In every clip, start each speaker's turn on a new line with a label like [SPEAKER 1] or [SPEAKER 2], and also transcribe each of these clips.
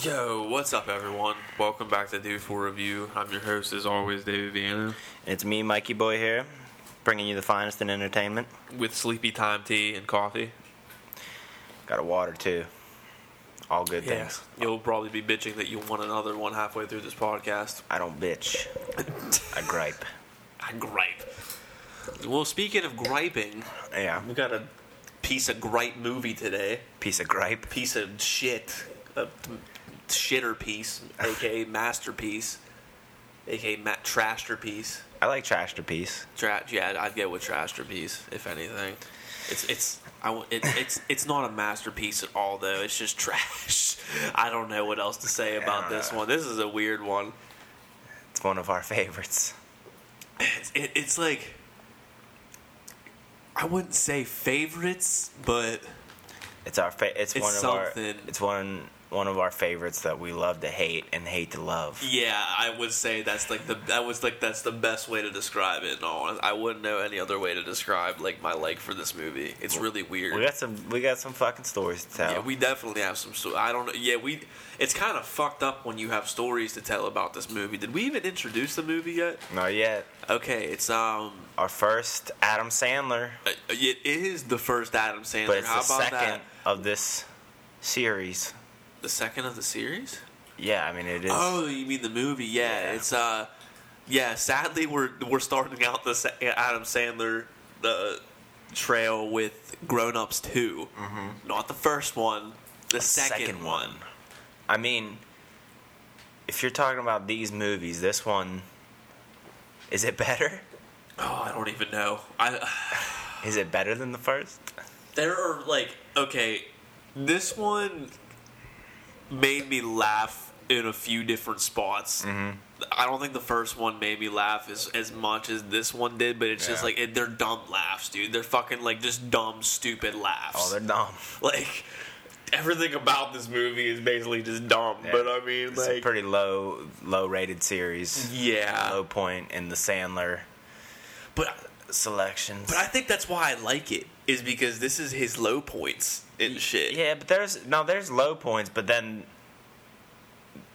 [SPEAKER 1] Yo, what's up, everyone? Welcome back to Do for Review. I'm your host, as always, David Viano,
[SPEAKER 2] It's me, Mikey Boy here, bringing you the finest in entertainment.
[SPEAKER 1] with Sleepy Time Tea and Coffee.
[SPEAKER 2] Got a water too. All good things.
[SPEAKER 1] You'll probably be bitching that you want another one halfway through this podcast.
[SPEAKER 2] I don't bitch. I gripe.
[SPEAKER 1] I gripe. Well, speaking of griping,
[SPEAKER 2] Yeah.
[SPEAKER 1] we got a piece of gripe movie today.
[SPEAKER 2] Piece of gripe.
[SPEAKER 1] Piece of shit. A shitter piece, aka masterpiece, aka ma- trashterpiece.
[SPEAKER 2] I like trash to piece.
[SPEAKER 1] Tra- yeah, I'd get with Trashterpiece if anything. It's it's I w- it, it's it's not a masterpiece at all though. It's just trash. I don't know what else to say about this one. This is a weird one.
[SPEAKER 2] It's one of our favorites.
[SPEAKER 1] It's, it, it's like I wouldn't say favorites, but
[SPEAKER 2] It's our fa- it's,
[SPEAKER 1] It's
[SPEAKER 2] one of our
[SPEAKER 1] something.
[SPEAKER 2] it's one one of our favorites that we love to hate and hate to love.
[SPEAKER 1] yeah, I would say that's like the that was like that's the best way to describe it. No, I wouldn't know any other way to describe like my like for this movie. It's really weird.
[SPEAKER 2] We got some we got some fucking stories to tell.
[SPEAKER 1] Yeah, we definitely have some. Sto- I don't know. Yeah, we. It's kind of fucked up when you have stories to tell about this movie. Did we even introduce the movie yet?
[SPEAKER 2] Not yet.
[SPEAKER 1] Okay, it's um,
[SPEAKER 2] Our first Adam Sandler,
[SPEAKER 1] uh, it is the first Adam Sandler.
[SPEAKER 2] but it's
[SPEAKER 1] How
[SPEAKER 2] the
[SPEAKER 1] about
[SPEAKER 2] second
[SPEAKER 1] that?
[SPEAKER 2] of this series.
[SPEAKER 1] The second of the series.
[SPEAKER 2] Yeah, I mean it is.
[SPEAKER 1] Oh, you mean the movie? Yeah,
[SPEAKER 2] Yeah.
[SPEAKER 1] it's uh, yeah. Sadly, we're we're starting out the Sa- Adam Sandler the trail with Grown Ups 2 mm-hmm. not the first one, the second, one.
[SPEAKER 2] I mean, if you're talking about these movies, this one is it better?
[SPEAKER 1] Oh, I don't even know. I.
[SPEAKER 2] Is it better than the first?
[SPEAKER 1] there are like okay this one made me laugh in a few different spots
[SPEAKER 2] Mm-hmm.
[SPEAKER 1] i don't think the first one made me laugh as, as much as this one did but it's just
[SPEAKER 2] Yeah.
[SPEAKER 1] like it, they're dumb laughs dude they're fucking like just dumb stupid laughs
[SPEAKER 2] Oh, they're dumb.
[SPEAKER 1] like everything about this movie is basically just dumb but i mean
[SPEAKER 2] it's a
[SPEAKER 1] like
[SPEAKER 2] pretty low, low-rated series.
[SPEAKER 1] yeah
[SPEAKER 2] Low point in the Sandler
[SPEAKER 1] but
[SPEAKER 2] selections.
[SPEAKER 1] but i think that's why i like it is because this is his low points and shit
[SPEAKER 2] yeah, but there's now there's low points, but then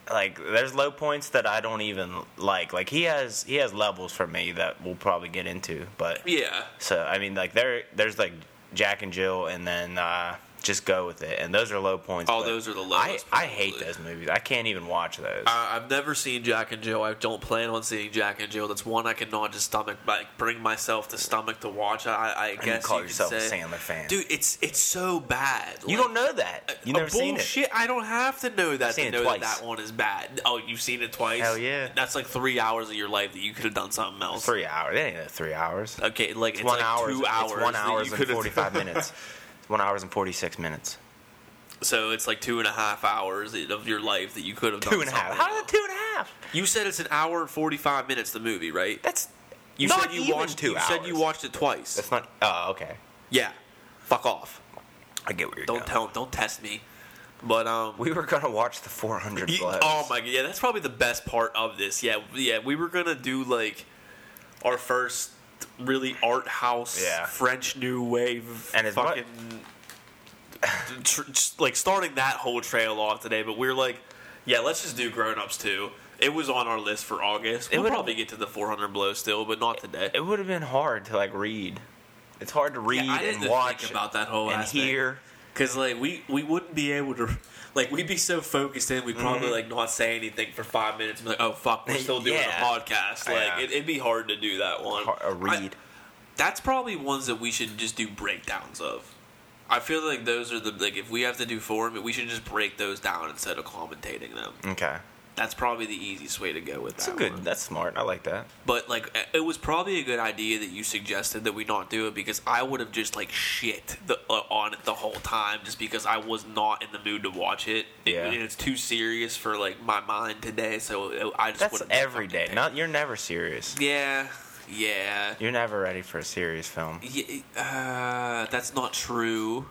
[SPEAKER 2] like there's low points that I don't even like. Like he has he has levels for me that we'll probably get into, but
[SPEAKER 1] yeah
[SPEAKER 2] So I mean, like there, there's like Jack and Jill, and then uh, just go with it. And those are low points.
[SPEAKER 1] Oh,
[SPEAKER 2] but
[SPEAKER 1] those are the
[SPEAKER 2] I,
[SPEAKER 1] lowest, Uh,
[SPEAKER 2] I hate
[SPEAKER 1] probably.
[SPEAKER 2] those movies. I can't even watch those.
[SPEAKER 1] I- I've never seen Jack and Jill. I don't plan on seeing Jack and Jill. That's one I cannot just stomach, like bring myself to stomach to watch. I, I
[SPEAKER 2] and
[SPEAKER 1] guess
[SPEAKER 2] you call
[SPEAKER 1] could
[SPEAKER 2] yourself
[SPEAKER 1] say-
[SPEAKER 2] a Sandler fan,
[SPEAKER 1] dude. It's it's so bad.
[SPEAKER 2] You
[SPEAKER 1] Like,
[SPEAKER 2] don't know that. You
[SPEAKER 1] uh,
[SPEAKER 2] never seen it.
[SPEAKER 1] bullshit. I don't have to know that
[SPEAKER 2] seen
[SPEAKER 1] to
[SPEAKER 2] it
[SPEAKER 1] know
[SPEAKER 2] twice.
[SPEAKER 1] that that one is bad. Oh, you've seen it twice.
[SPEAKER 2] Hell yeah.
[SPEAKER 1] That's like three hours of your life that you could have done something else.
[SPEAKER 2] Three hours. It ain't no three hours.
[SPEAKER 1] Okay, like it's,
[SPEAKER 2] It's one
[SPEAKER 1] like
[SPEAKER 2] hour.
[SPEAKER 1] two
[SPEAKER 2] it's
[SPEAKER 1] hours.
[SPEAKER 2] one
[SPEAKER 1] that
[SPEAKER 2] hours
[SPEAKER 1] you
[SPEAKER 2] and
[SPEAKER 1] could've-
[SPEAKER 2] forty-five minutes. It's one hours and forty-six minutes.
[SPEAKER 1] So it's like two and a half hours of your life that you could have done.
[SPEAKER 2] Two and a half.
[SPEAKER 1] something
[SPEAKER 2] How is it
[SPEAKER 1] else.
[SPEAKER 2] two and a half?
[SPEAKER 1] You said it's an hour and forty five minutes. The movie, right?
[SPEAKER 2] That's
[SPEAKER 1] You
[SPEAKER 2] not
[SPEAKER 1] said you
[SPEAKER 2] even
[SPEAKER 1] watched.
[SPEAKER 2] two
[SPEAKER 1] you
[SPEAKER 2] hours.
[SPEAKER 1] said you watched it twice.
[SPEAKER 2] That's not. Oh, okay.
[SPEAKER 1] Yeah. Fuck off.
[SPEAKER 2] I get what you're.
[SPEAKER 1] Don't
[SPEAKER 2] going.
[SPEAKER 1] tell him. Don't test me. But um.
[SPEAKER 2] We were gonna watch the four hundred.
[SPEAKER 1] you- oh my god. Yeah, that's probably the best part of this. Yeah, yeah. We were gonna do like our first really art house
[SPEAKER 2] Yeah.
[SPEAKER 1] French New Wave
[SPEAKER 2] And as mu-
[SPEAKER 1] fucking tr- just, like starting that whole trail off today. But we are like, yeah, let's just do Grown Ups too. It was on our list for August.
[SPEAKER 2] It
[SPEAKER 1] We'll
[SPEAKER 2] would've-
[SPEAKER 1] probably get to the 400 blow still, but not today.
[SPEAKER 2] it would have been hard to like read. It's hard to read
[SPEAKER 1] Yeah, I didn't
[SPEAKER 2] and
[SPEAKER 1] think
[SPEAKER 2] watch
[SPEAKER 1] about that whole
[SPEAKER 2] and
[SPEAKER 1] aspect.
[SPEAKER 2] hear.
[SPEAKER 1] Cause like we we wouldn't be able to like we'd be so focused in we'd probably
[SPEAKER 2] Mm-hmm.
[SPEAKER 1] like not say anything for five minutes and be like oh fuck we're still doing
[SPEAKER 2] Yeah.
[SPEAKER 1] a podcast like
[SPEAKER 2] Yeah.
[SPEAKER 1] it, it'd be hard to do that one
[SPEAKER 2] Har- A read.
[SPEAKER 1] Um, I- that's probably ones that we should just do breakdowns of I feel like those are the like if we have to do four we should just break those down instead of commentating them
[SPEAKER 2] okay,
[SPEAKER 1] that's probably the easiest way to go with that
[SPEAKER 2] that's a good.
[SPEAKER 1] one.
[SPEAKER 2] That's smart. I like that.
[SPEAKER 1] But like, it was probably a good idea that you suggested that we not do it because I would have just like shit the, uh, on it the whole time just because I was not in the mood to watch it.
[SPEAKER 2] Yeah.
[SPEAKER 1] and it's too serious for like my mind today, so it, I just
[SPEAKER 2] That's
[SPEAKER 1] wouldn't
[SPEAKER 2] every
[SPEAKER 1] fucking
[SPEAKER 2] day.
[SPEAKER 1] pick.
[SPEAKER 2] Not you're never serious.
[SPEAKER 1] yeah, yeah.
[SPEAKER 2] You're never ready for a serious film.
[SPEAKER 1] Y- uh, that's not true.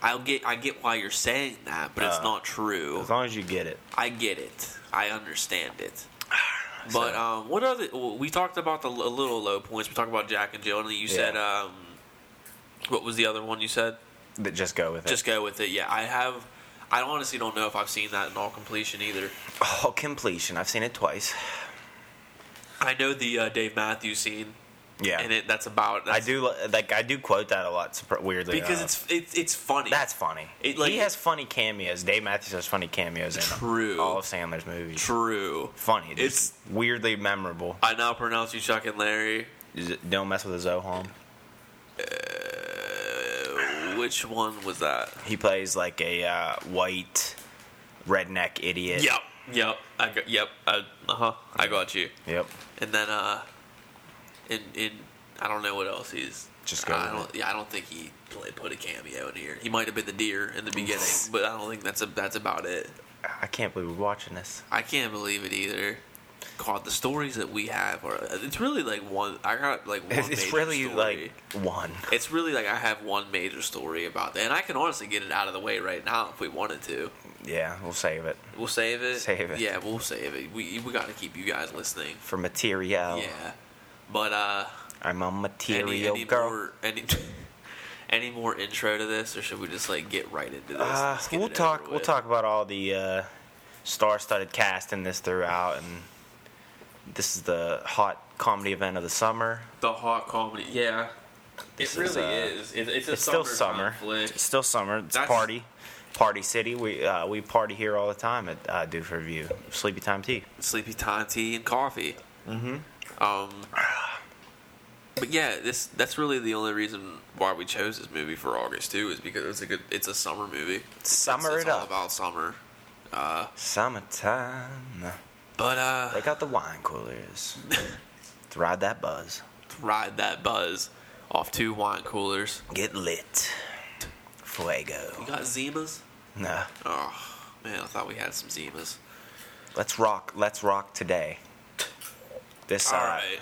[SPEAKER 1] I'll get I get why you're saying that, but it's
[SPEAKER 2] Uh,
[SPEAKER 1] not true.
[SPEAKER 2] As long as you get it.
[SPEAKER 1] I get it. I understand it. But um, what other? well, We talked about the l- little low points. We talked about Jack and Jill, and then you said um, what was the other one you said?
[SPEAKER 2] Th- Just go with it.
[SPEAKER 1] Just go with it. Yeah, I have. I honestly don't know if I've seen that in all completion either.
[SPEAKER 2] Oh, completion. I've seen it twice.
[SPEAKER 1] I know the uh, Dave Matthews scene,
[SPEAKER 2] Yeah.
[SPEAKER 1] and it that's about
[SPEAKER 2] I
[SPEAKER 1] that's,
[SPEAKER 2] do li- like I do quote that a lot surpri- weirdly
[SPEAKER 1] because
[SPEAKER 2] enough.
[SPEAKER 1] it's it's it's funny.
[SPEAKER 2] that's funny.
[SPEAKER 1] It, like-
[SPEAKER 2] he has funny cameos. Dave Matthews has funny cameos in
[SPEAKER 1] True.
[SPEAKER 2] all of Sandler's movies.
[SPEAKER 1] true.
[SPEAKER 2] Funny.
[SPEAKER 1] It's-
[SPEAKER 2] It's weirdly memorable.
[SPEAKER 1] I now pronounce you Chuck and Larry.
[SPEAKER 2] Z- Don't mess with a Zohan.
[SPEAKER 1] Uh, which one was that?
[SPEAKER 2] He plays like a uh, white redneck idiot.
[SPEAKER 1] Yep, yep, I got, yep, uh huh, I got you.
[SPEAKER 2] Yep.
[SPEAKER 1] And then uh, in in I don't know what else he's.
[SPEAKER 2] Just go
[SPEAKER 1] I
[SPEAKER 2] with
[SPEAKER 1] don't. Yeah, I don't think he pla- put a cameo in here. He might have been the deer in the beginning, but I don't think that's a, that's about it.
[SPEAKER 2] I can't believe we're watching this.
[SPEAKER 1] I can't believe it either. God, the stories that we have are. It's really like one. I got like one.
[SPEAKER 2] It's, it's
[SPEAKER 1] major
[SPEAKER 2] really
[SPEAKER 1] story.
[SPEAKER 2] like one.
[SPEAKER 1] It's really like I have one major story about that, and I can honestly get it out of the way right now if we wanted to.
[SPEAKER 2] Yeah, we'll save it
[SPEAKER 1] We'll save it.
[SPEAKER 2] Save it.
[SPEAKER 1] Yeah, we'll save it. We we got to keep you guys listening.
[SPEAKER 2] for material.
[SPEAKER 1] Yeah, but uh,
[SPEAKER 2] I'm a
[SPEAKER 1] any,
[SPEAKER 2] material
[SPEAKER 1] any
[SPEAKER 2] girl.
[SPEAKER 1] more any any more intro to this, or should we just like get right into this?
[SPEAKER 2] Uh,
[SPEAKER 1] Let's get
[SPEAKER 2] we'll
[SPEAKER 1] it over
[SPEAKER 2] talk. We'll
[SPEAKER 1] with.
[SPEAKER 2] talk about all the uh, star-studded cast in this throughout, and this is the hot comedy event of the summer.
[SPEAKER 1] the hot comedy. Yeah,
[SPEAKER 2] This
[SPEAKER 1] it really is.
[SPEAKER 2] uh,
[SPEAKER 1] It, it's a
[SPEAKER 2] It's still
[SPEAKER 1] summertime
[SPEAKER 2] summer.
[SPEAKER 1] flick.
[SPEAKER 2] It's still summer. It's
[SPEAKER 1] That's-
[SPEAKER 2] party, party city. We uh, we party here all the time at uh, Do for Review. Sleepy Time Tea.
[SPEAKER 1] Sleepy time, tea, and coffee. Mm-hmm. Um, but yeah, this that's really the only reason why we chose this movie for August too, is because it's a good. It's a summer movie.
[SPEAKER 2] Summer
[SPEAKER 1] it's,
[SPEAKER 2] it
[SPEAKER 1] it's all
[SPEAKER 2] up.
[SPEAKER 1] about summer.
[SPEAKER 2] Summertime.
[SPEAKER 1] But uh,
[SPEAKER 2] Break out the wine coolers. to ride that buzz.
[SPEAKER 1] ride that buzz off two wine coolers.
[SPEAKER 2] Get lit. Fuego.
[SPEAKER 1] You got Zimas?
[SPEAKER 2] Nah.
[SPEAKER 1] Oh man, I thought we had some Zimas.
[SPEAKER 2] Let's rock. Let's rock today. This
[SPEAKER 1] All
[SPEAKER 2] uh,
[SPEAKER 1] right.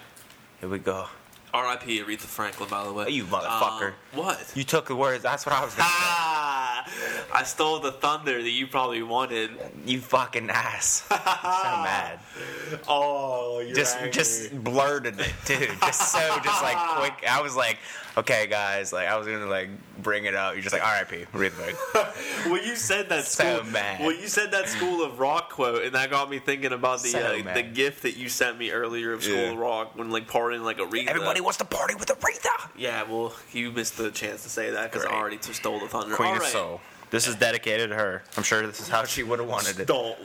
[SPEAKER 2] Here we go.
[SPEAKER 1] R.I.P. Aretha Franklin, by the way.
[SPEAKER 2] You motherfucker.
[SPEAKER 1] Um, what?
[SPEAKER 2] You took the words. That's what I was gonna say.
[SPEAKER 1] Ah! I stole the thunder that you probably wanted.
[SPEAKER 2] You fucking ass. I'm so mad.
[SPEAKER 1] Oh, you're
[SPEAKER 2] Just just blurted it, dude. Just so just like quick. I was like, okay, guys. Like I was gonna like bring it up. You're just like, R.I.P. Read like,
[SPEAKER 1] Well, you said that
[SPEAKER 2] So
[SPEAKER 1] school.
[SPEAKER 2] mad.
[SPEAKER 1] Well, you said that School of Rock quote, and that got me thinking about the
[SPEAKER 2] So
[SPEAKER 1] uh,
[SPEAKER 2] mad.
[SPEAKER 1] the gift that you sent me earlier of School
[SPEAKER 2] Yeah.
[SPEAKER 1] of Rock when like partying like Aretha.
[SPEAKER 2] Everybody wants to party with Aretha.
[SPEAKER 1] Yeah, well, you missed the chance to say that because I
[SPEAKER 2] Great.
[SPEAKER 1] already t- stole the thunder.
[SPEAKER 2] Queen
[SPEAKER 1] All
[SPEAKER 2] of
[SPEAKER 1] right.
[SPEAKER 2] Soul. This is dedicated to her. I'm sure this is how she would have wanted it.
[SPEAKER 1] Don't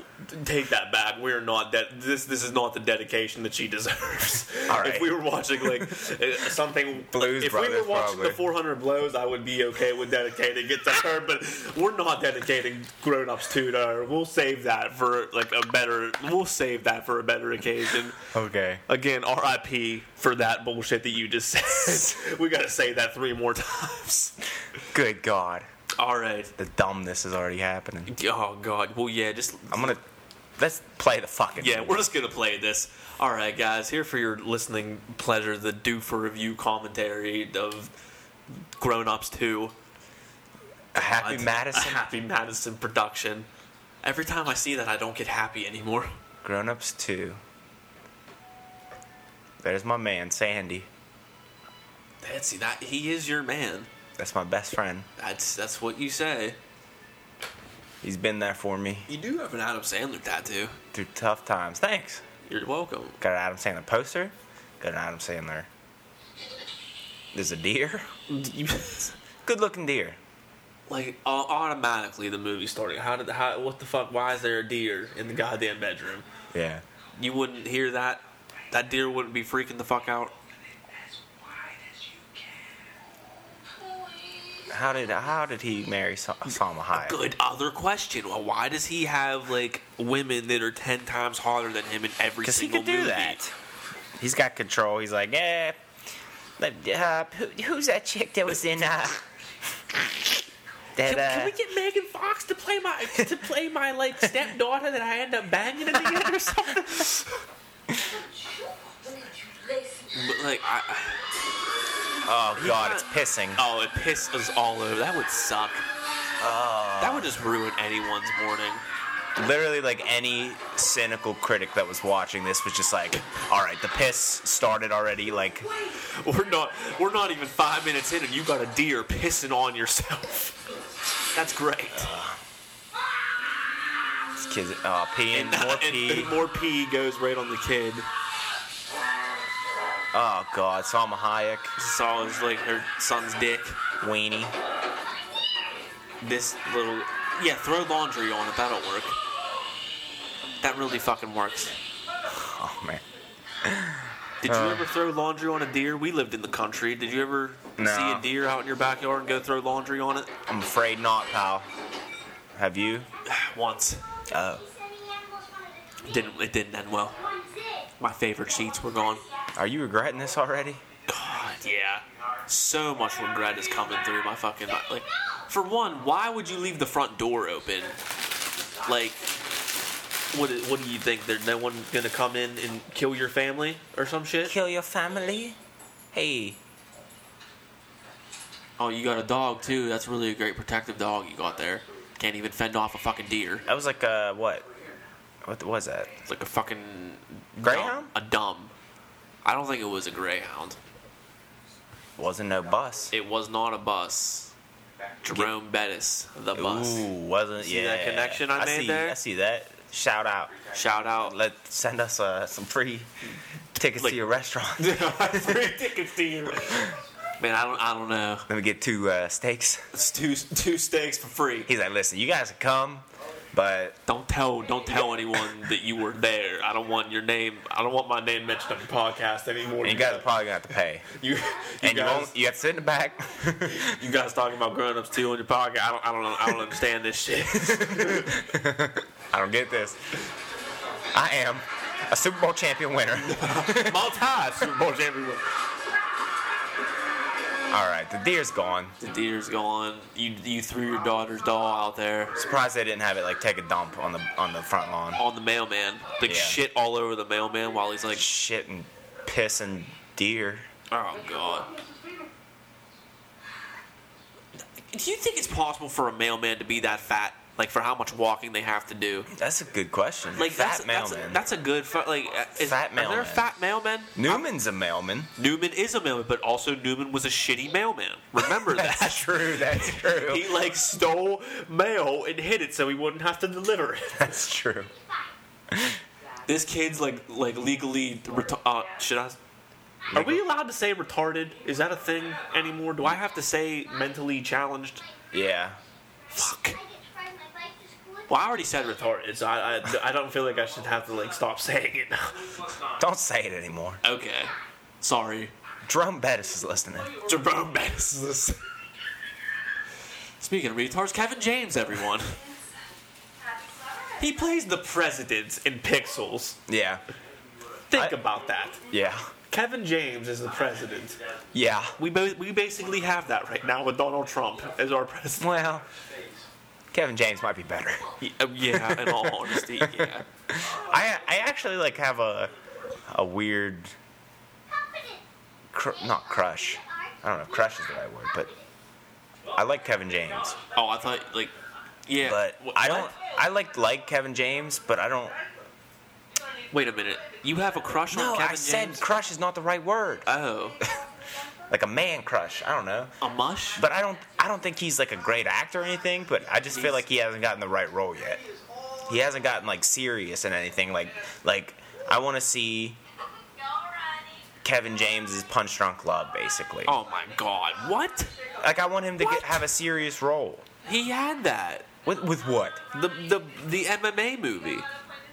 [SPEAKER 1] take that back. We are not that. this this is not the dedication that she deserves.
[SPEAKER 2] All
[SPEAKER 1] If
[SPEAKER 2] right.
[SPEAKER 1] we were watching like uh, something
[SPEAKER 2] Blues
[SPEAKER 1] if we
[SPEAKER 2] Brothers,
[SPEAKER 1] were watching
[SPEAKER 2] probably.
[SPEAKER 1] the 400 blows, I would be okay with dedicating it to her. But we're not dedicating grown ups to her. We'll save that for like a better. We'll save that for a better occasion.
[SPEAKER 2] Okay.
[SPEAKER 1] Again, R.I.P. for that bullshit that you just said. we gotta say that three more times.
[SPEAKER 2] Good God.
[SPEAKER 1] All right.
[SPEAKER 2] The dumbness is already happening.
[SPEAKER 1] Oh God. Well, yeah. Just
[SPEAKER 2] I'm gonna let's play the fucking
[SPEAKER 1] Yeah,
[SPEAKER 2] movie.
[SPEAKER 1] we're just gonna play this. All right, guys, here for your listening pleasure, the do for review commentary of Grown Ups Two.
[SPEAKER 2] A Happy
[SPEAKER 1] It's a
[SPEAKER 2] Madison
[SPEAKER 1] Happy Madison production. Every time I see that, I don't get happy anymore.
[SPEAKER 2] Grown Ups 2. There's my man, Sandy.
[SPEAKER 1] That's see that he is your man.
[SPEAKER 2] That's my best friend.
[SPEAKER 1] That's that's what you say.
[SPEAKER 2] He's been there for me
[SPEAKER 1] You do have an Adam Sandler tattoo.
[SPEAKER 2] through tough times. Thanks.
[SPEAKER 1] You're welcome.
[SPEAKER 2] Got an Adam Sandler poster. Got an Adam Sandler. There's a deer.
[SPEAKER 1] You-
[SPEAKER 2] Good looking deer.
[SPEAKER 1] like au- automatically, the movie starting. How did how what the fuck? Why is there a deer in the goddamn bedroom?
[SPEAKER 2] Yeah.
[SPEAKER 1] You wouldn't hear that. That deer wouldn't be freaking the fuck out.
[SPEAKER 3] as wide as you can. Please.
[SPEAKER 2] How did how did he marry Sa- Salma Hayek?
[SPEAKER 1] good other question. Well, why does he have like women that are ten times hotter than him in every
[SPEAKER 2] Because he
[SPEAKER 1] single
[SPEAKER 2] could do
[SPEAKER 1] movie?
[SPEAKER 2] that. He's got control. He's like, eh. like, Uh, who, who's that chick that was in uh, that?
[SPEAKER 1] Can, can we
[SPEAKER 2] uh,
[SPEAKER 1] get Megan Fox to play my to play my like stepdaughter that I end up banging in the end or something?
[SPEAKER 3] Don't you believe you lazy?
[SPEAKER 1] But like, I,
[SPEAKER 2] oh God, it's pissing.
[SPEAKER 1] oh, it pisses all over. That would suck.
[SPEAKER 2] Oh.
[SPEAKER 1] that would just ruin anyone's morning.
[SPEAKER 2] Literally, like any cynical critic that was watching this was just like, all right, the piss started already. Like,
[SPEAKER 1] We're not we're not even five minutes in, and you got a deer pissing on yourself. That's great.
[SPEAKER 2] This kid's uh, peeing more
[SPEAKER 1] and,
[SPEAKER 2] pee.
[SPEAKER 1] and more pee goes right on the kid.
[SPEAKER 2] Oh God, Salma Hayek,
[SPEAKER 1] Saw is like her son's dick.
[SPEAKER 2] weenie.
[SPEAKER 1] This little yeah, throw laundry on it. That'll work. That really fucking works.
[SPEAKER 2] Oh man,
[SPEAKER 1] Did you
[SPEAKER 2] Uh.
[SPEAKER 1] ever throw laundry on a deer? We lived in the country. Did you ever
[SPEAKER 2] No.
[SPEAKER 1] see a deer out in your backyard and go throw laundry on it?
[SPEAKER 2] I'm afraid not, pal. Have you?
[SPEAKER 1] Once.
[SPEAKER 2] Oh,
[SPEAKER 1] Didn't it didn't end well. My favorite sheets were gone.
[SPEAKER 2] are you regretting this already?
[SPEAKER 1] God, yeah. So much regret is coming through my fucking like. For one, why would you leave the front door open? Like, what? do- What do you think? There's no one gonna come in and kill your family or some shit?
[SPEAKER 2] Kill your family? Hey,
[SPEAKER 1] Oh, you got a dog too. That's really a great protective dog you got there. Can't even fend off a fucking deer.
[SPEAKER 2] that was like a what? What was that?
[SPEAKER 1] It's like a fucking
[SPEAKER 2] Greyhound?
[SPEAKER 1] Dumb, a dumb. I don't think it was a greyhound.
[SPEAKER 2] Wasn't no bus.
[SPEAKER 1] It was not a bus. Jerome Bettis, the bus.
[SPEAKER 2] Ooh, wasn't
[SPEAKER 1] See
[SPEAKER 2] yeah.
[SPEAKER 1] that connection I made
[SPEAKER 2] see,
[SPEAKER 1] there?
[SPEAKER 2] I see that. Shout out.
[SPEAKER 1] Shout out.
[SPEAKER 2] Let send us uh, some free tickets
[SPEAKER 1] Like-
[SPEAKER 2] to your restaurant.
[SPEAKER 1] Free tickets to you. Man, I don't, I don't know.
[SPEAKER 2] Let me get two uh, steaks.
[SPEAKER 1] It's two, two steaks for free.
[SPEAKER 2] He's like, listen, you guys come, but
[SPEAKER 1] Don't tell, don't tell anyone that you were there. I don't want your name. I don't want my name mentioned on the podcast anymore.
[SPEAKER 2] you guys are probably gonna have to pay.
[SPEAKER 1] you, you
[SPEAKER 2] And you,
[SPEAKER 1] guys,
[SPEAKER 2] won't, you have to sit in the back.
[SPEAKER 1] you guys talking about grown ups too on your podcast. I don't, I don't, know- I don't understand this shit.
[SPEAKER 2] I don't get this. I am a Super Bowl champion winner.
[SPEAKER 1] Multi Super Bowl champion.
[SPEAKER 2] All right, the deer's gone.
[SPEAKER 1] The deer's gone. You, you threw your daughter's doll out there
[SPEAKER 2] Surprised they didn't have it like take a dump on the on the front lawn.
[SPEAKER 1] on the mailman. Like
[SPEAKER 2] Yeah.
[SPEAKER 1] shit all over the mailman while he's like,
[SPEAKER 2] Shit and piss and deer.
[SPEAKER 1] Oh god. Do you think it's possible for a mailman to be that fat? Like for how much walking they have to do?
[SPEAKER 2] That's a good question.
[SPEAKER 1] Like
[SPEAKER 2] fat
[SPEAKER 1] that's,
[SPEAKER 2] mailman.
[SPEAKER 1] That's a, that's a good fu- like. uh, Is,
[SPEAKER 2] Fat
[SPEAKER 1] Are there
[SPEAKER 2] mailman.
[SPEAKER 1] fat mailmen?
[SPEAKER 2] Newman's a mailman.
[SPEAKER 1] Newman is a mailman, but also Newman was a shitty mailman. Remember that.
[SPEAKER 2] true. That's true.
[SPEAKER 1] He like stole mail and hid it so he wouldn't have to deliver it.
[SPEAKER 2] that's true.
[SPEAKER 1] This kid's like like legally reta- uh, should I? Are we allowed to say retarded? Is that a thing anymore? Do I have to say mentally challenged?
[SPEAKER 2] Yeah.
[SPEAKER 1] Fuck.
[SPEAKER 3] I get to ride my bike to school.
[SPEAKER 1] Well, I already said retarded, so I, I, I don't feel like I should have to like stop saying it now.
[SPEAKER 2] Don't say it anymore.
[SPEAKER 1] Okay, sorry.
[SPEAKER 2] Drum Bettis is listening.
[SPEAKER 1] Jerome Bettis. Speaking of retards, Kevin James, everyone. He plays the president in Pixels.
[SPEAKER 2] Yeah.
[SPEAKER 1] Think
[SPEAKER 2] I-
[SPEAKER 1] about that.
[SPEAKER 2] Yeah.
[SPEAKER 1] Kevin James is the president.
[SPEAKER 2] Yeah.
[SPEAKER 1] We both we basically have that right now with Donald Trump as our president.
[SPEAKER 2] Well, Kevin James might be better.
[SPEAKER 1] Yeah, in all honesty, yeah.
[SPEAKER 2] I I actually like have a a weird cr- not crush. I don't know. if Crush is the right word, but I like Kevin James.
[SPEAKER 1] Oh, I thought like, yeah.
[SPEAKER 2] But
[SPEAKER 1] Wh-
[SPEAKER 2] I don't. I like like Kevin James, but I don't.
[SPEAKER 1] Wait a minute. You have a crush on
[SPEAKER 2] No,
[SPEAKER 1] Kevin
[SPEAKER 2] I said
[SPEAKER 1] James?
[SPEAKER 2] crush is not the right word.
[SPEAKER 1] Oh,
[SPEAKER 2] Like a man crush. I don't know.
[SPEAKER 1] a mush.
[SPEAKER 2] But I don't. I don't think he's like a great actor or anything. But I just feel like he hasn't gotten the right role yet. He hasn't gotten like serious in anything. Like like I want to see Kevin James's Punch Drunk Love basically.
[SPEAKER 1] Oh my god, what?
[SPEAKER 2] Like I want him to
[SPEAKER 1] What?
[SPEAKER 2] get, have a serious role.
[SPEAKER 1] He had that.
[SPEAKER 2] With with what?
[SPEAKER 1] The the the MMA movie.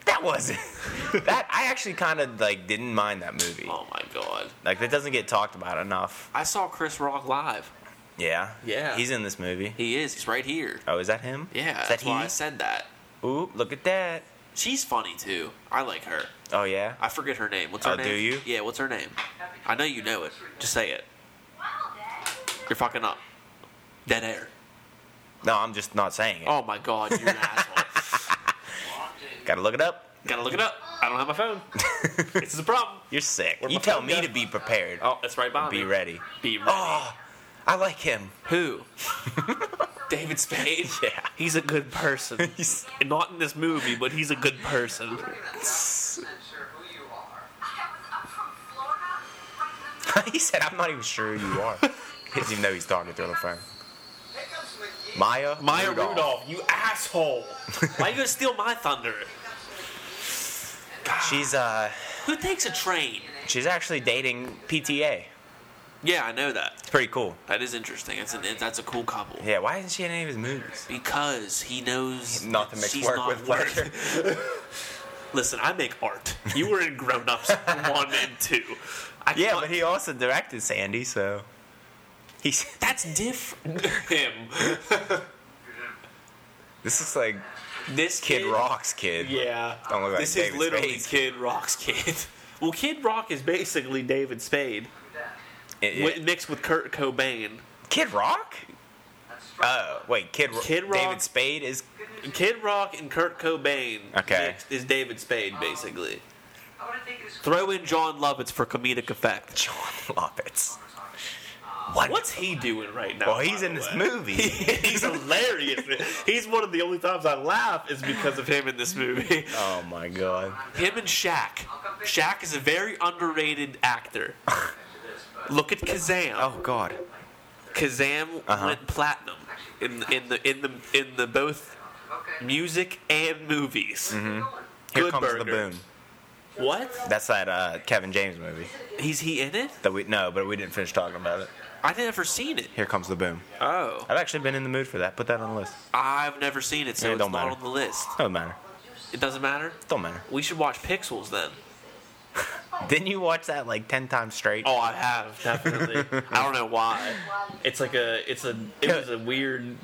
[SPEAKER 2] That wasn't. that I actually kind of like didn't mind that movie.
[SPEAKER 1] Oh my god.
[SPEAKER 2] Like that doesn't get talked about enough.
[SPEAKER 1] I saw Chris Rock live.
[SPEAKER 2] Yeah.
[SPEAKER 1] Yeah.
[SPEAKER 2] He's in this movie.
[SPEAKER 1] He is, he's right here.
[SPEAKER 2] Oh, is that him?
[SPEAKER 1] Yeah,
[SPEAKER 2] Is that
[SPEAKER 1] that's
[SPEAKER 2] he?
[SPEAKER 1] why I said that.
[SPEAKER 2] Oop! Look at that.
[SPEAKER 1] She's funny too. I like her.
[SPEAKER 2] Oh yeah.
[SPEAKER 1] I forget her name. What's her
[SPEAKER 2] Oh, do
[SPEAKER 1] name?
[SPEAKER 2] you?
[SPEAKER 1] Yeah, what's her name? I know you know it. Just say it. You're fucking up. Dead air.
[SPEAKER 2] No, I'm just not saying it.
[SPEAKER 1] Oh my god, you're an asshole.
[SPEAKER 2] Gotta look it up.
[SPEAKER 1] Gotta look it up. I don't have my phone. This is a problem.
[SPEAKER 2] You're sick.
[SPEAKER 1] Where'd
[SPEAKER 2] you
[SPEAKER 1] my
[SPEAKER 2] tell
[SPEAKER 1] phone
[SPEAKER 2] me
[SPEAKER 1] go?
[SPEAKER 2] to be prepared.
[SPEAKER 1] Oh, it's right by
[SPEAKER 2] be
[SPEAKER 1] me.
[SPEAKER 2] ready.
[SPEAKER 1] Be ready.
[SPEAKER 2] Oh, I like him.
[SPEAKER 1] Who? David Spade.
[SPEAKER 2] Yeah.
[SPEAKER 1] He's a good person.
[SPEAKER 2] He's-
[SPEAKER 1] not in this movie, but he's a good person.
[SPEAKER 2] he said, "I'm not even sure who you are." he doesn't even know he's talking through the phone.
[SPEAKER 4] Here comes McGee.
[SPEAKER 2] Maya.
[SPEAKER 1] Maya Rudolph, you asshole! Why you gonna steal my thunder?
[SPEAKER 2] She's uh,
[SPEAKER 1] Who takes a train?
[SPEAKER 2] she's actually dating PTA.
[SPEAKER 1] Yeah, I know that.
[SPEAKER 2] It's pretty cool.
[SPEAKER 1] That is interesting. It's an, it, that's a cool couple.
[SPEAKER 2] Yeah, why isn't she in any of his movies?
[SPEAKER 1] Because he knows
[SPEAKER 2] Not to mix
[SPEAKER 1] she's
[SPEAKER 2] work
[SPEAKER 1] not
[SPEAKER 2] with
[SPEAKER 1] worth-
[SPEAKER 2] pleasure.
[SPEAKER 1] Listen, I make art. You were in Grown Ups one and two. I
[SPEAKER 2] Yeah,
[SPEAKER 1] cannot-
[SPEAKER 2] but he also directed Sandy, so he's.
[SPEAKER 1] that's different. Him.
[SPEAKER 2] This is like
[SPEAKER 1] This
[SPEAKER 2] Kid Rock's kid.
[SPEAKER 1] Yeah.
[SPEAKER 2] Don't look like
[SPEAKER 1] this
[SPEAKER 2] David
[SPEAKER 1] is literally
[SPEAKER 2] Spade.
[SPEAKER 1] Kid Rock's kid. Well, Kid Rock is basically David Spade
[SPEAKER 2] It- it-
[SPEAKER 1] wi- mixed with Kurt Cobain.
[SPEAKER 2] Kid Rock. Oh wait, Kid, Ro-
[SPEAKER 1] Kid
[SPEAKER 2] David
[SPEAKER 1] Rock-
[SPEAKER 2] Spade is
[SPEAKER 1] Kid Rock and Kurt Cobain
[SPEAKER 2] Okay.
[SPEAKER 1] mixed is David Spade basically.
[SPEAKER 4] I want to think it's
[SPEAKER 1] Throw in John Lovitz for comedic effect.
[SPEAKER 2] John Lovitz. What?
[SPEAKER 1] What's he doing right now?
[SPEAKER 2] Well, he's
[SPEAKER 1] by
[SPEAKER 2] in
[SPEAKER 1] the
[SPEAKER 2] this
[SPEAKER 1] way?
[SPEAKER 2] movie.
[SPEAKER 1] he's hilarious. He's one of the only times I laugh is because of him in this movie.
[SPEAKER 2] oh my god.
[SPEAKER 1] Him and Shaq. Shaq is a very underrated actor. Look at Kazam.
[SPEAKER 2] Oh god.
[SPEAKER 1] Kazam
[SPEAKER 2] Uh-huh.
[SPEAKER 1] went platinum in in the in the in the both
[SPEAKER 4] okay.
[SPEAKER 1] music and movies.
[SPEAKER 2] Mm-hmm. Here
[SPEAKER 1] Good
[SPEAKER 2] comes the
[SPEAKER 1] Burger.
[SPEAKER 2] boom.
[SPEAKER 1] What?
[SPEAKER 2] That's that uh, Kevin James movie
[SPEAKER 1] He's he in it?
[SPEAKER 2] that we no, but we didn't finish talking about it.
[SPEAKER 1] I've never seen it.
[SPEAKER 2] Here comes the boom.
[SPEAKER 1] Oh,
[SPEAKER 2] I've actually been in the mood for that. Put that on the list.
[SPEAKER 1] I've never seen it, so
[SPEAKER 2] Yeah, it
[SPEAKER 1] it's
[SPEAKER 2] don't
[SPEAKER 1] not
[SPEAKER 2] matter.
[SPEAKER 1] on the list.
[SPEAKER 2] Don't matter.
[SPEAKER 1] It doesn't matter.
[SPEAKER 2] Don't matter.
[SPEAKER 1] We should watch Pixels then.
[SPEAKER 2] Didn't you watch that like ten times straight?
[SPEAKER 1] Oh, I have definitely. I don't know why. It's like a. It's a. It was a weird.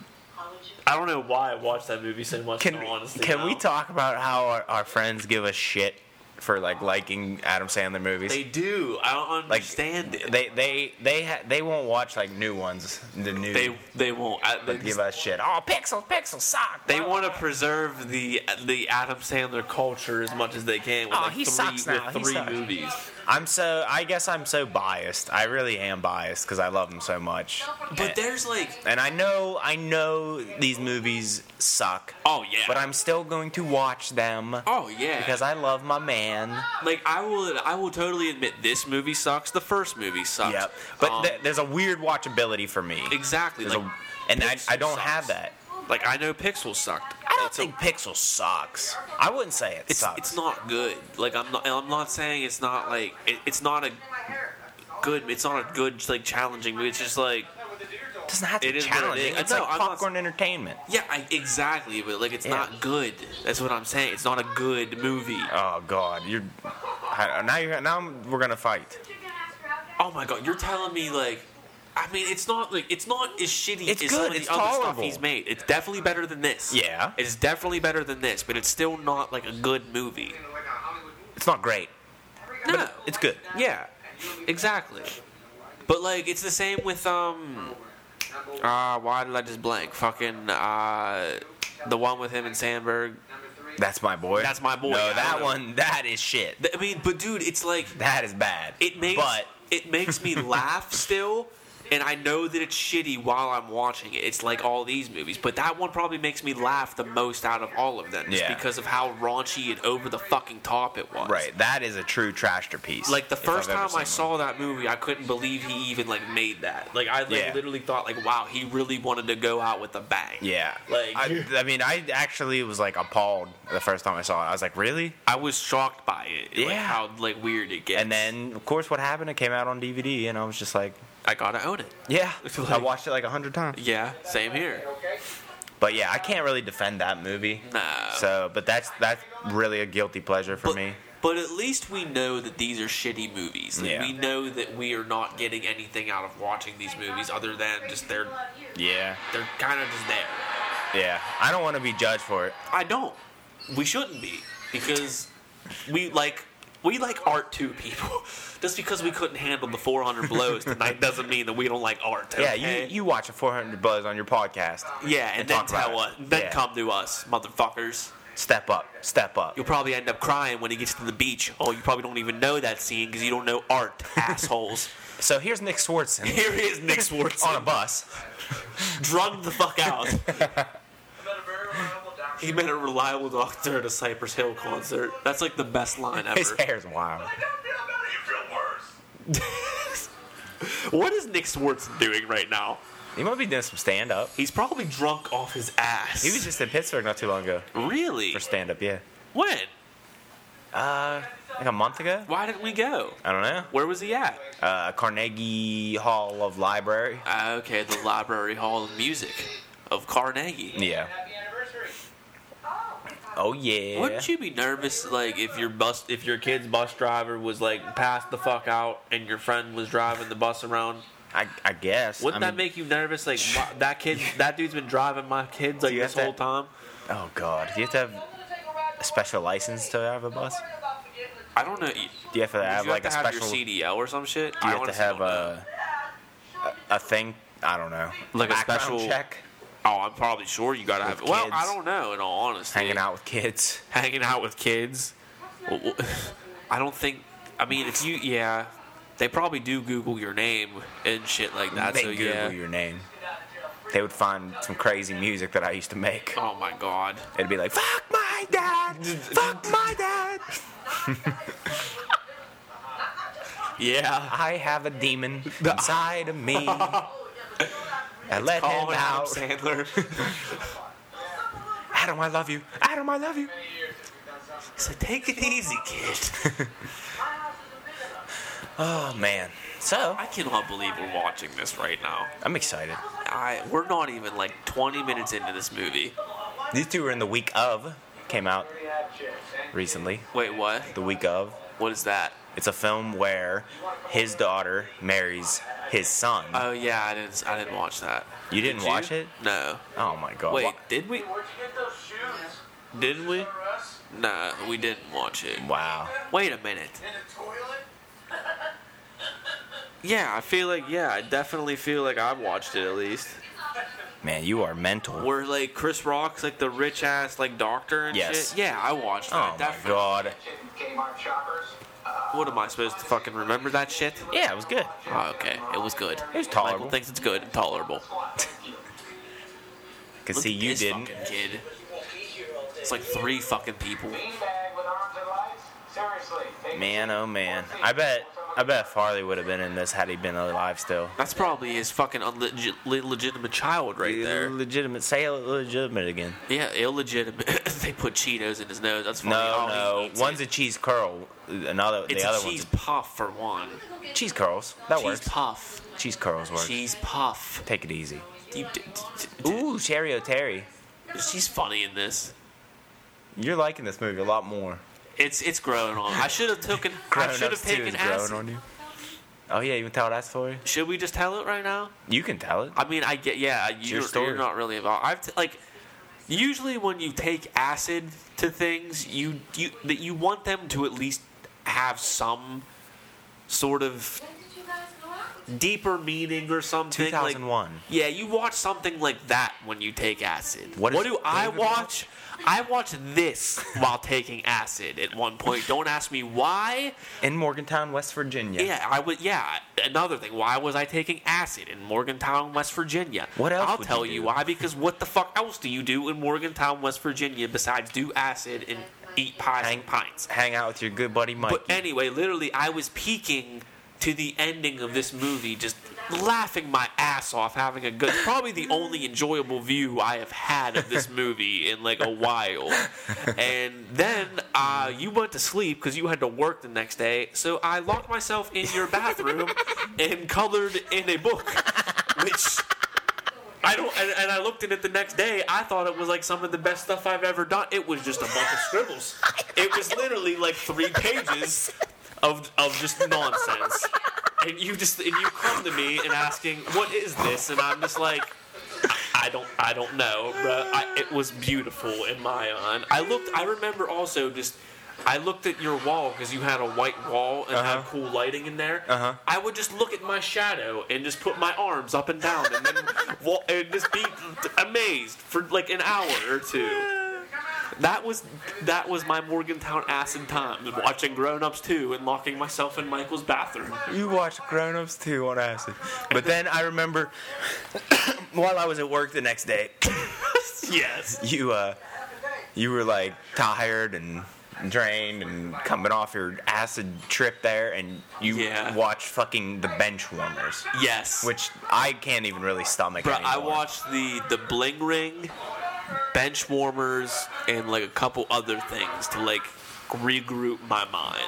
[SPEAKER 1] I don't know why I watched that movie so much.
[SPEAKER 2] Can
[SPEAKER 1] in all honesty,
[SPEAKER 2] can we
[SPEAKER 1] now.
[SPEAKER 2] talk about how our, our friends give us shit for like liking Adam Sandler movies?
[SPEAKER 1] They do. I don't
[SPEAKER 2] Like,
[SPEAKER 1] understand it.
[SPEAKER 2] they they they, ha- they won't watch like new ones. The new
[SPEAKER 1] They they won't. I, they,
[SPEAKER 2] they give us shit. Oh, Pixel Pixel suck.
[SPEAKER 1] they
[SPEAKER 2] blah,
[SPEAKER 1] want to
[SPEAKER 2] blah,
[SPEAKER 1] preserve the the Adam Sandler culture as much as they can with
[SPEAKER 2] Oh,
[SPEAKER 1] like
[SPEAKER 2] he
[SPEAKER 1] three,
[SPEAKER 2] sucks now.
[SPEAKER 1] with
[SPEAKER 2] He
[SPEAKER 1] three
[SPEAKER 2] sucks.
[SPEAKER 1] movies.
[SPEAKER 2] blah." I'm so I guess I'm so biased. I really am biased because I love them so much.
[SPEAKER 1] But there's like,
[SPEAKER 2] And I know I know these movies suck,
[SPEAKER 1] oh yeah,
[SPEAKER 2] but I'm still going to watch them
[SPEAKER 1] oh yeah,
[SPEAKER 2] because I love my man.
[SPEAKER 1] like I will I will totally admit this movie sucks. The first movie sucks.
[SPEAKER 2] Yep. But
[SPEAKER 1] Um,
[SPEAKER 2] th- there's a weird watchability for me.
[SPEAKER 1] exactly
[SPEAKER 2] There's
[SPEAKER 1] like.
[SPEAKER 2] a- and I, I don't
[SPEAKER 1] Pixel
[SPEAKER 2] have
[SPEAKER 1] sucks.
[SPEAKER 2] that.
[SPEAKER 1] Like I know Pixel sucked.
[SPEAKER 2] I don't
[SPEAKER 1] It's a-
[SPEAKER 2] think Pixel sucks. I wouldn't say it
[SPEAKER 1] it's
[SPEAKER 2] sucks.
[SPEAKER 1] it's not good. Like I'm not I'm not saying it's not like it, it's not a good it's not a good like challenging movie. It's just like
[SPEAKER 2] It doesn't have to
[SPEAKER 1] It
[SPEAKER 2] be
[SPEAKER 1] is what it
[SPEAKER 2] challenging.
[SPEAKER 1] is.
[SPEAKER 2] It's
[SPEAKER 1] No,
[SPEAKER 2] like
[SPEAKER 1] I'm not-
[SPEAKER 2] popcorn entertainment.
[SPEAKER 1] yeah I, exactly, but like it's
[SPEAKER 2] Yeah.
[SPEAKER 1] not good. That's what I'm saying. It's not a good movie.
[SPEAKER 2] Oh God, you're I- now you're now I'm- we're gonna fight.
[SPEAKER 1] Oh my god, you're telling me like. I mean, it's not like it's not as shitty
[SPEAKER 2] It's
[SPEAKER 1] as
[SPEAKER 2] good,
[SPEAKER 1] some of the
[SPEAKER 2] it's
[SPEAKER 1] other stuff
[SPEAKER 2] tolerable.
[SPEAKER 1] he's made. It's definitely better than this.
[SPEAKER 2] Yeah.
[SPEAKER 1] it's definitely better than this, but it's still not like a good movie.
[SPEAKER 4] Like a Hollywood movie.
[SPEAKER 2] It's not great.
[SPEAKER 1] No,
[SPEAKER 2] It's good.
[SPEAKER 1] yeah, exactly. But like, it's the same with um, uh, why did I just blank? Fucking uh, the one with him and Sandberg.
[SPEAKER 2] That's my boy.
[SPEAKER 1] That's my boy.
[SPEAKER 2] No,
[SPEAKER 1] I
[SPEAKER 2] that
[SPEAKER 1] know.
[SPEAKER 2] one. That is shit.
[SPEAKER 1] Th- I mean, but dude, it's like
[SPEAKER 2] That is bad.
[SPEAKER 1] it makes
[SPEAKER 2] But
[SPEAKER 1] it makes me laugh still and i know that it's shitty while i'm watching it it's like all these movies but that one probably makes me laugh the most out of all of them just
[SPEAKER 2] Yeah.
[SPEAKER 1] because of how raunchy and over the fucking top it was
[SPEAKER 2] right, that is a true trashter piece.
[SPEAKER 1] like the
[SPEAKER 2] if
[SPEAKER 1] first
[SPEAKER 2] I've
[SPEAKER 1] time i
[SPEAKER 2] ever seen one.
[SPEAKER 1] saw that movie i couldn't believe he even like made that like i like,
[SPEAKER 2] Yeah.
[SPEAKER 1] literally thought like wow he really wanted to go out with a bang
[SPEAKER 2] Yeah.
[SPEAKER 1] Like-
[SPEAKER 2] I, I mean, I actually was like appalled the first time I saw it. I was like, really?
[SPEAKER 1] i was shocked by it like
[SPEAKER 2] Yeah.
[SPEAKER 1] how like weird it gets
[SPEAKER 2] And then, of course, what happened? It came out on DVD, and I was just like,
[SPEAKER 1] i gotta own it
[SPEAKER 2] yeah.
[SPEAKER 1] Like-
[SPEAKER 2] I watched it like a hundred times.
[SPEAKER 1] yeah same here
[SPEAKER 2] But yeah, I can't really defend that movie.
[SPEAKER 1] nah
[SPEAKER 2] So, but that's that's really a guilty pleasure for
[SPEAKER 1] but,
[SPEAKER 2] me.
[SPEAKER 1] But at least we know that these are shitty movies. Like,
[SPEAKER 2] Yeah.
[SPEAKER 1] We know that we are not getting anything out of watching these movies other than just they're
[SPEAKER 2] Yeah,
[SPEAKER 1] they're kind of just there.
[SPEAKER 2] yeah. I don't want to be judged for it.
[SPEAKER 1] I don't. We shouldn't be because we like we like art too, people. Just because we couldn't handle the 400 blows tonight doesn't mean that we don't like art.
[SPEAKER 2] Yeah,
[SPEAKER 1] okay?
[SPEAKER 2] you you watch a 400 buzz on your podcast.
[SPEAKER 1] yeah, and, then
[SPEAKER 2] talk about
[SPEAKER 1] tell
[SPEAKER 2] it.
[SPEAKER 1] us, then
[SPEAKER 2] Yeah.
[SPEAKER 1] come to us, motherfuckers.
[SPEAKER 2] Step up, step up.
[SPEAKER 1] You'll probably end up crying when he gets to the beach. Oh, you probably don't even know that scene because you don't know art, assholes.
[SPEAKER 2] So here's Nick Swartzen
[SPEAKER 1] Here is Nick Swartz
[SPEAKER 2] on a bus.
[SPEAKER 1] drugged the fuck out.
[SPEAKER 4] I met a very reliable doctor.
[SPEAKER 1] he met a reliable doctor at a Cypress Hill concert. That's like the best line
[SPEAKER 2] His
[SPEAKER 1] ever.
[SPEAKER 2] hair's wild.
[SPEAKER 4] I don't feel better. You feel worse.
[SPEAKER 1] what is Nick Swartz doing right now?
[SPEAKER 2] He might be doing some stand up.
[SPEAKER 1] He's probably drunk off his ass.
[SPEAKER 2] He was just in Pittsburgh not too long ago
[SPEAKER 1] really
[SPEAKER 2] for stand up, yeah.
[SPEAKER 1] when?
[SPEAKER 2] Uh, like a month ago?
[SPEAKER 1] Why didn't we go?
[SPEAKER 2] I don't know.
[SPEAKER 1] Where was he at?
[SPEAKER 2] Uh, Carnegie Hall of Library.
[SPEAKER 1] Ah, okay, the Library Hall of Music of Carnegie.
[SPEAKER 2] Yeah.
[SPEAKER 4] Happy anniversary.
[SPEAKER 2] Oh, yeah.
[SPEAKER 1] Wouldn't you be nervous, like, if your bus, if your kid's bus driver was like passed the fuck out, and your friend was driving the bus around?
[SPEAKER 2] I, I guess.
[SPEAKER 1] Wouldn't
[SPEAKER 2] I
[SPEAKER 1] that
[SPEAKER 2] mean-
[SPEAKER 1] make you nervous? Like wha- that kid, that dude's been driving my kids like
[SPEAKER 2] you
[SPEAKER 1] this
[SPEAKER 2] have to-
[SPEAKER 1] whole time.
[SPEAKER 2] Oh, God. Do you have to have a special license to have a bus?
[SPEAKER 1] I don't know.
[SPEAKER 2] Do you have to have,
[SPEAKER 1] you
[SPEAKER 2] like,
[SPEAKER 1] have to
[SPEAKER 2] a
[SPEAKER 1] have
[SPEAKER 2] special.
[SPEAKER 1] your CDL or some shit?
[SPEAKER 2] do you
[SPEAKER 1] I
[SPEAKER 2] have to
[SPEAKER 1] honestly
[SPEAKER 2] have
[SPEAKER 1] don't know.
[SPEAKER 2] a, a thing? I don't know.
[SPEAKER 1] Like a
[SPEAKER 2] Background
[SPEAKER 1] special-
[SPEAKER 2] check?
[SPEAKER 1] Oh, I'm probably sure you gotta have.
[SPEAKER 2] With
[SPEAKER 1] Well,
[SPEAKER 2] kids.
[SPEAKER 1] I don't know. In all honesty,
[SPEAKER 2] Hanging out with kids.
[SPEAKER 1] hanging out with kids. Well, wh- I don't think. I mean, if you, yeah, they probably do Google your name and shit like that.
[SPEAKER 2] they
[SPEAKER 1] so
[SPEAKER 2] Google
[SPEAKER 1] yeah.
[SPEAKER 2] your name. They would find some crazy music that I used to make.
[SPEAKER 1] Oh my god.
[SPEAKER 2] It'd be like, fuck my dad! Fuck my dad!
[SPEAKER 1] Yeah.
[SPEAKER 2] I have a demon inside of me. I let him
[SPEAKER 1] Calling Oh, Adam
[SPEAKER 2] out.
[SPEAKER 1] Sandler.
[SPEAKER 2] Adam, I love you. Adam, I love you.
[SPEAKER 1] so take it easy, kid.
[SPEAKER 2] Oh man. So
[SPEAKER 1] I cannot believe we're watching this right now.
[SPEAKER 2] I'm excited.
[SPEAKER 1] I we're not even like 20 minutes into this movie.
[SPEAKER 2] These two were in the week of. Came out recently.
[SPEAKER 1] Wait, what?
[SPEAKER 2] The week of.
[SPEAKER 1] What is that?
[SPEAKER 2] It's a film where his daughter marries his son.
[SPEAKER 1] Oh yeah, I didn't I didn't watch that.
[SPEAKER 2] You didn't
[SPEAKER 1] Did
[SPEAKER 2] watch it?
[SPEAKER 1] No.
[SPEAKER 2] Oh my god.
[SPEAKER 1] Wait, did we?
[SPEAKER 4] Where'd you get those shoes?
[SPEAKER 1] Didn't we?
[SPEAKER 4] For us?
[SPEAKER 1] No, we didn't watch it.
[SPEAKER 2] Wow.
[SPEAKER 1] Wait a minute.
[SPEAKER 4] In the toilet?
[SPEAKER 1] Yeah, I feel like yeah, I definitely feel like I've watched it at least.
[SPEAKER 2] Man, you are mental.
[SPEAKER 1] Where like Chris Rock's like the rich ass like doctor and
[SPEAKER 2] Yes.
[SPEAKER 1] shit. Yeah, I watched that.
[SPEAKER 2] Oh my
[SPEAKER 1] definitely.
[SPEAKER 2] god.
[SPEAKER 4] Kmart shoppers.
[SPEAKER 1] What am I supposed to fucking remember that shit?
[SPEAKER 2] Yeah, it was good.
[SPEAKER 1] Oh, okay, it was good.
[SPEAKER 2] It was
[SPEAKER 1] Michael
[SPEAKER 2] tolerable.
[SPEAKER 1] thinks it's good and tolerable.
[SPEAKER 2] Cause
[SPEAKER 1] Look
[SPEAKER 2] see,
[SPEAKER 1] at
[SPEAKER 2] you
[SPEAKER 1] this
[SPEAKER 2] didn't.
[SPEAKER 1] fucking kid. It's like three fucking people.
[SPEAKER 4] Beanbag with arms and lights? Seriously. take
[SPEAKER 2] Man, oh man. I bet. I bet Farley would have been in this had he been alive still.
[SPEAKER 1] That's probably his fucking unlegi- legitimate child right there.
[SPEAKER 2] Legitimate. Say legitimate again.
[SPEAKER 1] Yeah, illegitimate. they put Cheetos in his nose. That's funny.
[SPEAKER 2] No,
[SPEAKER 1] Oh, he
[SPEAKER 2] no.
[SPEAKER 1] eats
[SPEAKER 2] One's
[SPEAKER 1] it.
[SPEAKER 2] a cheese curl. Another.
[SPEAKER 1] it's
[SPEAKER 2] the
[SPEAKER 1] a
[SPEAKER 2] other
[SPEAKER 1] cheese
[SPEAKER 2] one's
[SPEAKER 1] puff for one.
[SPEAKER 2] a cheese curls. That
[SPEAKER 1] cheese
[SPEAKER 2] works.
[SPEAKER 1] puff.
[SPEAKER 2] Cheese curls works.
[SPEAKER 1] Cheese puff.
[SPEAKER 2] Take it easy.
[SPEAKER 1] You d- d- d-
[SPEAKER 2] Ooh, Sherry O'Terry.
[SPEAKER 1] she's funny in this.
[SPEAKER 2] You're liking this movie a lot more.
[SPEAKER 1] It's it's growing on. I should have taken. I should have
[SPEAKER 2] Grown-ups, too,
[SPEAKER 1] taken
[SPEAKER 2] is growing
[SPEAKER 1] acid.
[SPEAKER 2] on you. Oh yeah, you can tell that story.
[SPEAKER 1] Should we just tell it right now?
[SPEAKER 2] You can tell it.
[SPEAKER 1] I mean, I get yeah. You're,
[SPEAKER 2] story.
[SPEAKER 1] you're not really involved. I've t- like usually when you take acid to things, you you that you want them to at least have some sort of deeper meaning or something. like-
[SPEAKER 2] 2001.
[SPEAKER 1] yeah, you watch something like that when you take acid.
[SPEAKER 2] What
[SPEAKER 1] What,
[SPEAKER 2] is
[SPEAKER 1] do I
[SPEAKER 2] David
[SPEAKER 1] watch? I watch this while taking acid at one point. Don't ask me why.
[SPEAKER 2] in Morgantown, West Virginia.
[SPEAKER 1] Yeah, I would. Yeah, another thing. Why was I taking acid in Morgantown, West Virginia?
[SPEAKER 2] What else
[SPEAKER 1] I'll
[SPEAKER 2] would
[SPEAKER 1] tell
[SPEAKER 2] you
[SPEAKER 1] you,
[SPEAKER 2] do?
[SPEAKER 1] why. Because what the fuck else do you do in Morgantown, West Virginia, besides do acid and eat pies
[SPEAKER 2] Hang
[SPEAKER 1] and pints?
[SPEAKER 2] Hang out with your good buddy Mike.
[SPEAKER 1] But anyway, literally, I was peeking to the ending of this movie, just laughing my ass off, having a good. Probably the only enjoyable view I have had of this movie in like a while. And then uh, you went to sleep because you had to work the next day, so I locked myself in your bathroom and colored in a book, which. I don't, and, and I looked at it the next day. I thought it was like some of the best stuff I've ever done. It was just a bunch of scribbles. It was literally like three pages of of just nonsense. And you just and you come to me and asking, "What is this?" And I'm just like, "I don't, I don't know, bro." I, it was beautiful in my eye. I looked. I remember also just. I looked at your wall because you had a white wall and had
[SPEAKER 2] Uh-huh.
[SPEAKER 1] cool lighting in there.
[SPEAKER 2] Uh-huh.
[SPEAKER 1] I would just look at my shadow and just put my arms up and down and then wa- and just be amazed for like an hour or two. That was that was my Morgantown acid times watching Grown Ups 2 and locking myself in Michael's bathroom.
[SPEAKER 2] You watched Grown Ups 2 on acid. But then I remember while I was at work the next day,
[SPEAKER 1] Yes.
[SPEAKER 2] you uh you were like tired and drained and coming off your acid trip there, and you
[SPEAKER 1] Yeah.
[SPEAKER 2] watch fucking the bench warmers,
[SPEAKER 1] Yes.
[SPEAKER 2] which I can't even really stomach.
[SPEAKER 1] Bro, I
[SPEAKER 2] anymore.
[SPEAKER 1] watched the the bling ring, bench warmers, and like a couple other things to like regroup my mind.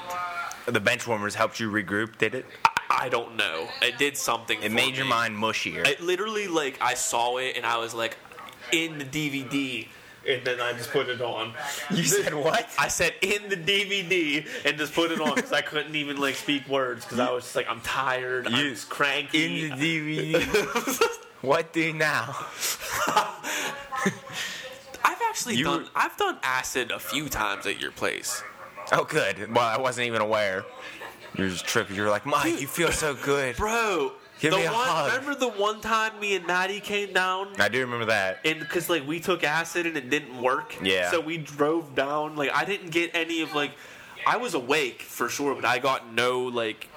[SPEAKER 2] the bench warmers helped you regroup. Did it?
[SPEAKER 1] I don't know. It did something.
[SPEAKER 2] It
[SPEAKER 1] for
[SPEAKER 2] made your
[SPEAKER 1] me.
[SPEAKER 2] mind mushier.
[SPEAKER 1] It literally like I saw it and I was like, in the DVD, and then I just put it on.
[SPEAKER 2] you said what?
[SPEAKER 1] I said in the DVD and just put it on because I couldn't even like speak words because I was just like I'm tired, I'm
[SPEAKER 2] You-
[SPEAKER 1] just cranky.
[SPEAKER 2] In the DVD. what do now?
[SPEAKER 1] I've actually
[SPEAKER 2] You
[SPEAKER 1] done
[SPEAKER 2] were-
[SPEAKER 1] I've done acid a few times at your place.
[SPEAKER 2] Oh, good. Well, I wasn't even aware. You're just tripping. You're like, Mike, you feel so good.
[SPEAKER 1] Bro,
[SPEAKER 2] Give
[SPEAKER 1] the
[SPEAKER 2] me a
[SPEAKER 1] one,
[SPEAKER 2] hug.
[SPEAKER 1] Remember the one time me and Natty came down
[SPEAKER 2] I do remember that.
[SPEAKER 1] and because like we took acid and it didn't work.
[SPEAKER 2] Yeah.
[SPEAKER 1] So we drove down. Like I didn't get any of like, I was awake for sure, but I got no like.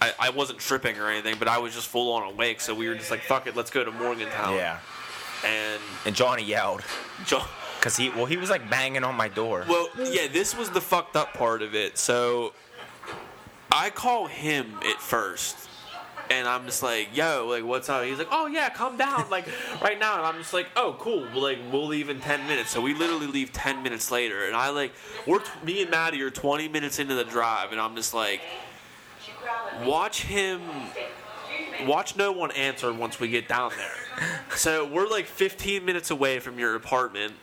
[SPEAKER 1] I, I wasn't tripping or anything, but I was just full on awake. So we were just like, "Fuck it, let's go to Morgantown."
[SPEAKER 2] Yeah.
[SPEAKER 1] And
[SPEAKER 2] And Johnny yelled
[SPEAKER 1] John,
[SPEAKER 2] because he, well, he was like banging on my door.
[SPEAKER 1] well, yeah, this was the fucked up part of it. So I call him at first. And I'm just like, yo, like, what's up? He's like, oh, yeah, calm down, like, right now. And I'm just like, oh, cool. Well, Like, we'll leave in 10 minutes. So we literally leave 10 minutes later. And I, like, we're, t- me and Maddie are 20 minutes into the drive. And I'm just like, watch him, watch no one answer once we get down there. So we're like 15 minutes away from your apartment.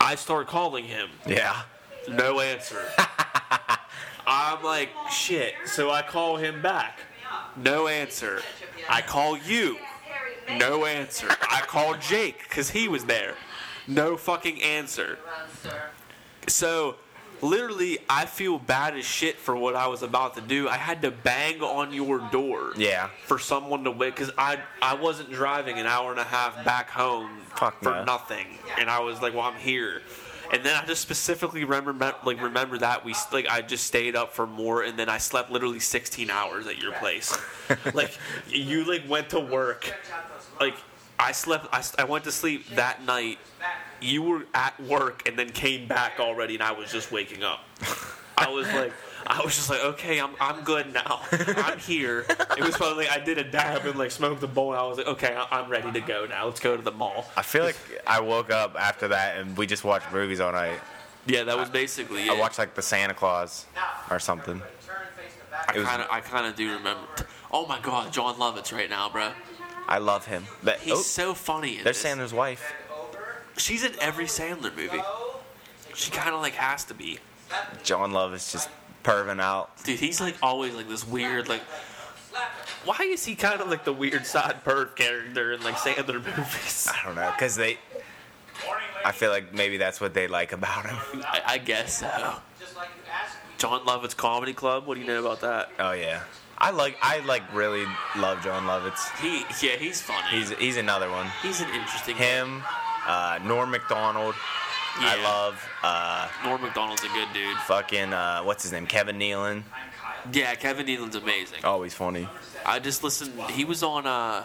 [SPEAKER 1] I start calling him.
[SPEAKER 2] yeah.
[SPEAKER 1] No answer. I'm like, shit. So I call him back. No answer. I call you. No answer. I call Jake because he was there. No fucking answer. So, literally, I feel bad as shit for what I was about to do. I had to bang on your door.
[SPEAKER 2] Yeah.
[SPEAKER 1] For someone to wait, because I I wasn't driving an hour and a half back home
[SPEAKER 2] Fuck
[SPEAKER 1] for
[SPEAKER 2] no.
[SPEAKER 1] nothing, and I was like, well, I'm here. And then I just specifically remember, like, remember that we, s- like, I just stayed up for more, and then I slept literally 16 hours at your place. like, you like went to work, like, I slept, I, s- I went to sleep that night. You were at work and then came back already, and I was just waking up. I was like, I was just like, okay, I'm I'm good now. I'm here. It was probably like I did a dab and like smoked a bowl. And I was like, okay, I- I'm ready to go now. Let's go to the mall.
[SPEAKER 2] I feel like I woke up after that and we just watched movies all night.
[SPEAKER 1] Yeah, that was basically. It.
[SPEAKER 2] I watched like the Santa Claus or something.
[SPEAKER 1] I
[SPEAKER 2] it was-
[SPEAKER 1] kind of, I kind of do remember. Oh my God, John Lovitz right now, bro.
[SPEAKER 2] I love him. But,
[SPEAKER 1] He's
[SPEAKER 2] oh,
[SPEAKER 1] so funny. In
[SPEAKER 2] there's
[SPEAKER 1] this.
[SPEAKER 2] Sandler's wife.
[SPEAKER 1] She's in every Sandler movie. She kind of like has to be.
[SPEAKER 2] John Love is just perving out.
[SPEAKER 1] Dude, he's like always like this weird like. Why is he kind of like the weird side perv character in like Sandler movies?
[SPEAKER 2] I don't know because they. I feel like maybe that's what they like about him.
[SPEAKER 1] I, I guess so. John Lovitz Comedy Club. What do you know about that?
[SPEAKER 2] Oh yeah, I like I like really love John Lovitz.
[SPEAKER 1] He, yeah, he's funny.
[SPEAKER 2] He's he's another one.
[SPEAKER 1] he's an interesting.
[SPEAKER 2] Him, uh, Norm Macdonald. I
[SPEAKER 1] Yeah.
[SPEAKER 2] love uh,
[SPEAKER 1] Norm Macdonald's a good dude.
[SPEAKER 2] fucking uh, what's his name? Kevin Nealon.
[SPEAKER 1] Yeah, Kevin Nealon's amazing.
[SPEAKER 2] Always funny.
[SPEAKER 1] I just listened. He was on. Uh,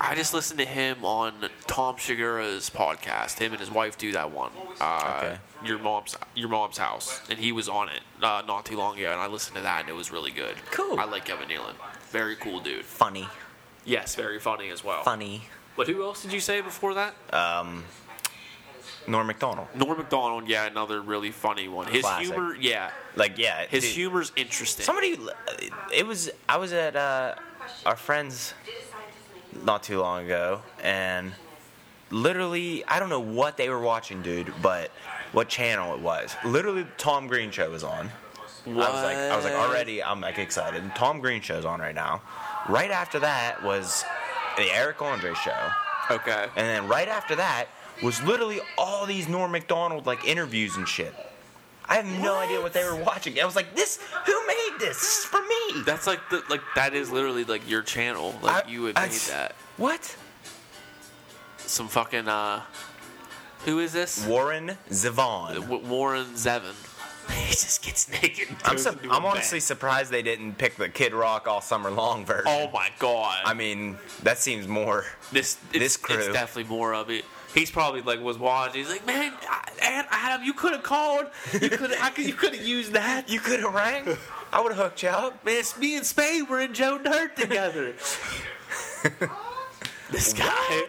[SPEAKER 1] I just listened to him on Tom Shigura's podcast. Him and his wife do that one. Uh,
[SPEAKER 2] Okay.
[SPEAKER 1] Your mom's your mom's house, and he was on it uh, not too long ago. And I listened to that, and it was really good.
[SPEAKER 2] Cool.
[SPEAKER 1] I like Kevin Nealon. Very cool dude.
[SPEAKER 2] Funny.
[SPEAKER 1] Yes, very funny as well.
[SPEAKER 2] Funny.
[SPEAKER 1] But who else did you say before that?
[SPEAKER 2] Um, Norm Macdonald.
[SPEAKER 1] Norm Macdonald. Yeah, another really funny one. His
[SPEAKER 2] Classic.
[SPEAKER 1] humor. Yeah,
[SPEAKER 2] Like yeah,
[SPEAKER 1] his
[SPEAKER 2] dude.
[SPEAKER 1] humor's interesting.
[SPEAKER 2] Somebody, uh, it was. I was at uh, our friend's not too long ago, and literally, I don't know what they were watching, dude, but what channel it was. Literally, the Tom Green show was on. I was like, I was like,
[SPEAKER 1] What?
[SPEAKER 2] already, I'm like excited. Tom Green show's on right now. Right after that was the Eric Andre show,
[SPEAKER 1] Okay.
[SPEAKER 2] and then right after that was literally all these Norm Macdonald like interviews and shit. I have no idea what they were watching. I was like, this, who made this? This is for me.
[SPEAKER 1] That's like the like that is literally like your channel. Like
[SPEAKER 2] I-
[SPEAKER 1] you would
[SPEAKER 2] I-
[SPEAKER 1] made that.
[SPEAKER 2] What?
[SPEAKER 1] Some fucking uh, who is this?
[SPEAKER 2] Warren Zevon.
[SPEAKER 1] W- Warren Zevin. He just gets naked. and
[SPEAKER 2] I'm,
[SPEAKER 1] goes
[SPEAKER 2] su-
[SPEAKER 1] into a
[SPEAKER 2] I'm honestly
[SPEAKER 1] bath.
[SPEAKER 2] surprised they didn't pick the Kid Rock all summer long version.
[SPEAKER 1] Oh my god.
[SPEAKER 2] I mean, that seems more.
[SPEAKER 1] this it's,
[SPEAKER 2] this crew.
[SPEAKER 1] It's definitely more of it. He's probably like was watching. He's like, man, I- Ad- Adam, you could have called. You could have. you could have used that.
[SPEAKER 2] You could have rang. I would have hooked you up.
[SPEAKER 1] Man, it's me and Spade were in Joe Dirt together. this guy,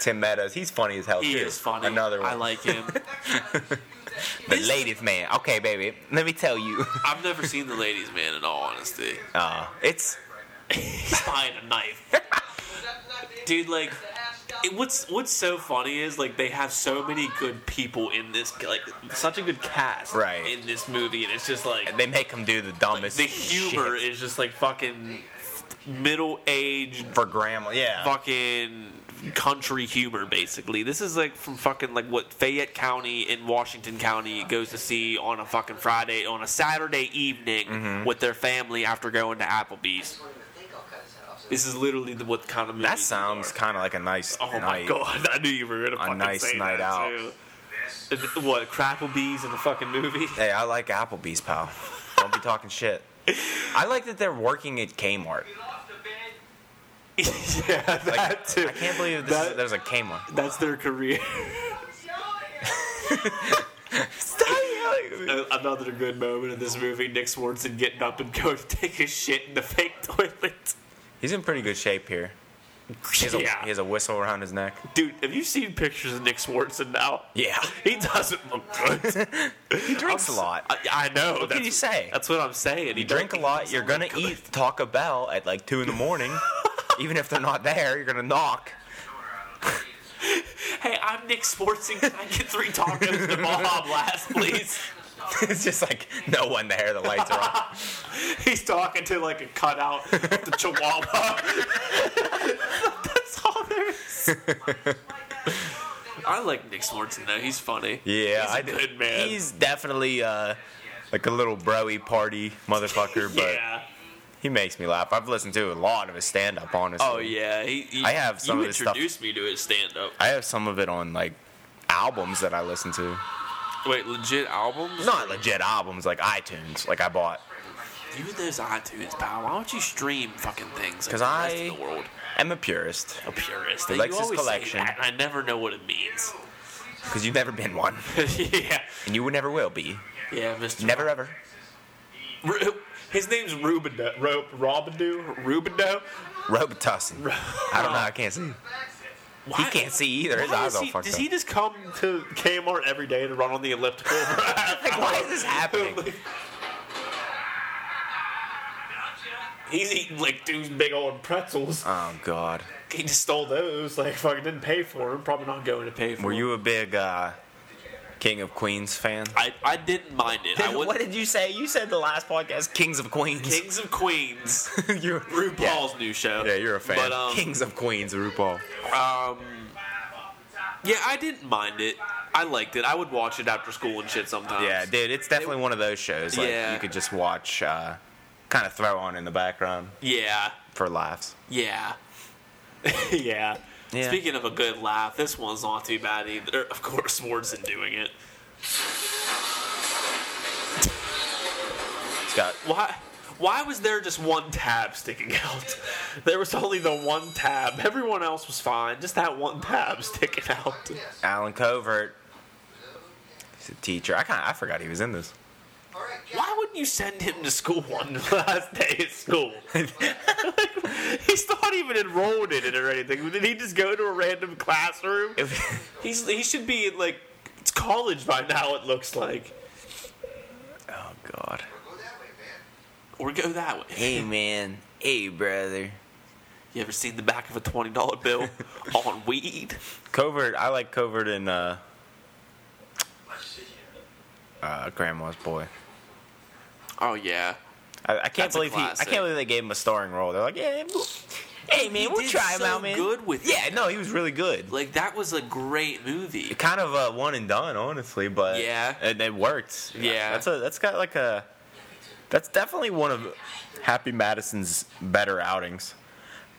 [SPEAKER 2] Tim Meadows, he's funny as hell
[SPEAKER 1] he
[SPEAKER 2] too.
[SPEAKER 1] is funny.
[SPEAKER 2] Another one.
[SPEAKER 1] I like him.
[SPEAKER 2] the ladies man. Okay, baby, let me tell you.
[SPEAKER 1] I've never seen the ladies' man in all honesty.
[SPEAKER 2] Uh, it's
[SPEAKER 1] He's buying a knife, dude. Like, it, what's what's so funny is like they have so many good people in this, like such a good cast,
[SPEAKER 2] Right.
[SPEAKER 1] in this movie, and it's just like
[SPEAKER 2] they make him do the dumbest.
[SPEAKER 1] the humor
[SPEAKER 2] shit
[SPEAKER 1] is just like fucking middle aged
[SPEAKER 2] for grandma. Yeah,
[SPEAKER 1] fucking country humor basically. This is like from fucking like what Fayette County in Washington County goes to see on a fucking Friday on a Saturday evening
[SPEAKER 2] Mm-hmm.
[SPEAKER 1] with their family after going to Applebee's. This is literally the, what kind of movies
[SPEAKER 2] that
[SPEAKER 1] these
[SPEAKER 2] sounds
[SPEAKER 1] are.
[SPEAKER 2] kind of like a nice.
[SPEAKER 1] Oh my
[SPEAKER 2] night.
[SPEAKER 1] god! I knew you were gonna fucking
[SPEAKER 2] nice
[SPEAKER 1] say
[SPEAKER 2] night
[SPEAKER 1] that
[SPEAKER 2] out.
[SPEAKER 1] too. And What Crapplebees in the fucking movie?
[SPEAKER 2] Hey, I like Applebee's, pal. Don't be talking shit. I like that they're working at Kmart.
[SPEAKER 1] yeah, that
[SPEAKER 2] Like,
[SPEAKER 1] too.
[SPEAKER 2] I can't believe this
[SPEAKER 1] That-
[SPEAKER 2] is, there's a Kmart.
[SPEAKER 1] That's their career. Uh, Another good moment in this movie: Nick Swartzen getting up and going to take his shit in the fake toilet.
[SPEAKER 2] He's in pretty good shape here. He has, a,
[SPEAKER 1] yeah,
[SPEAKER 2] he has a whistle around his neck.
[SPEAKER 1] dude, have you seen pictures of Nick Swartzen now?
[SPEAKER 2] Yeah.
[SPEAKER 1] He doesn't look good.
[SPEAKER 2] He drinks a
[SPEAKER 1] I'm s-
[SPEAKER 2] lot.
[SPEAKER 1] I, I know.
[SPEAKER 2] What can
[SPEAKER 1] that's-
[SPEAKER 2] you say?
[SPEAKER 1] That's what I'm saying.
[SPEAKER 2] You drink a lot, you're gonna eat Taco Bell at like two in the morning. Even if they're not there, you're gonna knock.
[SPEAKER 1] Hey, I'm Nick Swartzen. Can I get three tacos and a Baja Blast, please?
[SPEAKER 2] it's just like no one there, the lights are off.
[SPEAKER 1] He's talking to like a cutout of the Chihuahua. That's all there is. I like Nick Swartzen though. He's funny.
[SPEAKER 2] Yeah,
[SPEAKER 1] He's a
[SPEAKER 2] I do-
[SPEAKER 1] good man.
[SPEAKER 2] He's definitely uh, like a little broy party motherfucker, but
[SPEAKER 1] yeah.
[SPEAKER 2] he makes me laugh. I've listened to a lot of his stand up, honestly.
[SPEAKER 1] Oh yeah. He, he-
[SPEAKER 2] I have some
[SPEAKER 1] you
[SPEAKER 2] of his stuff.
[SPEAKER 1] introduced me to his stand up.
[SPEAKER 2] I have some of it on like albums that I listen to.
[SPEAKER 1] Wait, legit albums?
[SPEAKER 2] Not legit albums, like iTunes, like I bought.
[SPEAKER 1] You with those iTunes, pal. Why don't you stream fucking things? Because
[SPEAKER 2] 'Cause
[SPEAKER 1] like the
[SPEAKER 2] I-
[SPEAKER 1] rest of the world.
[SPEAKER 2] I'm a purist
[SPEAKER 1] A purist.
[SPEAKER 2] The
[SPEAKER 1] You
[SPEAKER 2] Lexus
[SPEAKER 1] always say
[SPEAKER 2] collection.
[SPEAKER 1] that, and I never know what it means.
[SPEAKER 2] because you've never been one,
[SPEAKER 1] yeah.
[SPEAKER 2] and you never will be.
[SPEAKER 1] Yeah, Mr.
[SPEAKER 2] Never ever.
[SPEAKER 1] Ru- His name's Rubindo. Ro- Robindo? Rubindo?
[SPEAKER 2] Robitussin. I don't know. I can't see. He
[SPEAKER 1] Why-
[SPEAKER 2] can't see either. His
[SPEAKER 1] why
[SPEAKER 2] eyes
[SPEAKER 1] is
[SPEAKER 2] all
[SPEAKER 1] he-
[SPEAKER 2] fucked
[SPEAKER 1] Does
[SPEAKER 2] up.
[SPEAKER 1] he just come to Kmart every day to run on the elliptical?
[SPEAKER 2] Like, why is this happening?
[SPEAKER 1] He's eating like two big old pretzels.
[SPEAKER 2] Oh God.
[SPEAKER 1] He just stole those. Like fucking didn't pay for them. Probably not going to pay for
[SPEAKER 2] Were
[SPEAKER 1] them.
[SPEAKER 2] you a big uh, King of Queens fan?
[SPEAKER 1] I, I didn't mind it. I
[SPEAKER 2] what
[SPEAKER 1] wouldn't.
[SPEAKER 2] did you say? You said the last podcast, Kings of Queens.
[SPEAKER 1] Kings of Queens,
[SPEAKER 2] you're,
[SPEAKER 1] RuPaul's new show.
[SPEAKER 2] Yeah. yeah, you're a fan.
[SPEAKER 1] But um,
[SPEAKER 2] Kings of Queens, RuPaul.
[SPEAKER 1] um, yeah, I didn't mind it. I liked it. I would watch it after school and shit sometimes.
[SPEAKER 2] Yeah, dude, it's definitely one of those shows. Like,
[SPEAKER 1] Yeah.
[SPEAKER 2] you could just watch, uh, kind of throw on in the background
[SPEAKER 1] yeah,
[SPEAKER 2] for laughs.
[SPEAKER 1] yeah, yeah.
[SPEAKER 2] Yeah.
[SPEAKER 1] Speaking of a good laugh, this one's not too bad either. Of course, Wardson doing it.
[SPEAKER 2] It's got
[SPEAKER 1] Why? Why was there just one tab sticking out? There was only the one tab. Everyone else was fine. Just that one tab sticking out.
[SPEAKER 2] Alan Covert. He's a teacher. I kind of I forgot he was in this.
[SPEAKER 1] Why wouldn't you send him to school on the last day of school? He's not even enrolled in it or anything. Did he just go to a random classroom?
[SPEAKER 2] Oh,
[SPEAKER 1] He's he should be in like it's college by now. It looks like,
[SPEAKER 2] oh God.
[SPEAKER 1] or go that way.
[SPEAKER 2] Hey man. Hey brother.
[SPEAKER 1] You ever seen the back of a twenty dollar bill on weed?
[SPEAKER 2] Covert. I like Covert in uh, uh, Grandma's Boy.
[SPEAKER 1] Oh yeah.
[SPEAKER 2] I, I can't
[SPEAKER 1] That's a
[SPEAKER 2] believe he. I
[SPEAKER 1] classic.
[SPEAKER 2] can't believe they gave him a starring role. They're like, yeah. we'll- Hey man, we'll
[SPEAKER 1] did
[SPEAKER 2] try him
[SPEAKER 1] so
[SPEAKER 2] out, man.
[SPEAKER 1] good with
[SPEAKER 2] yeah, no, he was really good.
[SPEAKER 1] Like that was a great movie.
[SPEAKER 2] kind of a one and done, honestly, but
[SPEAKER 1] Yeah.
[SPEAKER 2] and it worked.
[SPEAKER 1] Yeah.
[SPEAKER 2] that's a that's got like a that's definitely one of Happy Madison's better outings.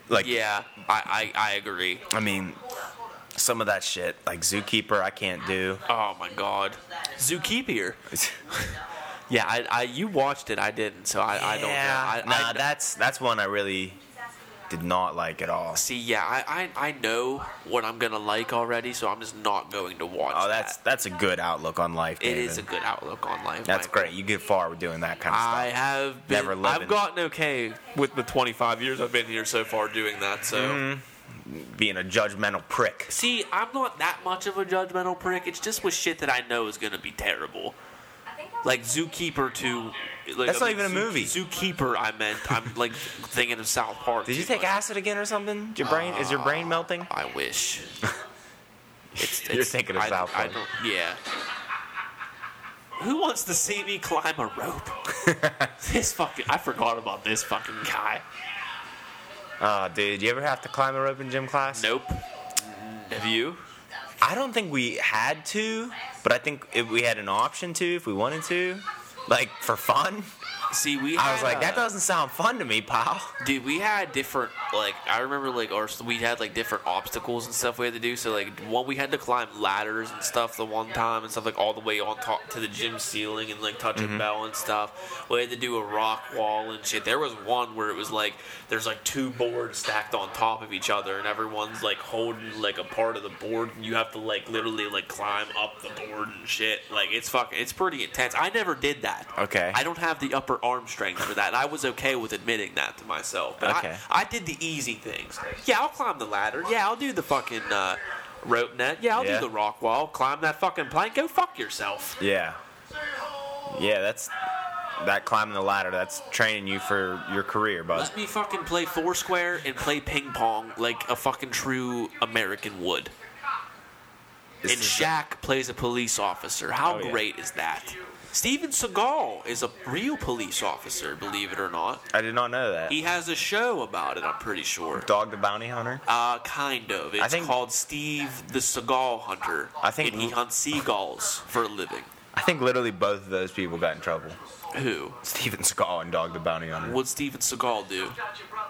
[SPEAKER 2] Like,
[SPEAKER 1] Yeah, I I, I agree.
[SPEAKER 2] I mean, some of that shit like Zookeeper, I can't do.
[SPEAKER 1] Oh my god, Zookeeper. Yeah, I, I you watched it. I didn't, so I, I don't know.
[SPEAKER 2] Yeah,
[SPEAKER 1] I,
[SPEAKER 2] nah,
[SPEAKER 1] I,
[SPEAKER 2] that's that's one I really did not like at all.
[SPEAKER 1] See, yeah, I, I I know what I'm gonna like already, so I'm just not going to watch.
[SPEAKER 2] Oh, that's
[SPEAKER 1] that.
[SPEAKER 2] that's a good outlook on life.
[SPEAKER 1] it
[SPEAKER 2] David.
[SPEAKER 1] is a good outlook on life.
[SPEAKER 2] That's
[SPEAKER 1] Michael.
[SPEAKER 2] great. You get far with doing that kind of
[SPEAKER 1] I
[SPEAKER 2] stuff.
[SPEAKER 1] have been,
[SPEAKER 2] Never living.
[SPEAKER 1] I've gotten okay with the 25 years I've been here so far doing that. So
[SPEAKER 2] Being a judgmental prick.
[SPEAKER 1] see, I'm not that much of a judgmental prick. It's just with shit that I know is gonna be terrible. Like Zookeeper 2. Like,
[SPEAKER 2] That's not even a movie.
[SPEAKER 1] Zookeeper, I meant. I'm like thinking of South Park.
[SPEAKER 2] Did you
[SPEAKER 1] too
[SPEAKER 2] take
[SPEAKER 1] much.
[SPEAKER 2] acid again or something? Your brain is your brain melting?
[SPEAKER 1] I wish. It's,
[SPEAKER 2] You're thinking of
[SPEAKER 1] I,
[SPEAKER 2] South
[SPEAKER 1] I
[SPEAKER 2] Park.
[SPEAKER 1] don't, yeah. Who wants to see me climb a rope? this fucking. I forgot about this fucking guy.
[SPEAKER 2] Oh, dude, you ever have to climb a rope in gym class?
[SPEAKER 1] Nope. Have you?
[SPEAKER 2] I don't think we had to, but I think if we had an option to if we wanted to, like for fun.
[SPEAKER 1] See, we.
[SPEAKER 2] I was
[SPEAKER 1] had,
[SPEAKER 2] like, that
[SPEAKER 1] uh,
[SPEAKER 2] doesn't sound fun to me, pal.
[SPEAKER 1] Dude, we had different like I remember like our we had like different obstacles and stuff we had to do. So like one we had to climb ladders and stuff the one time and stuff like all the way on top to the gym ceiling and like touch a bell and stuff. We had to do a rock wall and shit. There was one where it was like there's like two boards stacked on top of each other and everyone's like holding like a part of the board and you have to like literally like climb up the board and shit. Like it's fucking it's pretty intense. I never did that.
[SPEAKER 2] Okay.
[SPEAKER 1] I don't have the upper arm strength for that. And I was okay with admitting that to myself. But
[SPEAKER 2] Okay.
[SPEAKER 1] I, I did the easy things. Yeah, I'll climb the ladder. Yeah, I'll do the fucking uh, rope net. Yeah, I'll
[SPEAKER 2] Yeah.
[SPEAKER 1] do the rock wall. Climb that fucking plank. Go fuck yourself.
[SPEAKER 2] Yeah. Yeah, that's that climbing the ladder, that's training you for your career, bud.
[SPEAKER 1] Let me fucking play foursquare and play ping pong like a fucking true American would.
[SPEAKER 2] This
[SPEAKER 1] and
[SPEAKER 2] is-
[SPEAKER 1] Shaq plays a police officer. How
[SPEAKER 2] Oh, yeah.
[SPEAKER 1] great is that? Steven Seagal is a real police officer, believe it or not.
[SPEAKER 2] I did not know that.
[SPEAKER 1] He has a show about it, I'm pretty sure.
[SPEAKER 2] Dog the bounty hunter?
[SPEAKER 1] Uh, kind of. It's
[SPEAKER 2] I think-
[SPEAKER 1] called Steve the Seagal Hunter.
[SPEAKER 2] I think-
[SPEAKER 1] and he hunts seagulls for a living.
[SPEAKER 2] I think literally both of those people got in trouble.
[SPEAKER 1] Who?
[SPEAKER 2] Steven Seagal and Dog the Bounty Hunter.
[SPEAKER 1] What'd Steven Seagal do?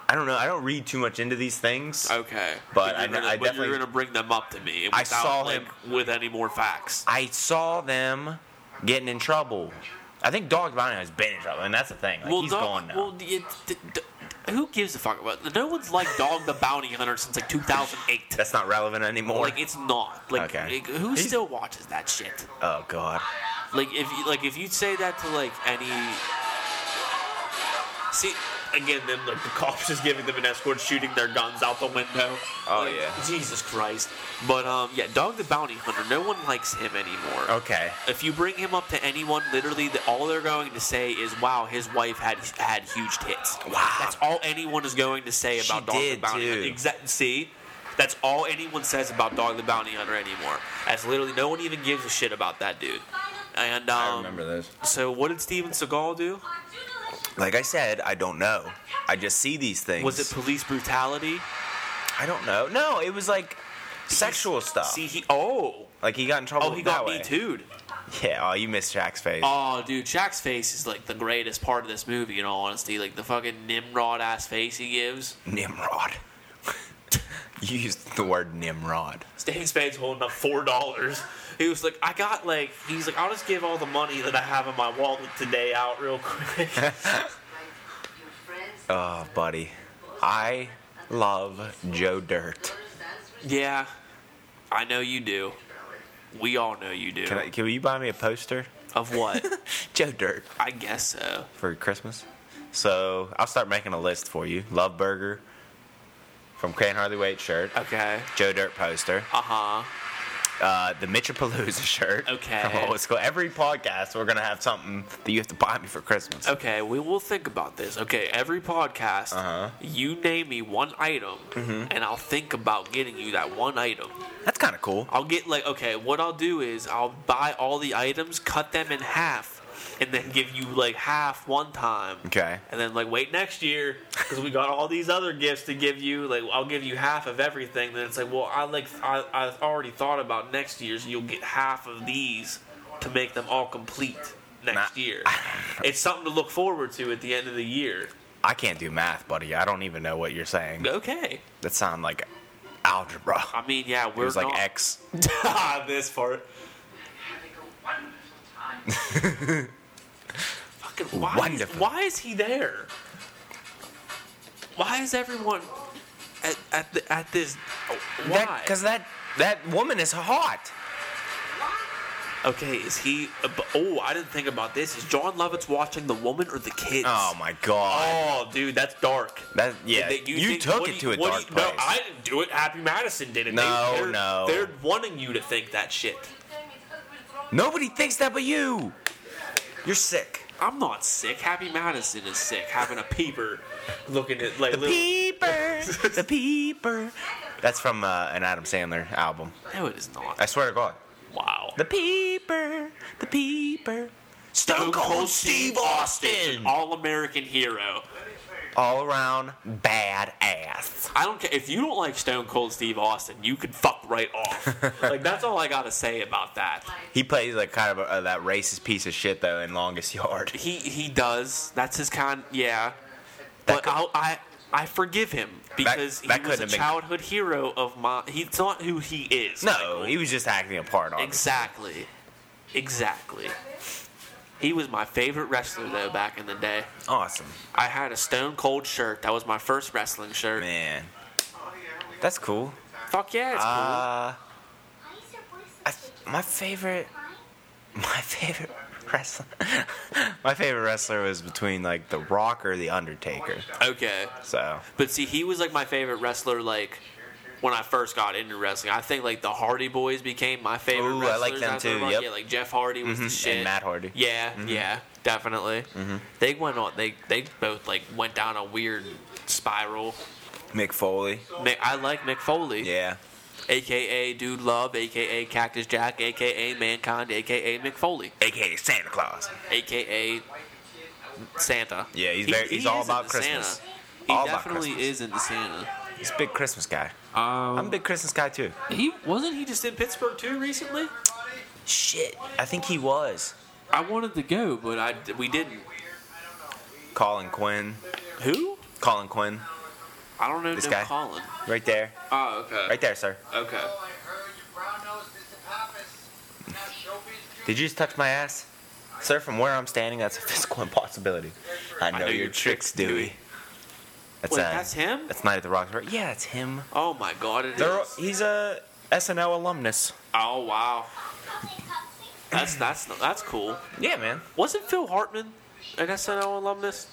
[SPEAKER 2] I don't know. I don't read too much into these things.
[SPEAKER 1] Okay,
[SPEAKER 2] But
[SPEAKER 1] you're
[SPEAKER 2] I-
[SPEAKER 1] gonna,
[SPEAKER 2] I
[SPEAKER 1] but
[SPEAKER 2] definitely-
[SPEAKER 1] you're gonna bring them up to me.
[SPEAKER 2] I
[SPEAKER 1] Without,
[SPEAKER 2] saw
[SPEAKER 1] like, with any more facts.
[SPEAKER 2] I saw them getting in trouble. I think Dog the Bounty Hunter's been in trouble, and that's the thing. Like, he's
[SPEAKER 1] Dog-
[SPEAKER 2] gone now.
[SPEAKER 1] Well, d- d- d- who gives a fuck about? No one's like Dog the Bounty Hunter since like 2008.
[SPEAKER 2] that's not relevant anymore.
[SPEAKER 1] Like it's not. Like,
[SPEAKER 2] Okay.
[SPEAKER 1] like, who
[SPEAKER 2] He's-
[SPEAKER 1] still watches that shit?
[SPEAKER 2] oh God.
[SPEAKER 1] Like if you, like if you say that to like any. See again, then like the cops just giving them an escort, shooting their guns out the window.
[SPEAKER 2] Oh,
[SPEAKER 1] Like,
[SPEAKER 2] yeah.
[SPEAKER 1] Jesus Christ! But um, yeah, Dog the Bounty Hunter. No one likes him anymore.
[SPEAKER 2] Okay.
[SPEAKER 1] If you bring him up to anyone, literally, the, all they're going to say is, "Wow, his wife had had huge tits."
[SPEAKER 2] Wow.
[SPEAKER 1] That's all anyone is going to say
[SPEAKER 2] She
[SPEAKER 1] about Dog the
[SPEAKER 2] did,
[SPEAKER 1] Bounty
[SPEAKER 2] too.
[SPEAKER 1] Hunter. Exactly. See, that's all anyone says about Dog the Bounty Hunter anymore. That's literally no one even gives a shit about that dude. And um,
[SPEAKER 2] I remember those.
[SPEAKER 1] so, what did Steven Seagal do?
[SPEAKER 2] Like I said, I don't know. I just see these things.
[SPEAKER 1] Was it police brutality?
[SPEAKER 2] I don't know. No, it was like sexual stuff.
[SPEAKER 1] See, he oh
[SPEAKER 2] like he got in trouble.
[SPEAKER 1] oh he
[SPEAKER 2] that
[SPEAKER 1] got me
[SPEAKER 2] way.
[SPEAKER 1] too.
[SPEAKER 2] Yeah. Oh, you missed Jack's face.
[SPEAKER 1] Oh, dude, Jack's face is like the greatest part of this movie. In all honesty, like the fucking Nimrod ass face he gives.
[SPEAKER 2] Nimrod. you used the word Nimrod.
[SPEAKER 1] Steven Spade's holding up four dollars. He was like, I got like, he's like, I'll just give all the money that I have in my wallet today out real quick.
[SPEAKER 2] Oh, buddy. I love Joe Dirt.
[SPEAKER 1] yeah, I know you do. We all know you do.
[SPEAKER 2] Can, I, can you buy me a poster?
[SPEAKER 1] of what?
[SPEAKER 2] Joe Dirt
[SPEAKER 1] I guess so.
[SPEAKER 2] for Christmas. So I'll start making a list for you. Love Burger from Cran Harley Waite shirt.
[SPEAKER 1] Okay.
[SPEAKER 2] Joe Dirt poster.
[SPEAKER 1] Uh huh.
[SPEAKER 2] Uh, the Mitchapalooza shirt.
[SPEAKER 1] Okay.
[SPEAKER 2] From Old School. Every podcast, we're going to have something that you have to buy me for Christmas.
[SPEAKER 1] Okay, we will think about this. Okay, every podcast,
[SPEAKER 2] Uh-huh. Mm-hmm.
[SPEAKER 1] you name me one item, and I'll think about getting you that one item.
[SPEAKER 2] That's kind of cool.
[SPEAKER 1] I'll get like, okay, what I'll do is I'll buy all the items, cut them in half, and then give you like half one time.
[SPEAKER 2] Okay.
[SPEAKER 1] And then like wait next year because we got all these other gifts to give you. Like I'll give you half of everything. Then it's like, well, I like I, I already thought about next year's. You'll get half of these to make them all complete next
[SPEAKER 2] Nah.
[SPEAKER 1] year. it's something to look forward to at the end of the year.
[SPEAKER 2] I can't do math, buddy. I don't even know what you're saying.
[SPEAKER 1] Okay.
[SPEAKER 2] That sound like algebra.
[SPEAKER 1] I mean, yeah,
[SPEAKER 2] It
[SPEAKER 1] we're
[SPEAKER 2] was like
[SPEAKER 1] not-
[SPEAKER 2] X.
[SPEAKER 1] this part. Fucking why,
[SPEAKER 2] Wonderful.
[SPEAKER 1] Why is he there? Why is everyone? at, at, the, at this. Why?
[SPEAKER 2] Because that, that woman is hot.
[SPEAKER 1] okay, is he? Oh, I didn't think about this. Is John Lovitz watching the woman or the kids?
[SPEAKER 2] Oh my god.
[SPEAKER 1] Oh, dude, that's dark.
[SPEAKER 2] That yeah.
[SPEAKER 1] That
[SPEAKER 2] you
[SPEAKER 1] think-
[SPEAKER 2] took
[SPEAKER 1] what do
[SPEAKER 2] it to a
[SPEAKER 1] you- what
[SPEAKER 2] dark
[SPEAKER 1] do you-
[SPEAKER 2] place.
[SPEAKER 1] No, I didn't do it. Happy Madison did it.
[SPEAKER 2] No,
[SPEAKER 1] they, they're-
[SPEAKER 2] no.
[SPEAKER 1] They're wanting you to think that shit.
[SPEAKER 2] Nobody thinks that but you. You're sick.
[SPEAKER 1] I'm not sick. Happy Madison is sick. Having a peeper, looking at like
[SPEAKER 2] The
[SPEAKER 1] little.
[SPEAKER 2] peeper, the peeper. That's from uh, an Adam Sandler album.
[SPEAKER 1] no, it is not.
[SPEAKER 2] I swear to God.
[SPEAKER 1] wow.
[SPEAKER 2] The peeper, the peeper. Stone Cold Steve Austin.
[SPEAKER 1] all American hero.
[SPEAKER 2] All around bad ass.
[SPEAKER 1] I don't care if you don't like Stone Cold Steve Austin. You could fuck right off. like that's all I gotta say about that.
[SPEAKER 2] He plays like kind of a, uh, that racist piece of shit though in Longest Yard.
[SPEAKER 1] He he does. That's his kind. Yeah, but
[SPEAKER 2] That could-
[SPEAKER 1] I'll, I I forgive him because
[SPEAKER 2] that
[SPEAKER 1] he was a
[SPEAKER 2] couldn't have been-
[SPEAKER 1] childhood hero of my. He's not who he is.
[SPEAKER 2] No,
[SPEAKER 1] Michael.
[SPEAKER 2] he was just acting a part. Obviously.
[SPEAKER 1] exactly, exactly. He was my favorite wrestler though back in the day.
[SPEAKER 2] Awesome,
[SPEAKER 1] I had a Stone Cold shirt. That was my first wrestling shirt.
[SPEAKER 2] man. That's cool.
[SPEAKER 1] Fuck yeah, it's
[SPEAKER 2] Uh,
[SPEAKER 3] Why is your voice so
[SPEAKER 2] I, my favorite
[SPEAKER 3] fine?
[SPEAKER 2] My favorite wrestler. my favorite wrestler was between like The Rock or The Undertaker.
[SPEAKER 1] cool. Okay.
[SPEAKER 2] So
[SPEAKER 1] But see, he was like my favorite wrestler. Like when I first got into wrestling, I think like the Hardy Boys became my favorite.
[SPEAKER 2] Ooh, I
[SPEAKER 1] wrestlers
[SPEAKER 2] like them
[SPEAKER 1] after a
[SPEAKER 2] too,
[SPEAKER 1] while.
[SPEAKER 2] yep.
[SPEAKER 1] Yeah, like Jeff Hardy was
[SPEAKER 2] Mhm,
[SPEAKER 1] the
[SPEAKER 2] and
[SPEAKER 1] shit.
[SPEAKER 2] Matt Hardy.
[SPEAKER 1] Yeah, yeah, definitely.
[SPEAKER 2] Mm-hmm.
[SPEAKER 1] They went on. They they both like went down a weird spiral.
[SPEAKER 2] Mick Foley.
[SPEAKER 1] Mick, I like Mick Foley,
[SPEAKER 2] Yeah.
[SPEAKER 1] aka Dude Love, aka Cactus Jack, aka Mankind, aka Mick Foley,
[SPEAKER 2] AKA Santa Claus.
[SPEAKER 1] aka Santa.
[SPEAKER 2] Yeah, he's
[SPEAKER 1] He-
[SPEAKER 2] very,
[SPEAKER 1] he
[SPEAKER 2] he's all
[SPEAKER 1] is into
[SPEAKER 2] about Christmas.
[SPEAKER 1] Santa. He
[SPEAKER 2] All about
[SPEAKER 1] definitely
[SPEAKER 2] Christmas.
[SPEAKER 1] is into Santa.
[SPEAKER 2] He's a big Christmas guy. I'm a
[SPEAKER 1] Um,
[SPEAKER 2] big Christmas guy too.
[SPEAKER 1] he wasn't he just in Pittsburgh too recently?
[SPEAKER 2] Shit. I think he was.
[SPEAKER 1] I wanted to go, but I we didn't.
[SPEAKER 2] Colin Quinn.
[SPEAKER 1] Who?
[SPEAKER 2] Colin Quinn.
[SPEAKER 1] I don't know.
[SPEAKER 2] This
[SPEAKER 1] Jim
[SPEAKER 2] guy?
[SPEAKER 1] Colin.
[SPEAKER 2] Right there.
[SPEAKER 1] Oh, okay.
[SPEAKER 2] Right there, sir.
[SPEAKER 1] Okay.
[SPEAKER 4] Oh, I heard you brown-nosed Mr. Pappas. Now showbiz
[SPEAKER 2] Did you just touch my ass? Sir, from where I'm standing, that's a physical impossibility. I know,
[SPEAKER 1] know
[SPEAKER 2] your
[SPEAKER 1] your tricks,
[SPEAKER 2] tricks, Dewey.
[SPEAKER 1] Dewey.
[SPEAKER 2] That's,
[SPEAKER 1] Wait,
[SPEAKER 2] uh,
[SPEAKER 1] that's him.
[SPEAKER 2] that's Night at the Rock's. Yeah, it's him.
[SPEAKER 1] Oh my God! It is.
[SPEAKER 2] They're, he's a SNL alumnus.
[SPEAKER 1] Oh wow.
[SPEAKER 3] Something, something.
[SPEAKER 1] That's that's that's cool.
[SPEAKER 2] Yeah, man.
[SPEAKER 1] Wasn't Phil Hartman an SNL alumnus?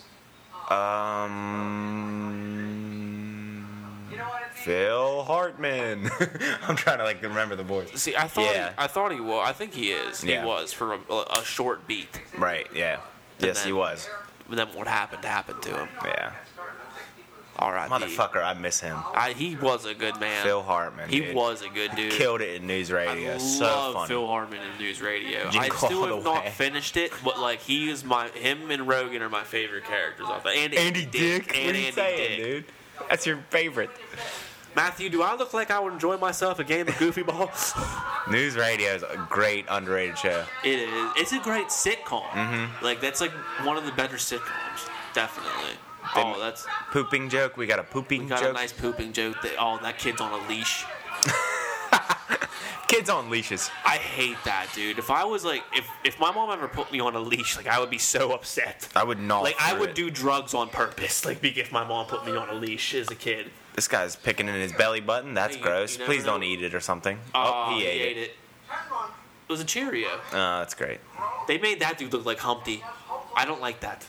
[SPEAKER 2] Um,
[SPEAKER 4] You know what I mean?
[SPEAKER 2] Phil Hartman. I'm trying to like remember the voice.
[SPEAKER 1] See, I thought
[SPEAKER 2] Yeah.
[SPEAKER 1] he, I thought he was. I think he is.
[SPEAKER 2] Yeah.
[SPEAKER 1] He was for a, a short beat.
[SPEAKER 2] Right. Yeah. Yes, he
[SPEAKER 1] then-
[SPEAKER 2] was.
[SPEAKER 1] But then what happened happened to him.
[SPEAKER 2] Yeah.
[SPEAKER 1] All right.
[SPEAKER 2] Motherfucker, I miss him.
[SPEAKER 1] I, he was a good man.
[SPEAKER 2] Phil Hartman.
[SPEAKER 1] He
[SPEAKER 2] dude.
[SPEAKER 1] was a good dude.
[SPEAKER 2] Killed it in news radio.
[SPEAKER 1] I
[SPEAKER 2] so
[SPEAKER 1] love
[SPEAKER 2] funny.
[SPEAKER 1] Phil Hartman in news radio.
[SPEAKER 2] You
[SPEAKER 1] I
[SPEAKER 2] call
[SPEAKER 1] still
[SPEAKER 2] it
[SPEAKER 1] have not
[SPEAKER 2] away.
[SPEAKER 1] finished it, but like he is my him and Rogan are my favorite characters off. And
[SPEAKER 2] Andy Dick.
[SPEAKER 1] and
[SPEAKER 2] what are you
[SPEAKER 1] Andy
[SPEAKER 2] saying,
[SPEAKER 1] Dick.
[SPEAKER 2] dude? That's your favorite.
[SPEAKER 1] Matthew, do I look like I would enjoy myself a game of Goofy Ball?
[SPEAKER 2] News radio is a great underrated show.
[SPEAKER 1] it is. It's a great sitcom. Like that's like one of the better sitcoms, definitely.
[SPEAKER 2] Didn't-
[SPEAKER 1] oh, that's
[SPEAKER 2] Pooping joke. We got a pooping
[SPEAKER 1] we got
[SPEAKER 2] joke.
[SPEAKER 1] a nice pooping joke. That oh, that kid's on a leash.
[SPEAKER 2] Kids on leashes.
[SPEAKER 1] I hate that, dude. If I was like, if if my mom ever put me on a leash, like I would be so upset.
[SPEAKER 2] I would not.
[SPEAKER 1] Like I
[SPEAKER 2] for
[SPEAKER 1] would
[SPEAKER 2] it.
[SPEAKER 1] do drugs on purpose. Like be- if my mom put me on a leash as a kid.
[SPEAKER 2] This guy's picking in his belly button. That's
[SPEAKER 1] Hey, you-
[SPEAKER 2] gross.
[SPEAKER 1] you never
[SPEAKER 2] Please don't
[SPEAKER 1] know.
[SPEAKER 2] eat it or something.
[SPEAKER 1] Oh, he, ate, it. It was a Cheerio.
[SPEAKER 2] Uh, that's great.
[SPEAKER 1] They made that dude look like Humpty. I don't like that.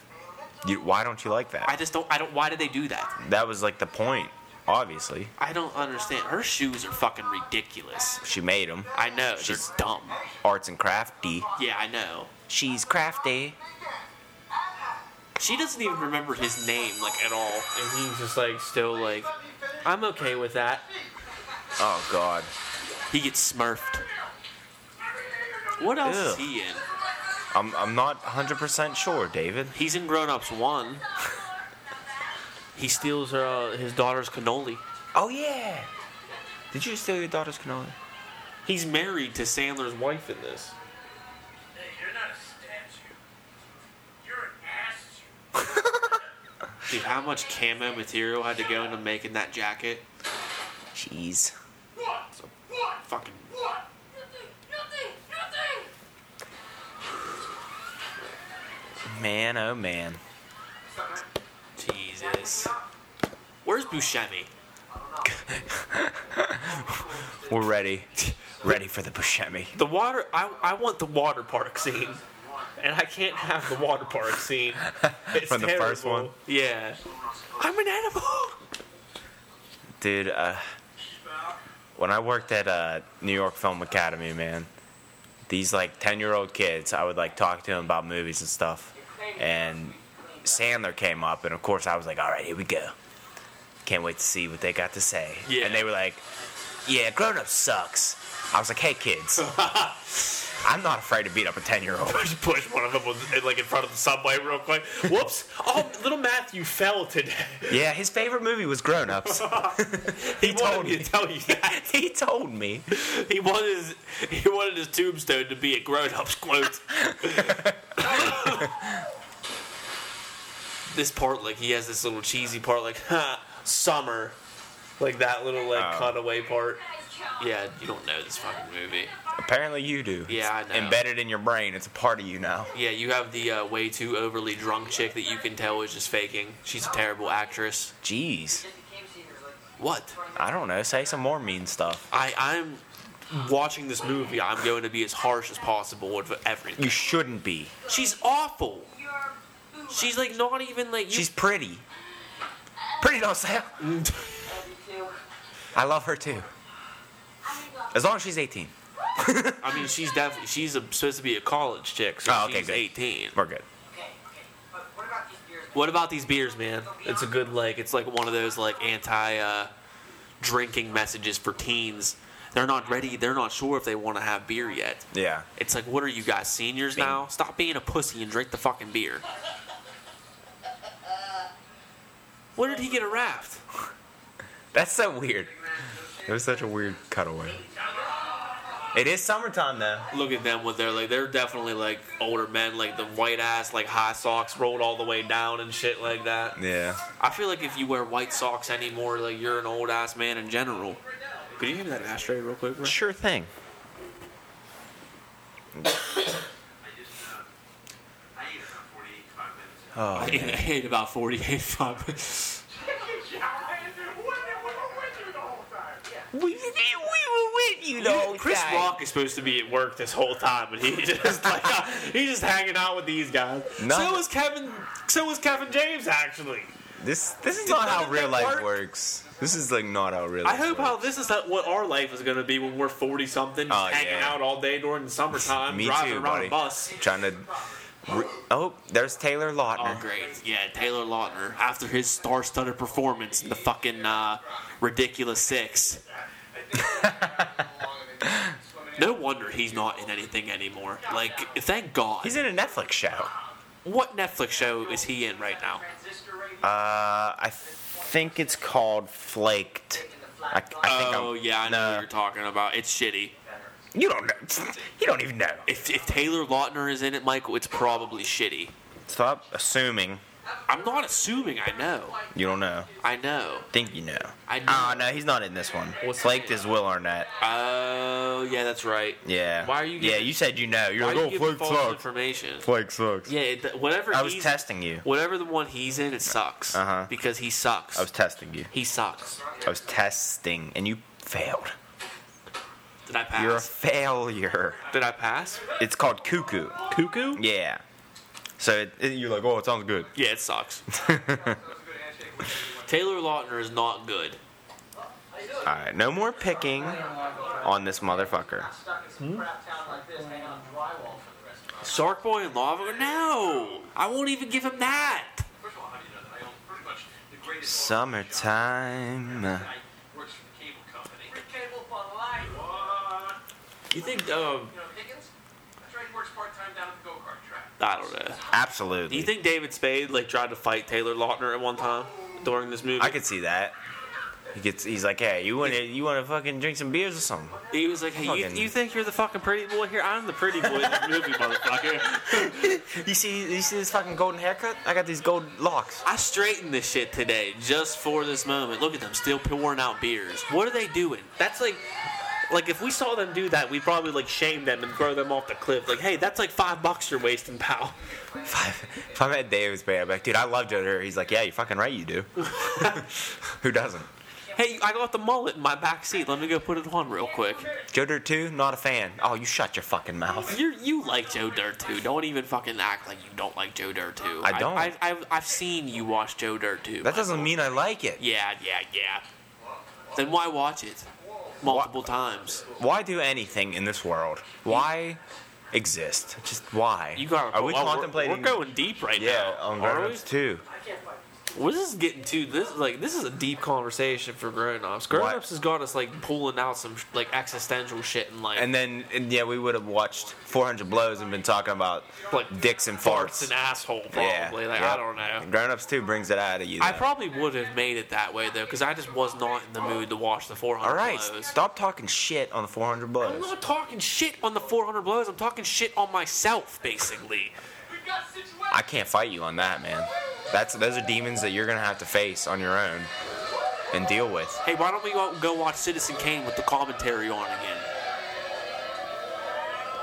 [SPEAKER 2] You, why don't you like
[SPEAKER 1] I
[SPEAKER 2] that?
[SPEAKER 1] just don't. I don't. Why did they do that?
[SPEAKER 2] That was like the point, obviously.
[SPEAKER 1] I don't understand. Her shoes are fucking ridiculous.
[SPEAKER 2] She made them.
[SPEAKER 1] I know.
[SPEAKER 2] She's-
[SPEAKER 1] She's dumb.
[SPEAKER 2] Arts and crafty.
[SPEAKER 1] Yeah, I know.
[SPEAKER 2] She's crafty.
[SPEAKER 1] She doesn't even remember his name like at all, and he's just like still like, I'm okay with that.
[SPEAKER 2] Oh, God.
[SPEAKER 1] He gets smurfed. What else is
[SPEAKER 2] Ew.
[SPEAKER 1] he in?
[SPEAKER 2] I'm, I'm not 100% sure, David.
[SPEAKER 1] He's in Grown Ups One. he steals her, uh, his daughter's cannoli.
[SPEAKER 2] Oh, yeah. Did you steal your daughter's cannoli?
[SPEAKER 1] He's married to Sandler's wife in this.
[SPEAKER 4] Hey, you're not a statue. You're an ass.
[SPEAKER 1] Dude, how much camo material had to go into making that jacket?
[SPEAKER 2] Jeez.
[SPEAKER 1] Fucking.
[SPEAKER 2] Man, oh, man.
[SPEAKER 1] Jesus. Where's Buscemi? fuck.
[SPEAKER 2] We're ready. Ready for the Buscemi.
[SPEAKER 1] The water. I, I want the water park scene, and I can't have the water park scene. It's
[SPEAKER 2] From the
[SPEAKER 1] terrible.
[SPEAKER 2] first one?
[SPEAKER 1] Yeah. I'm an animal.
[SPEAKER 2] Dude, uh, when I worked at uh, New York Film Academy, man, these like 10 year old kids, I would like talk to them about movies and stuff. And Sandler came up, and of course, I was like, all right, here we go. Can't wait to see what they got to say.
[SPEAKER 1] Yeah.
[SPEAKER 2] And they were like, yeah, grown up sucks. I was like, hey, kids, I'm not afraid to beat up a 10 year old.
[SPEAKER 1] Push, push one of them was, like in front of the subway real quick. Whoops! Oh, little Matthew fell today.
[SPEAKER 2] Yeah, his favorite movie was Grown Ups.
[SPEAKER 1] He, wanted
[SPEAKER 2] told
[SPEAKER 1] me
[SPEAKER 2] me.
[SPEAKER 1] to tell you that.
[SPEAKER 2] he told me.
[SPEAKER 1] He wanted his he wanted his tombstone to be a grown up's quote. this part, like he has this little cheesy part, like huh, summer, like that little like
[SPEAKER 2] Oh.
[SPEAKER 1] Conaway part.
[SPEAKER 3] Yeah.
[SPEAKER 1] Yeah, you don't know this fucking movie.
[SPEAKER 2] Apparently, you do.
[SPEAKER 1] Yeah,
[SPEAKER 2] It's
[SPEAKER 1] I know.
[SPEAKER 2] Embedded in your brain, it's a part of you now.
[SPEAKER 1] Yeah, you have the uh, way too overly drunk chick that you can tell is just faking. She's a terrible actress.
[SPEAKER 2] Jeez.
[SPEAKER 1] What?
[SPEAKER 2] I don't know. Say some more mean stuff.
[SPEAKER 1] I I'm watching this movie. I'm going to be as harsh as possible with everything.
[SPEAKER 2] You shouldn't be.
[SPEAKER 1] She's awful. She's like not even like you
[SPEAKER 2] She's pretty. Pretty don't say. I love her too. As long as she's 18.
[SPEAKER 1] I mean, she's definitely she's a, supposed to be a college chick, so
[SPEAKER 2] Oh, okay,
[SPEAKER 1] she's
[SPEAKER 2] good.
[SPEAKER 1] 18.
[SPEAKER 2] We're good.
[SPEAKER 1] What about these beers, man? It's a good like it's like one of those like anti uh, drinking messages for teens. They're not ready. They're not sure if they want to have beer yet.
[SPEAKER 2] Yeah.
[SPEAKER 1] It's like, what are you guys seniors
[SPEAKER 2] Bing.
[SPEAKER 1] now? Stop being a pussy and drink the fucking beer. Where did he get a raft?
[SPEAKER 2] That's so weird. It was such a weird cutaway. It is summertime though.
[SPEAKER 1] Look at them with their like they're definitely like older men, like the white ass, like high socks rolled all the way down and shit like that.
[SPEAKER 2] Yeah.
[SPEAKER 1] I feel like if you wear white socks anymore, like you're an old ass man in general. Could you give me that ashtray real quick, bro?
[SPEAKER 2] Sure thing. Oh,
[SPEAKER 1] I
[SPEAKER 2] man.
[SPEAKER 1] ate about 48 five.
[SPEAKER 2] we, we were with you the whole
[SPEAKER 1] Chris
[SPEAKER 2] time.
[SPEAKER 1] Rock is supposed to be at work this whole time, and he's just like he's just hanging out with these guys.
[SPEAKER 2] No.
[SPEAKER 1] So was Kevin. So was Kevin James actually.
[SPEAKER 2] This this is
[SPEAKER 1] Did
[SPEAKER 2] not
[SPEAKER 1] none
[SPEAKER 2] how
[SPEAKER 1] of
[SPEAKER 2] real
[SPEAKER 1] that
[SPEAKER 2] life
[SPEAKER 1] work?
[SPEAKER 2] works. This is like not how real.
[SPEAKER 1] I
[SPEAKER 2] life
[SPEAKER 1] hope
[SPEAKER 2] works.
[SPEAKER 1] how this is what our life is going to be when we're 40 something,
[SPEAKER 2] Oh,
[SPEAKER 1] just hanging
[SPEAKER 2] yeah.
[SPEAKER 1] out all day during the summertime,
[SPEAKER 2] Me
[SPEAKER 1] driving
[SPEAKER 2] too,
[SPEAKER 1] around
[SPEAKER 2] buddy.
[SPEAKER 1] a bus.
[SPEAKER 2] Trying to. Re- oh, there's Taylor
[SPEAKER 1] Oh,
[SPEAKER 2] Lautner.
[SPEAKER 1] great. Yeah, Taylor Lautner, after his star studded performance in the fucking uh, Ridiculous Six. no wonder he's not in anything anymore. Like, thank God.
[SPEAKER 2] He's in a Netflix show.
[SPEAKER 1] what Netflix show is he in right now?
[SPEAKER 2] Uh, I think it's called Flaked. I, I think
[SPEAKER 1] Oh,
[SPEAKER 2] I'm-
[SPEAKER 1] yeah, I know
[SPEAKER 2] no.
[SPEAKER 1] what you're talking about. It's shitty.
[SPEAKER 2] You don't know. You don't even know.
[SPEAKER 1] If, if Taylor Lautner is in it, Michael, it's probably shitty.
[SPEAKER 2] Stop assuming
[SPEAKER 1] I'm not assuming I know.
[SPEAKER 2] you don't know.
[SPEAKER 1] I know.
[SPEAKER 2] Think you know.
[SPEAKER 1] I know.
[SPEAKER 2] Ah, no, he's not in this one.
[SPEAKER 1] What's
[SPEAKER 2] Flaked
[SPEAKER 1] he in?
[SPEAKER 2] is Will Arnett.
[SPEAKER 1] Oh, yeah, that's right.
[SPEAKER 2] Yeah.
[SPEAKER 1] Why are you
[SPEAKER 2] Yeah,
[SPEAKER 1] giving-
[SPEAKER 2] you said you know. You're
[SPEAKER 1] Why
[SPEAKER 2] like,
[SPEAKER 1] are
[SPEAKER 2] oh,
[SPEAKER 1] you giving
[SPEAKER 2] Flaked
[SPEAKER 1] false
[SPEAKER 2] sucks.
[SPEAKER 1] information?
[SPEAKER 2] Flaked sucks.
[SPEAKER 1] Yeah, it, whatever.
[SPEAKER 2] I was
[SPEAKER 1] he's-
[SPEAKER 2] testing you.
[SPEAKER 1] Whatever the one he's in, it sucks.
[SPEAKER 2] Uh-huh.
[SPEAKER 1] Because he sucks.
[SPEAKER 2] I was testing you.
[SPEAKER 1] he sucks.
[SPEAKER 2] I was testing, and you failed.
[SPEAKER 1] Did I pass?
[SPEAKER 2] You're a failure.
[SPEAKER 1] Did I pass?
[SPEAKER 2] It's called Cuckoo.
[SPEAKER 1] Cuckoo?
[SPEAKER 2] Yeah. So it, it- you're like, oh, it sounds good.
[SPEAKER 1] Yeah, it sucks. Taylor Lautner is not good.
[SPEAKER 2] All right, no more picking on this motherfucker.
[SPEAKER 1] Sark Boy and Lava? No! I won't even give him that!
[SPEAKER 2] Summertime.
[SPEAKER 4] Works for the cable company.
[SPEAKER 1] You think, um,
[SPEAKER 4] You know Higgins? That's right, he works part-time down at the go-kart track.
[SPEAKER 1] I don't know. Do
[SPEAKER 2] Absolutely.
[SPEAKER 1] you think David Spade, like, tried to fight Taylor Lautner at one time during this movie?
[SPEAKER 2] I could see that. He gets. He's like, hey, you want to you want to fucking drink some beers or something?
[SPEAKER 1] He was like, hey, you,
[SPEAKER 2] Fucking-
[SPEAKER 1] you think you're the fucking pretty boy here? I'm the pretty boy in this movie, motherfucker.
[SPEAKER 2] You see you see this fucking golden haircut? I got these gold locks.
[SPEAKER 1] I straightened this shit today just for this moment. Look at them still pouring out beers. What are they doing? That's like, like if we saw them do that, we'd probably like shame them and throw them off the cliff. Like, hey, that's like five bucks you're wasting, pal.
[SPEAKER 2] If, I, if I'm at David's Bay, I'm like, dude, I love Joe Dirt. He's like, yeah, you're fucking right, you do. Who doesn't?
[SPEAKER 1] hey, I got the mullet in my back seat. Let me go put it on real quick.
[SPEAKER 2] Joe Dirt 2, not a fan. Oh, you shut your fucking mouth.
[SPEAKER 1] You you like Joe Dirt too. Don't even fucking act like you don't like Joe Dirt too.
[SPEAKER 2] I don't.
[SPEAKER 1] I, I, have I've seen you watch Joe Dirt too.
[SPEAKER 2] That doesn't mean I like it.
[SPEAKER 1] Yeah, yeah, yeah. Then why watch it multiple times?
[SPEAKER 2] Why do anything in this world? Why exist? Just why?
[SPEAKER 1] You got.
[SPEAKER 2] Are we
[SPEAKER 1] oh, we're-
[SPEAKER 2] contemplating?
[SPEAKER 1] We're, going deep right
[SPEAKER 2] Yeah,
[SPEAKER 1] now.
[SPEAKER 2] on
[SPEAKER 1] are
[SPEAKER 2] Grown
[SPEAKER 1] we?
[SPEAKER 2] Ups 2.
[SPEAKER 1] We're just getting to this. Like this is a deep conversation for grown ups.
[SPEAKER 2] Why-
[SPEAKER 1] Grown ups has got us like pulling out some like existential shit and like
[SPEAKER 2] And then, and yeah, we would have watched 400 Blows and been talking about
[SPEAKER 1] Like,
[SPEAKER 2] dicks and
[SPEAKER 1] farts
[SPEAKER 2] farts.
[SPEAKER 1] and asshole probably.
[SPEAKER 2] Yeah,
[SPEAKER 1] like
[SPEAKER 2] yeah.
[SPEAKER 1] I don't know.
[SPEAKER 2] Grown Ups 2 brings it out of you.
[SPEAKER 1] I
[SPEAKER 2] though.
[SPEAKER 1] probably would have made it that way though, because I just was not in the mood to watch the 400
[SPEAKER 2] All right,
[SPEAKER 1] blows.
[SPEAKER 2] stop talking shit on the 400
[SPEAKER 1] I'm
[SPEAKER 2] Blows.
[SPEAKER 1] not talking shit on the 400 blows. I'm talking shit on myself, basically.
[SPEAKER 2] I can't fight you on that, man. That's those are demons that you're gonna have to face on your own and deal with.
[SPEAKER 1] Hey, why don't we go, go watch Citizen Kane with the commentary on again?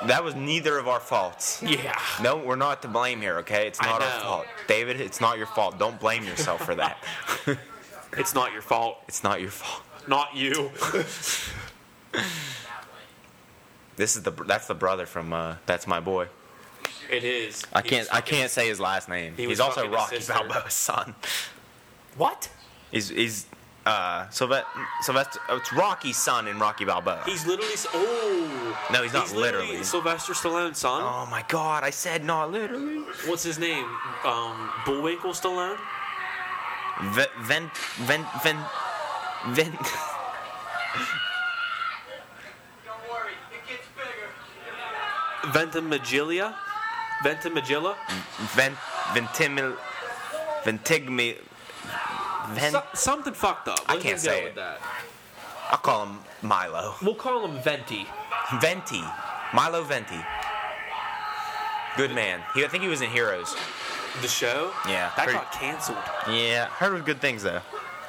[SPEAKER 2] That was neither of our faults.
[SPEAKER 1] Yeah.
[SPEAKER 2] No, we're not to blame here, okay? It's
[SPEAKER 1] I
[SPEAKER 2] not our
[SPEAKER 1] know.
[SPEAKER 2] fault. David, it's not your fault. Don't blame yourself for that.
[SPEAKER 1] It's not your fault.
[SPEAKER 2] it's not your fault.
[SPEAKER 1] Not you.
[SPEAKER 2] This is the that's the brother from uh, that's my boy.
[SPEAKER 1] it is.
[SPEAKER 2] I
[SPEAKER 1] He
[SPEAKER 2] can't
[SPEAKER 1] was
[SPEAKER 2] I
[SPEAKER 1] fucking-
[SPEAKER 2] can't say his last name.
[SPEAKER 1] he
[SPEAKER 2] He's
[SPEAKER 1] was
[SPEAKER 2] also
[SPEAKER 1] fucking his
[SPEAKER 2] Rocky
[SPEAKER 1] sister.
[SPEAKER 2] Balboa's son.
[SPEAKER 1] What?
[SPEAKER 2] He's he's uh Sylvester Sylvester oh, it's Rocky's son in Rocky Balboa.
[SPEAKER 1] He's literally. s- Oh.
[SPEAKER 2] No, he's not literally.
[SPEAKER 1] Sylvester Stallone's son.
[SPEAKER 2] oh my god, I said not literally.
[SPEAKER 1] What's his name? Um, Bullwinkle Stallone?
[SPEAKER 2] Ven, ven, ven, ven, ven.
[SPEAKER 4] Don't worry, it gets bigger.
[SPEAKER 1] Ventimiglia? Ventimiglia?
[SPEAKER 2] Ven, ventimil, ventigmi, ven.
[SPEAKER 1] So- something fucked up.
[SPEAKER 2] I
[SPEAKER 1] Let's
[SPEAKER 2] can't
[SPEAKER 1] just go
[SPEAKER 2] say
[SPEAKER 1] with
[SPEAKER 2] it.
[SPEAKER 1] that.
[SPEAKER 2] I'll call him Milo.
[SPEAKER 1] We'll call him Venti.
[SPEAKER 2] Venti, Milo Venti. Good man. He, I think he was in Heroes.
[SPEAKER 1] The show?
[SPEAKER 2] Yeah,
[SPEAKER 1] That
[SPEAKER 2] pretty-
[SPEAKER 1] got canceled.
[SPEAKER 2] Yeah, heard of good things though.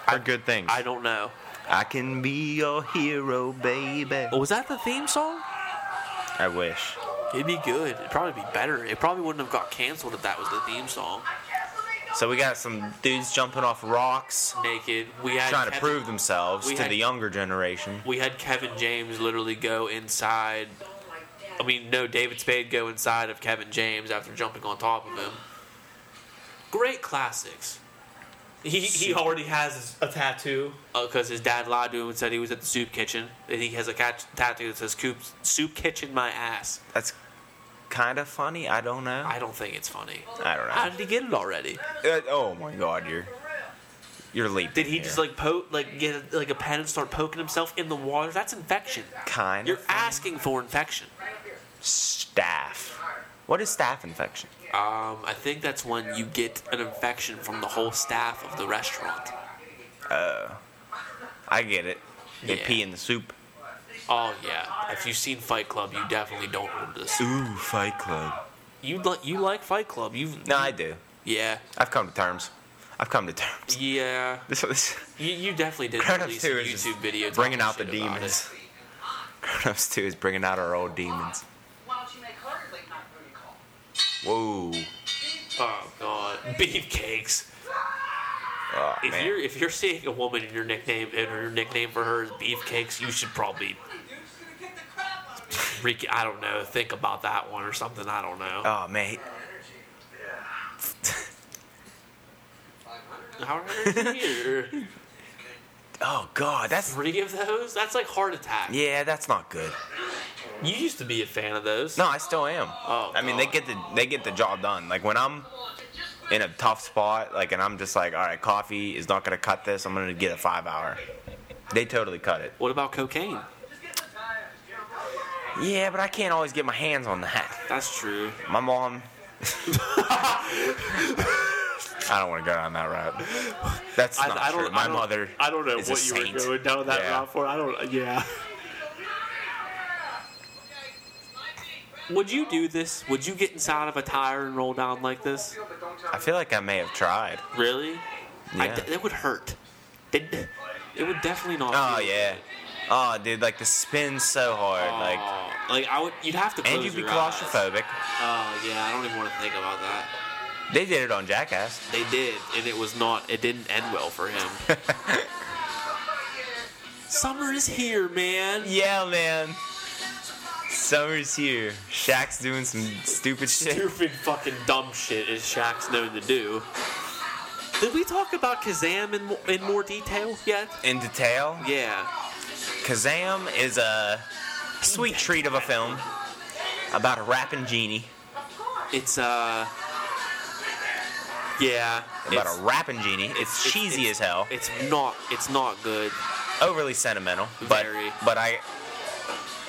[SPEAKER 2] Heard good things.
[SPEAKER 1] I don't know.
[SPEAKER 2] I can be your hero, baby.
[SPEAKER 1] Was that the theme song?
[SPEAKER 2] I wish.
[SPEAKER 1] It'd be good. It'd probably be better. It probably wouldn't have got canceled if that was the theme song.
[SPEAKER 2] So we got some dudes jumping off rocks,
[SPEAKER 1] Naked. We had
[SPEAKER 2] trying to
[SPEAKER 1] Kevin,
[SPEAKER 2] prove themselves
[SPEAKER 1] we
[SPEAKER 2] to
[SPEAKER 1] had-
[SPEAKER 2] the younger generation.
[SPEAKER 1] We had Kevin James literally go inside. I mean, no, David Spade go inside of Kevin James after jumping on top of him. Great classics. He, he already has a tattoo because Uh, his dad lied to him and said he was at the soup kitchen. And he has a cat- tattoo that says "Coop- "Soup Kitchen My Ass."
[SPEAKER 2] That's kind of funny. I don't know.
[SPEAKER 1] I don't think it's funny.
[SPEAKER 2] I don't know.
[SPEAKER 1] How did he get it already?
[SPEAKER 2] Uh, oh my god, you're you're leaping.
[SPEAKER 1] Did he
[SPEAKER 2] here.
[SPEAKER 1] just like poke, like get like a pen and start poking himself in the water? That's infection.
[SPEAKER 2] kind
[SPEAKER 1] You're
[SPEAKER 2] of
[SPEAKER 1] asking for infection.
[SPEAKER 2] staff? What is staff infection?
[SPEAKER 1] Um, I think that's when you get an infection from the whole staff of the restaurant.
[SPEAKER 2] I get it. You
[SPEAKER 1] Yeah.
[SPEAKER 2] pee in the soup.
[SPEAKER 1] Oh yeah, if you've seen Fight Club, you definitely don't order this.
[SPEAKER 2] Ooh, Fight Club.
[SPEAKER 1] You li- you like Fight Club? You
[SPEAKER 2] No, I do.
[SPEAKER 1] yeah
[SPEAKER 2] I've come to terms. I've come to terms.
[SPEAKER 1] yeah.
[SPEAKER 2] This this
[SPEAKER 1] You, you definitely did
[SPEAKER 2] Grown Ups
[SPEAKER 1] release a
[SPEAKER 2] Two is
[SPEAKER 1] YouTube
[SPEAKER 2] just
[SPEAKER 1] video
[SPEAKER 2] bringing out the
[SPEAKER 1] talking shit about
[SPEAKER 2] demons.
[SPEAKER 1] it.
[SPEAKER 2] Grown Ups Two is bringing out our old demons.
[SPEAKER 4] Why don't you make her a late night booty call?
[SPEAKER 2] Whoa.
[SPEAKER 1] Oh god, beefcakes.
[SPEAKER 2] Oh,
[SPEAKER 1] If
[SPEAKER 2] man.
[SPEAKER 1] you're if you're seeing a woman and your nickname and her nickname for her is beefcakes, you should probably
[SPEAKER 4] Dude, she's gonna kick the crap out of me.
[SPEAKER 1] re- I don't know think about that one or something. I don't know.
[SPEAKER 2] Oh man.
[SPEAKER 1] How are you here?
[SPEAKER 2] Oh god, that's
[SPEAKER 1] Three of those? That's like heart attack.
[SPEAKER 2] yeah, that's not good.
[SPEAKER 1] You used to be a fan of those.
[SPEAKER 2] No, I still am.
[SPEAKER 1] Oh,
[SPEAKER 2] I mean, they get the they get the job done. Like when I'm in a tough spot, like, and I'm just like, all right, coffee is not gonna cut this. I'm gonna get a five hour. They totally cut it.
[SPEAKER 1] What about cocaine?
[SPEAKER 2] Yeah, but I can't always get my hands on that.
[SPEAKER 1] That's true.
[SPEAKER 2] My mom. I don't want to go down that route. That's not
[SPEAKER 1] I, I don't.
[SPEAKER 2] true. My
[SPEAKER 1] I don't,
[SPEAKER 2] mother.
[SPEAKER 1] I don't know
[SPEAKER 2] is
[SPEAKER 1] what
[SPEAKER 2] a
[SPEAKER 1] you
[SPEAKER 2] saint.
[SPEAKER 1] were going down that
[SPEAKER 2] Yeah.
[SPEAKER 1] route for. I don't. Yeah. Would you do this? Would you get inside of a tire and roll down like this?
[SPEAKER 2] I feel like I may have tried.
[SPEAKER 1] Really? I
[SPEAKER 2] Yeah.
[SPEAKER 1] d- it would hurt. It, it would definitely not.
[SPEAKER 2] Oh
[SPEAKER 1] feel
[SPEAKER 2] yeah.
[SPEAKER 1] good.
[SPEAKER 2] Oh dude, like the spin's so hard. Like,
[SPEAKER 1] Oh, like I would. You'd have to. Close
[SPEAKER 2] and you'd be
[SPEAKER 1] your eyes.
[SPEAKER 2] claustrophobic.
[SPEAKER 1] Oh yeah, I don't even want to think about that.
[SPEAKER 2] They did it on Jackass.
[SPEAKER 1] They did, and it was not. It didn't end well for him. Summer is here, man.
[SPEAKER 2] Yeah, man. Summer's here. Shaq's doing some stupid shit.
[SPEAKER 1] Stupid fucking dumb shit as Shaq's known to do. Did we talk about Kazam in, mo- in more detail yet?
[SPEAKER 2] In detail,
[SPEAKER 1] Yeah.
[SPEAKER 2] Kazam is a sweet treat of a film about a rapping genie.
[SPEAKER 1] It's, uh. Yeah.
[SPEAKER 2] About
[SPEAKER 1] it's,
[SPEAKER 2] a rapping genie. It's
[SPEAKER 1] it's-
[SPEAKER 2] cheesy
[SPEAKER 1] it's-
[SPEAKER 2] as hell.
[SPEAKER 1] It's not. It's not good.
[SPEAKER 2] Overly sentimental, but
[SPEAKER 1] Very.
[SPEAKER 2] but I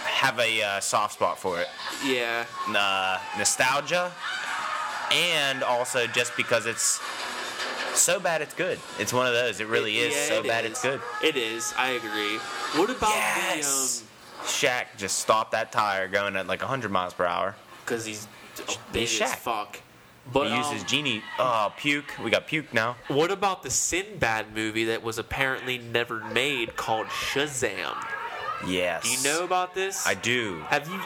[SPEAKER 2] have a uh, soft spot for it.
[SPEAKER 1] Yeah.
[SPEAKER 2] uh, nostalgia, and also just because it's so bad it's good. It's one of those. It really
[SPEAKER 1] It-
[SPEAKER 2] is
[SPEAKER 1] yeah,
[SPEAKER 2] so
[SPEAKER 1] it
[SPEAKER 2] bad
[SPEAKER 1] is.
[SPEAKER 2] it's good.
[SPEAKER 1] It is. I agree. What about
[SPEAKER 2] Yes.
[SPEAKER 1] the um?
[SPEAKER 2] Shaq just stopped that tire going at like 100 miles per hour.
[SPEAKER 1] Because um, he's a big as
[SPEAKER 2] Shaq.
[SPEAKER 1] fuck. But
[SPEAKER 2] he used his
[SPEAKER 1] um,
[SPEAKER 2] genie. Oh, puke. We got puke now.
[SPEAKER 1] what about the Sinbad movie that was apparently never made called Shazam?
[SPEAKER 2] Yes.
[SPEAKER 1] Do you know about this?
[SPEAKER 2] I do.
[SPEAKER 1] Have you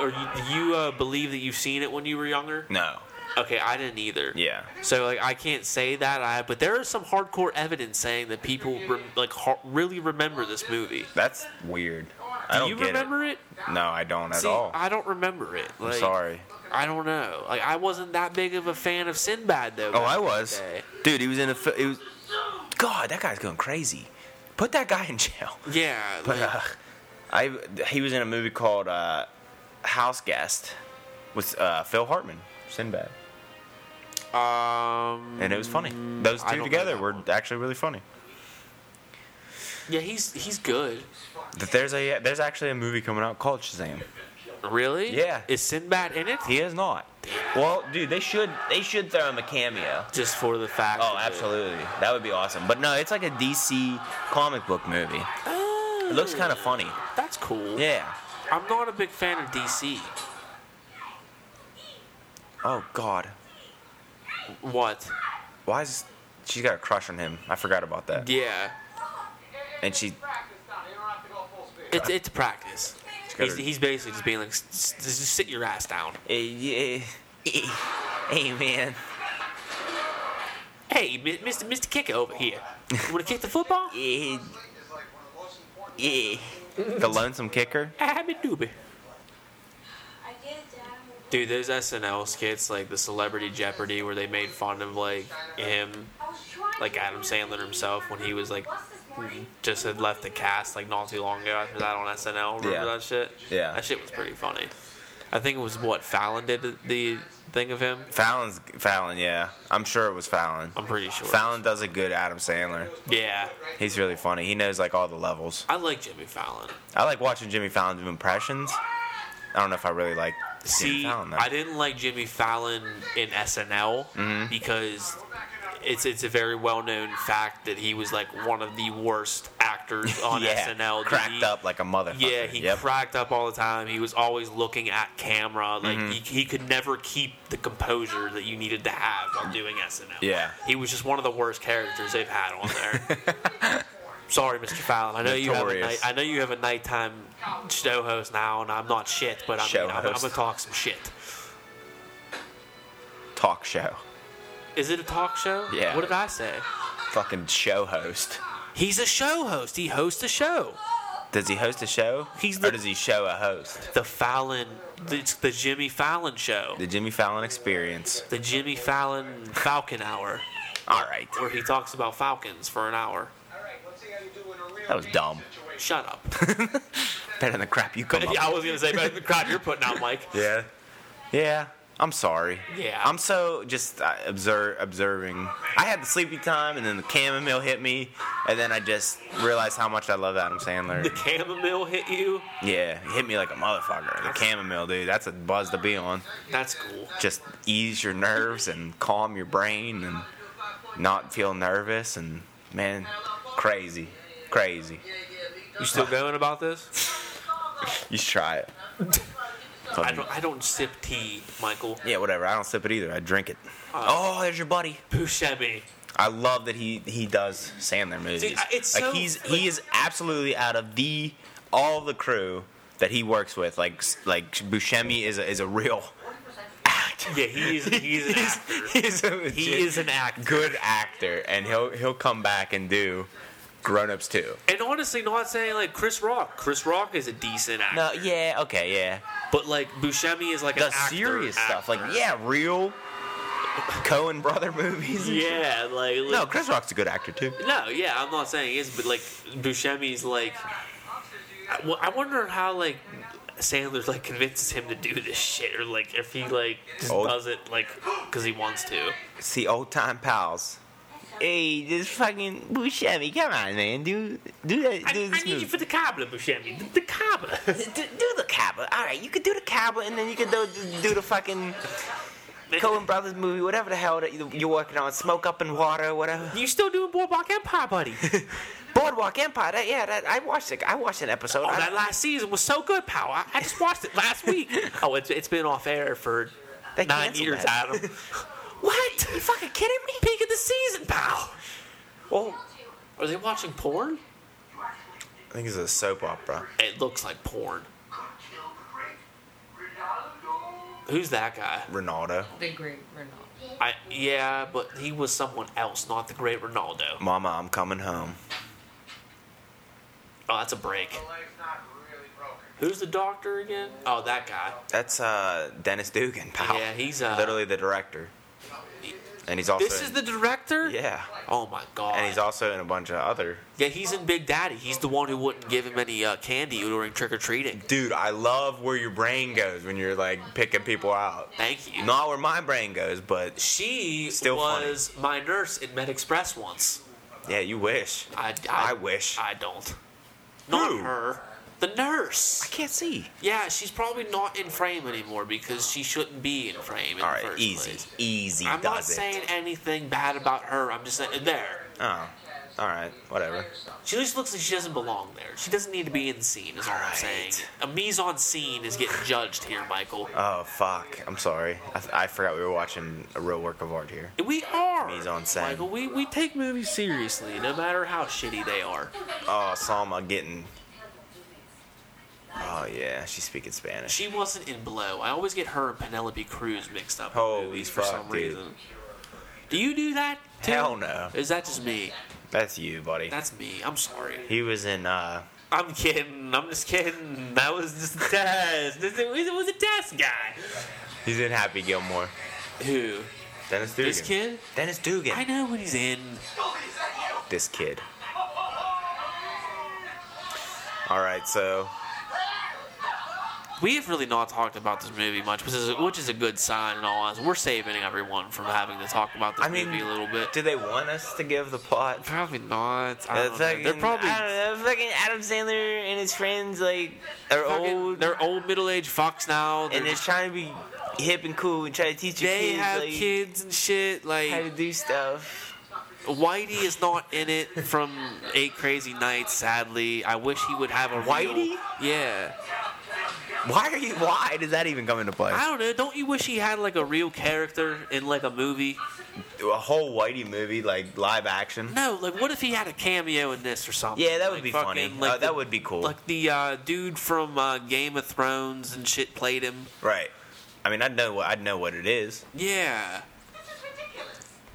[SPEAKER 1] or you, do you uh, believe that you've seen it when you were younger?
[SPEAKER 2] No.
[SPEAKER 1] Okay, I didn't either.
[SPEAKER 2] Yeah.
[SPEAKER 1] So like I can't say that I, but there is some hardcore evidence saying that people rem like har- really remember this movie.
[SPEAKER 2] That's weird. I
[SPEAKER 1] Do
[SPEAKER 2] don't
[SPEAKER 1] you
[SPEAKER 2] get
[SPEAKER 1] remember it?
[SPEAKER 2] it. No, I don't at
[SPEAKER 1] See,
[SPEAKER 2] all.
[SPEAKER 1] I don't remember it.
[SPEAKER 2] I'm
[SPEAKER 1] Like,
[SPEAKER 2] sorry.
[SPEAKER 1] I don't know. Like I wasn't that big of a fan of Sinbad though.
[SPEAKER 2] Oh,
[SPEAKER 1] back
[SPEAKER 2] I
[SPEAKER 1] in the
[SPEAKER 2] was.
[SPEAKER 1] day.
[SPEAKER 2] Dude, he was in a. fi- It was. God, that guy's going crazy. Put that guy in jail.
[SPEAKER 1] Yeah.
[SPEAKER 2] But
[SPEAKER 1] like-
[SPEAKER 2] uh, I he was in a movie called uh, House Guest with uh, Phil Hartman, Sinbad, uh,
[SPEAKER 1] Um.
[SPEAKER 2] and it was funny. Those
[SPEAKER 1] I don't
[SPEAKER 2] two
[SPEAKER 1] know
[SPEAKER 2] together
[SPEAKER 1] that
[SPEAKER 2] were
[SPEAKER 1] one.
[SPEAKER 2] actually really funny.
[SPEAKER 1] Yeah, he's he's good.
[SPEAKER 2] That there's a there's actually a movie coming out called Shazam.
[SPEAKER 1] Really?
[SPEAKER 2] Yeah.
[SPEAKER 1] Is Sinbad in it?
[SPEAKER 2] He is not. Well, dude, they should they should throw him a cameo.
[SPEAKER 1] Just for the fact.
[SPEAKER 2] Oh,
[SPEAKER 1] that-
[SPEAKER 2] absolutely, that would be awesome. But no, it's like a DC comic book movie.
[SPEAKER 1] Oh,
[SPEAKER 2] It looks kind of funny.
[SPEAKER 1] That's cool.
[SPEAKER 2] Yeah.
[SPEAKER 1] I'm not a big fan of DC.
[SPEAKER 2] Oh God,
[SPEAKER 1] What?
[SPEAKER 2] why is she's got a crush on him? I forgot about that.
[SPEAKER 1] Yeah.
[SPEAKER 2] And she
[SPEAKER 1] It's it's practice.
[SPEAKER 2] She's got
[SPEAKER 1] He's,
[SPEAKER 2] her-
[SPEAKER 1] he's basically just being like, "S- s- just sit your ass down.
[SPEAKER 2] Hey, Eh, yeah. hey man.
[SPEAKER 1] Hey, Mi- Mr. Mr. Kicker over here. You want to kick the football?
[SPEAKER 2] Yeah. Yeah. The lonesome kicker?
[SPEAKER 1] I'm a doobie.
[SPEAKER 3] I did, Dad.
[SPEAKER 1] Dude, those SNL skits, like the Celebrity Jeopardy, where they made fun of like him, like Adam Sandler himself, when he was like mm-hmm, just had left the cast like not too long ago after that on SNL. Remember
[SPEAKER 2] Yeah.
[SPEAKER 1] that shit?
[SPEAKER 2] Yeah.
[SPEAKER 1] That shit was pretty funny. I think it was what Fallon did the- the thing of him.
[SPEAKER 2] Fallon's Fallon, yeah. I'm sure it was Fallon.
[SPEAKER 1] I'm pretty sure.
[SPEAKER 2] Fallon does a good Adam Sandler.
[SPEAKER 1] Yeah.
[SPEAKER 2] He's really funny. He knows like all the levels.
[SPEAKER 1] I like Jimmy Fallon.
[SPEAKER 2] I like watching Jimmy Fallon do impressions. I don't know if I really like Jimmy
[SPEAKER 1] See,
[SPEAKER 2] Fallon though.
[SPEAKER 1] I didn't like Jimmy Fallon in SNL
[SPEAKER 2] Mm-hmm.
[SPEAKER 1] because it's it's a very well known fact that he was like one of the worst actors on
[SPEAKER 2] yeah,
[SPEAKER 1] SNL. that
[SPEAKER 2] cracked
[SPEAKER 1] he-
[SPEAKER 2] up like a motherfucker.
[SPEAKER 1] Yeah, he
[SPEAKER 2] yep.
[SPEAKER 1] cracked up all the time. He was always looking at camera. Like
[SPEAKER 2] Mm-hmm.
[SPEAKER 1] he, he could never keep the composure that you needed to have while doing SNL.
[SPEAKER 2] Yeah.
[SPEAKER 1] he was just one of the worst characters they've had on there. Sorry, Mr. Fallon. I know you have a night,
[SPEAKER 2] Notorious.
[SPEAKER 1] I know you have a nighttime show host now, and I'm not shit, but I
[SPEAKER 2] Show
[SPEAKER 1] mean, I'm, I'm
[SPEAKER 2] host.
[SPEAKER 1] gonna talk some shit.
[SPEAKER 2] Talk show.
[SPEAKER 1] Is it a talk show?
[SPEAKER 2] Yeah.
[SPEAKER 1] What did I say?
[SPEAKER 2] Fucking show host.
[SPEAKER 1] He's a show host. He hosts a show.
[SPEAKER 2] Does he host a show?
[SPEAKER 1] He's
[SPEAKER 2] or
[SPEAKER 1] the-
[SPEAKER 2] does he show a host?
[SPEAKER 1] The Fallon. It's the Jimmy Fallon show.
[SPEAKER 2] The Jimmy Fallon experience.
[SPEAKER 1] The Jimmy Fallon Falcon Hour.
[SPEAKER 2] All right.
[SPEAKER 1] where he talks about falcons for an hour.
[SPEAKER 2] That was dumb.
[SPEAKER 1] Shut up.
[SPEAKER 2] Better than the crap you come up
[SPEAKER 1] yeah, I was gonna say, but the crap you're putting out, Mike.
[SPEAKER 2] Yeah. Yeah. I'm sorry.
[SPEAKER 1] Yeah.
[SPEAKER 2] I'm so just uh, observe observing. I had the sleepy time, and then the chamomile hit me, and then I just realized how much I love Adam
[SPEAKER 1] The
[SPEAKER 2] Sandler.
[SPEAKER 1] chamomile hit you.
[SPEAKER 2] Yeah, he hit me like a motherfucker. The chamomile, dude. That's a buzz to be on.
[SPEAKER 1] That's cool.
[SPEAKER 2] Just ease your nerves and calm your brain, and not feel nervous. And man, crazy, crazy.
[SPEAKER 1] You still going about this?
[SPEAKER 2] You should try it.
[SPEAKER 1] I don't. I don't sip tea, Michael
[SPEAKER 2] Yeah, whatever. I don't sip it either. I drink it.
[SPEAKER 1] Oh.
[SPEAKER 2] oh, there's your buddy.
[SPEAKER 1] Buscemi.
[SPEAKER 2] I love that he he does Sandler movies.
[SPEAKER 1] See, I- it's
[SPEAKER 2] like
[SPEAKER 1] so-
[SPEAKER 2] he's he is absolutely out of the all the crew that he works with. Like s- like Buscemi is a, is a real actor.
[SPEAKER 1] Yeah, he is. He's an actor.
[SPEAKER 2] He's- he's a legit
[SPEAKER 1] He is an actor.
[SPEAKER 2] good actor, and he'll he'll come back and do Grown ups too.
[SPEAKER 1] And honestly, not saying like Chris Rock. Chris Rock is a decent actor,
[SPEAKER 2] No, yeah, okay, yeah.
[SPEAKER 1] but like Buscemi is like
[SPEAKER 2] The
[SPEAKER 1] an actor,
[SPEAKER 2] serious stuff, like
[SPEAKER 1] actor.
[SPEAKER 2] yeah, real Cohen brother movies. and shit.
[SPEAKER 1] yeah, like, like
[SPEAKER 2] No, Chris Rock's a good actor too.
[SPEAKER 1] No, yeah, I'm not saying he is, but like Buscemi's like, I, w- I wonder how like Sandler like convinces him to do this shit, or like if he like just
[SPEAKER 2] Old-
[SPEAKER 1] does it like because he wants to.
[SPEAKER 2] See old time pals. Hey, this fucking Buscemi, come on, man, do do that, do
[SPEAKER 1] I,
[SPEAKER 2] this
[SPEAKER 1] I need
[SPEAKER 2] movie.
[SPEAKER 1] you for the cabra, Buscemi. The, the cabra.
[SPEAKER 2] do, do the Cabba. All right, you could do the Cabba, and then you could do, do the fucking Coen Brothers movie, whatever the hell that you- you're working on, Smoke Up and Water, whatever.
[SPEAKER 1] You still doing Boardwalk Empire, buddy?
[SPEAKER 2] Boardwalk Empire. That, yeah, that, I watched it. I watched an episode.
[SPEAKER 1] Oh,
[SPEAKER 2] I-
[SPEAKER 1] that last season was so good, pal. I, I just watched it last week. Oh, it's it's been off air for
[SPEAKER 2] They
[SPEAKER 1] nine
[SPEAKER 2] canceled
[SPEAKER 1] years,
[SPEAKER 2] that.
[SPEAKER 1] Adam. What? You fucking kidding me? Peak of the season, pal.
[SPEAKER 2] Well,
[SPEAKER 1] Are they watching porn?
[SPEAKER 2] I think it's a soap opera.
[SPEAKER 1] It looks like porn. Who's that guy?
[SPEAKER 2] Ronaldo,
[SPEAKER 5] The great Ronaldo.
[SPEAKER 1] I yeah, but he was someone else, not the great Ronaldo.
[SPEAKER 2] Mama, I'm coming home.
[SPEAKER 1] Oh, that's a break. Who's the doctor again? Oh, that guy.
[SPEAKER 2] That's uh, Dennis Dugan, pal.
[SPEAKER 1] Yeah, he's, uh,
[SPEAKER 2] literally the director, and he's also
[SPEAKER 1] This is the director.
[SPEAKER 2] yeah,
[SPEAKER 1] Oh my god.
[SPEAKER 2] and he's also in a bunch of other.
[SPEAKER 1] yeah, he's in Big Daddy. He's the one who wouldn't give him any uh, candy during trick or treating.
[SPEAKER 2] Dude, I love where your brain goes when you're like picking people out.
[SPEAKER 1] Thank you.
[SPEAKER 2] Not where my brain goes, but
[SPEAKER 1] She
[SPEAKER 2] Still funny.
[SPEAKER 1] was my nurse in Med Express once.
[SPEAKER 2] yeah, you wish.
[SPEAKER 1] I, I,
[SPEAKER 2] I wish.
[SPEAKER 1] I don't. Not
[SPEAKER 2] Who?
[SPEAKER 1] her. The nurse.
[SPEAKER 2] can't see.
[SPEAKER 1] Yeah, she's probably not in frame anymore because she shouldn't be in frame. In
[SPEAKER 2] All
[SPEAKER 1] the
[SPEAKER 2] right,
[SPEAKER 1] first
[SPEAKER 2] easy,
[SPEAKER 1] place.
[SPEAKER 2] easy.
[SPEAKER 1] I'm not
[SPEAKER 2] does it.
[SPEAKER 1] saying anything bad about her. I'm just saying there.
[SPEAKER 2] Oh, all right, whatever.
[SPEAKER 1] She just looks like she doesn't belong there. She doesn't need to be in the scene. Is all, I'm
[SPEAKER 2] Alright.
[SPEAKER 1] saying. A mise en scene is getting judged here, Michael.
[SPEAKER 2] Oh fuck! I'm sorry. I, I forgot we were watching a real work of art here.
[SPEAKER 1] we are
[SPEAKER 2] Mise en scène.
[SPEAKER 1] Michael. We we take movies seriously, no matter how shitty they are.
[SPEAKER 2] Oh, Salma getting. Oh yeah, she's speaking Spanish.
[SPEAKER 1] She wasn't in Blow. I always get her and Penelope Cruz mixed up. in
[SPEAKER 2] Holy
[SPEAKER 1] movies for
[SPEAKER 2] fuck,
[SPEAKER 1] some
[SPEAKER 2] dude.
[SPEAKER 1] reason. Do you do that? Too?
[SPEAKER 2] Hell no.
[SPEAKER 1] Is that just me?
[SPEAKER 2] That's you, buddy.
[SPEAKER 1] That's me. I'm sorry.
[SPEAKER 2] He was in. uh
[SPEAKER 1] I'm kidding. I'm just kidding. That was just a test. This- It was, it was a test guy.
[SPEAKER 2] He's in Happy Gilmore.
[SPEAKER 1] Who?
[SPEAKER 2] Dennis Dugan.
[SPEAKER 1] This kid?
[SPEAKER 2] Dennis Dugan.
[SPEAKER 1] I know what he's in.
[SPEAKER 2] This kid. All right, so
[SPEAKER 1] We have really not talked about this movie much, which is which is a good sign in all honesty. We're saving everyone from having to talk about this
[SPEAKER 2] I mean,
[SPEAKER 1] movie a little bit.
[SPEAKER 2] do they want us to give the plot?
[SPEAKER 1] Probably not. I
[SPEAKER 2] Uh,
[SPEAKER 1] don't know. They're probably
[SPEAKER 2] I don't know, fucking Adam Sandler and his friends like are
[SPEAKER 1] fucking-
[SPEAKER 2] old
[SPEAKER 1] They're old middle-aged fucks now. They're
[SPEAKER 2] and they're
[SPEAKER 1] just-
[SPEAKER 2] trying to be hip and cool and try to teach your
[SPEAKER 1] they
[SPEAKER 2] kids
[SPEAKER 1] have
[SPEAKER 2] like,
[SPEAKER 1] kids and shit.
[SPEAKER 2] how to
[SPEAKER 1] Like
[SPEAKER 2] do stuff.
[SPEAKER 1] Whitey is not in it from Eight Crazy Nights. Sadly, I wish he would have a real-
[SPEAKER 2] Whitey?
[SPEAKER 1] Yeah.
[SPEAKER 2] Why are you? Why does that even come into play?
[SPEAKER 1] I don't know. Don't you wish he had like a real character in like a movie?
[SPEAKER 2] A whole Whitey movie like live action.
[SPEAKER 1] No, like what if he had a cameo in this or something?
[SPEAKER 2] Yeah, that would
[SPEAKER 1] Like,
[SPEAKER 2] be
[SPEAKER 1] fucking,
[SPEAKER 2] funny.
[SPEAKER 1] Like
[SPEAKER 2] Uh, that
[SPEAKER 1] the-
[SPEAKER 2] would be cool.
[SPEAKER 1] Like the uh, dude from uh, Game of Thrones and shit played him.
[SPEAKER 2] right. I mean, I'd know what I'd know what it is.
[SPEAKER 1] Yeah.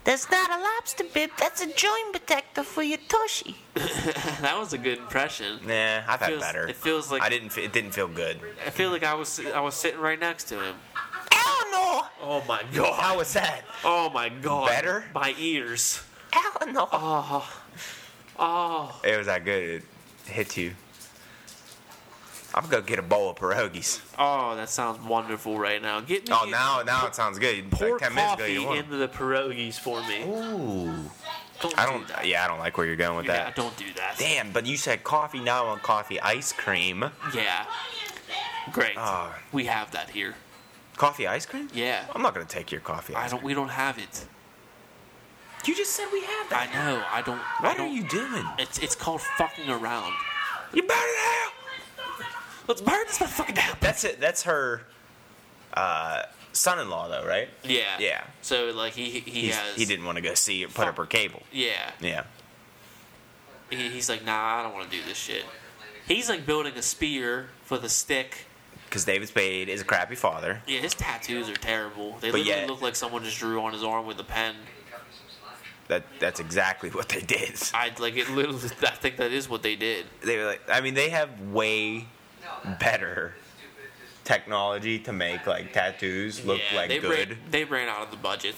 [SPEAKER 6] That's not a lobster bib, that's a joint protector for your tushy.
[SPEAKER 1] that was a good impression.
[SPEAKER 2] Nah, I've had
[SPEAKER 1] feels-
[SPEAKER 2] better.
[SPEAKER 1] it feels like-
[SPEAKER 2] I didn't. fe- It didn't feel good.
[SPEAKER 1] I feel like I was I was sitting right next to him.
[SPEAKER 6] Eleanor!
[SPEAKER 1] Oh my god.
[SPEAKER 2] How was that?
[SPEAKER 1] Oh my god.
[SPEAKER 2] Better?
[SPEAKER 1] My ears.
[SPEAKER 6] Eleanor!
[SPEAKER 1] Oh. Oh.
[SPEAKER 2] It was that good. It hit you. I'm gonna go get a bowl of pierogies.
[SPEAKER 1] Oh, that sounds wonderful right now. Get me
[SPEAKER 2] Oh, now now it sounds good.
[SPEAKER 1] pour
[SPEAKER 2] like ten minutes ago,
[SPEAKER 1] coffee
[SPEAKER 2] you want.
[SPEAKER 1] into the pierogies for me.
[SPEAKER 2] Ooh.
[SPEAKER 1] Don't
[SPEAKER 2] I
[SPEAKER 1] do
[SPEAKER 2] don't.
[SPEAKER 1] that.
[SPEAKER 2] Yeah, I don't like where you're going with
[SPEAKER 1] Yeah,
[SPEAKER 2] that.
[SPEAKER 1] don't do that.
[SPEAKER 2] Damn, but you said coffee. Now I want coffee ice cream.
[SPEAKER 1] Yeah. Great.
[SPEAKER 2] Ah.
[SPEAKER 1] we have that here.
[SPEAKER 2] Coffee ice cream?
[SPEAKER 1] Yeah.
[SPEAKER 2] I'm not gonna take your coffee.
[SPEAKER 1] I
[SPEAKER 2] ice
[SPEAKER 1] don't. We don't have it.
[SPEAKER 2] You just said we have
[SPEAKER 1] I know. I don't. I
[SPEAKER 2] What are
[SPEAKER 1] don't,
[SPEAKER 2] you doing?
[SPEAKER 1] It's it's called fucking around.
[SPEAKER 2] You burn it out.
[SPEAKER 1] Let's burn this fucking down.
[SPEAKER 2] That's it. That's her uh, son-in-law, though, right?
[SPEAKER 1] Yeah.
[SPEAKER 2] Yeah.
[SPEAKER 1] So like he he, he
[SPEAKER 2] He's-
[SPEAKER 1] has
[SPEAKER 2] He didn't want to go see it, put up her cable.
[SPEAKER 1] Yeah.
[SPEAKER 2] Yeah.
[SPEAKER 1] He, he's like, nah, I don't want to do this shit. He's like building a spear for the stick.
[SPEAKER 2] Because David Spade is a crappy father.
[SPEAKER 1] Yeah, his tattoos are terrible. They
[SPEAKER 2] But
[SPEAKER 1] literally
[SPEAKER 2] yet-
[SPEAKER 1] look like someone just drew on his arm with a pen.
[SPEAKER 2] that that's exactly what they did.
[SPEAKER 1] I like it. Literally, I think that is what they did.
[SPEAKER 2] They were like, I mean, they have way better technology to make like tattoos look
[SPEAKER 1] yeah,
[SPEAKER 2] like
[SPEAKER 1] they
[SPEAKER 2] good.
[SPEAKER 1] Ran, they ran out of the budget.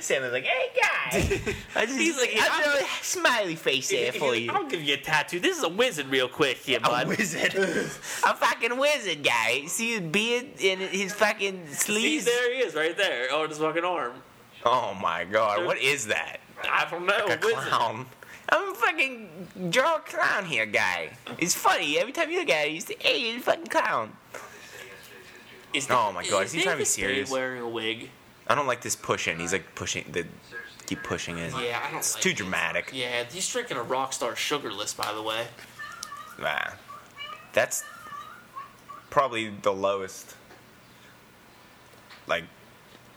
[SPEAKER 2] Sam is like, hey guys, I just,
[SPEAKER 1] He's like,
[SPEAKER 2] I
[SPEAKER 1] "I'm-
[SPEAKER 2] throw a smiley face there for you.
[SPEAKER 1] I'll give you a tattoo. This is a wizard, real quick, here,
[SPEAKER 2] A
[SPEAKER 1] bud.
[SPEAKER 2] wizard, a fucking wizard guy. See his beard and his fucking
[SPEAKER 1] See,
[SPEAKER 2] sleeves.
[SPEAKER 1] there he is, right there. Oh, his fucking arm.
[SPEAKER 2] Oh my god, what is that?
[SPEAKER 1] I don't know.
[SPEAKER 2] Like a
[SPEAKER 1] wizard.
[SPEAKER 2] clown. I'm a fucking draw a clown here, guy. It's funny every time you look at it, you say, "Hey, he's a fucking clown."
[SPEAKER 1] Is
[SPEAKER 2] Oh my God, is he trying to be
[SPEAKER 1] David Spade
[SPEAKER 2] serious?
[SPEAKER 1] Wearing a wig.
[SPEAKER 2] I don't like this pushing. He's like pushing. They keep pushing it.
[SPEAKER 1] Yeah, I don't.
[SPEAKER 2] It's
[SPEAKER 1] like
[SPEAKER 2] too
[SPEAKER 1] it.
[SPEAKER 2] dramatic.
[SPEAKER 1] Yeah, he's drinking a Rockstar Sugarless, by the way.
[SPEAKER 2] Nah. That's probably the lowest like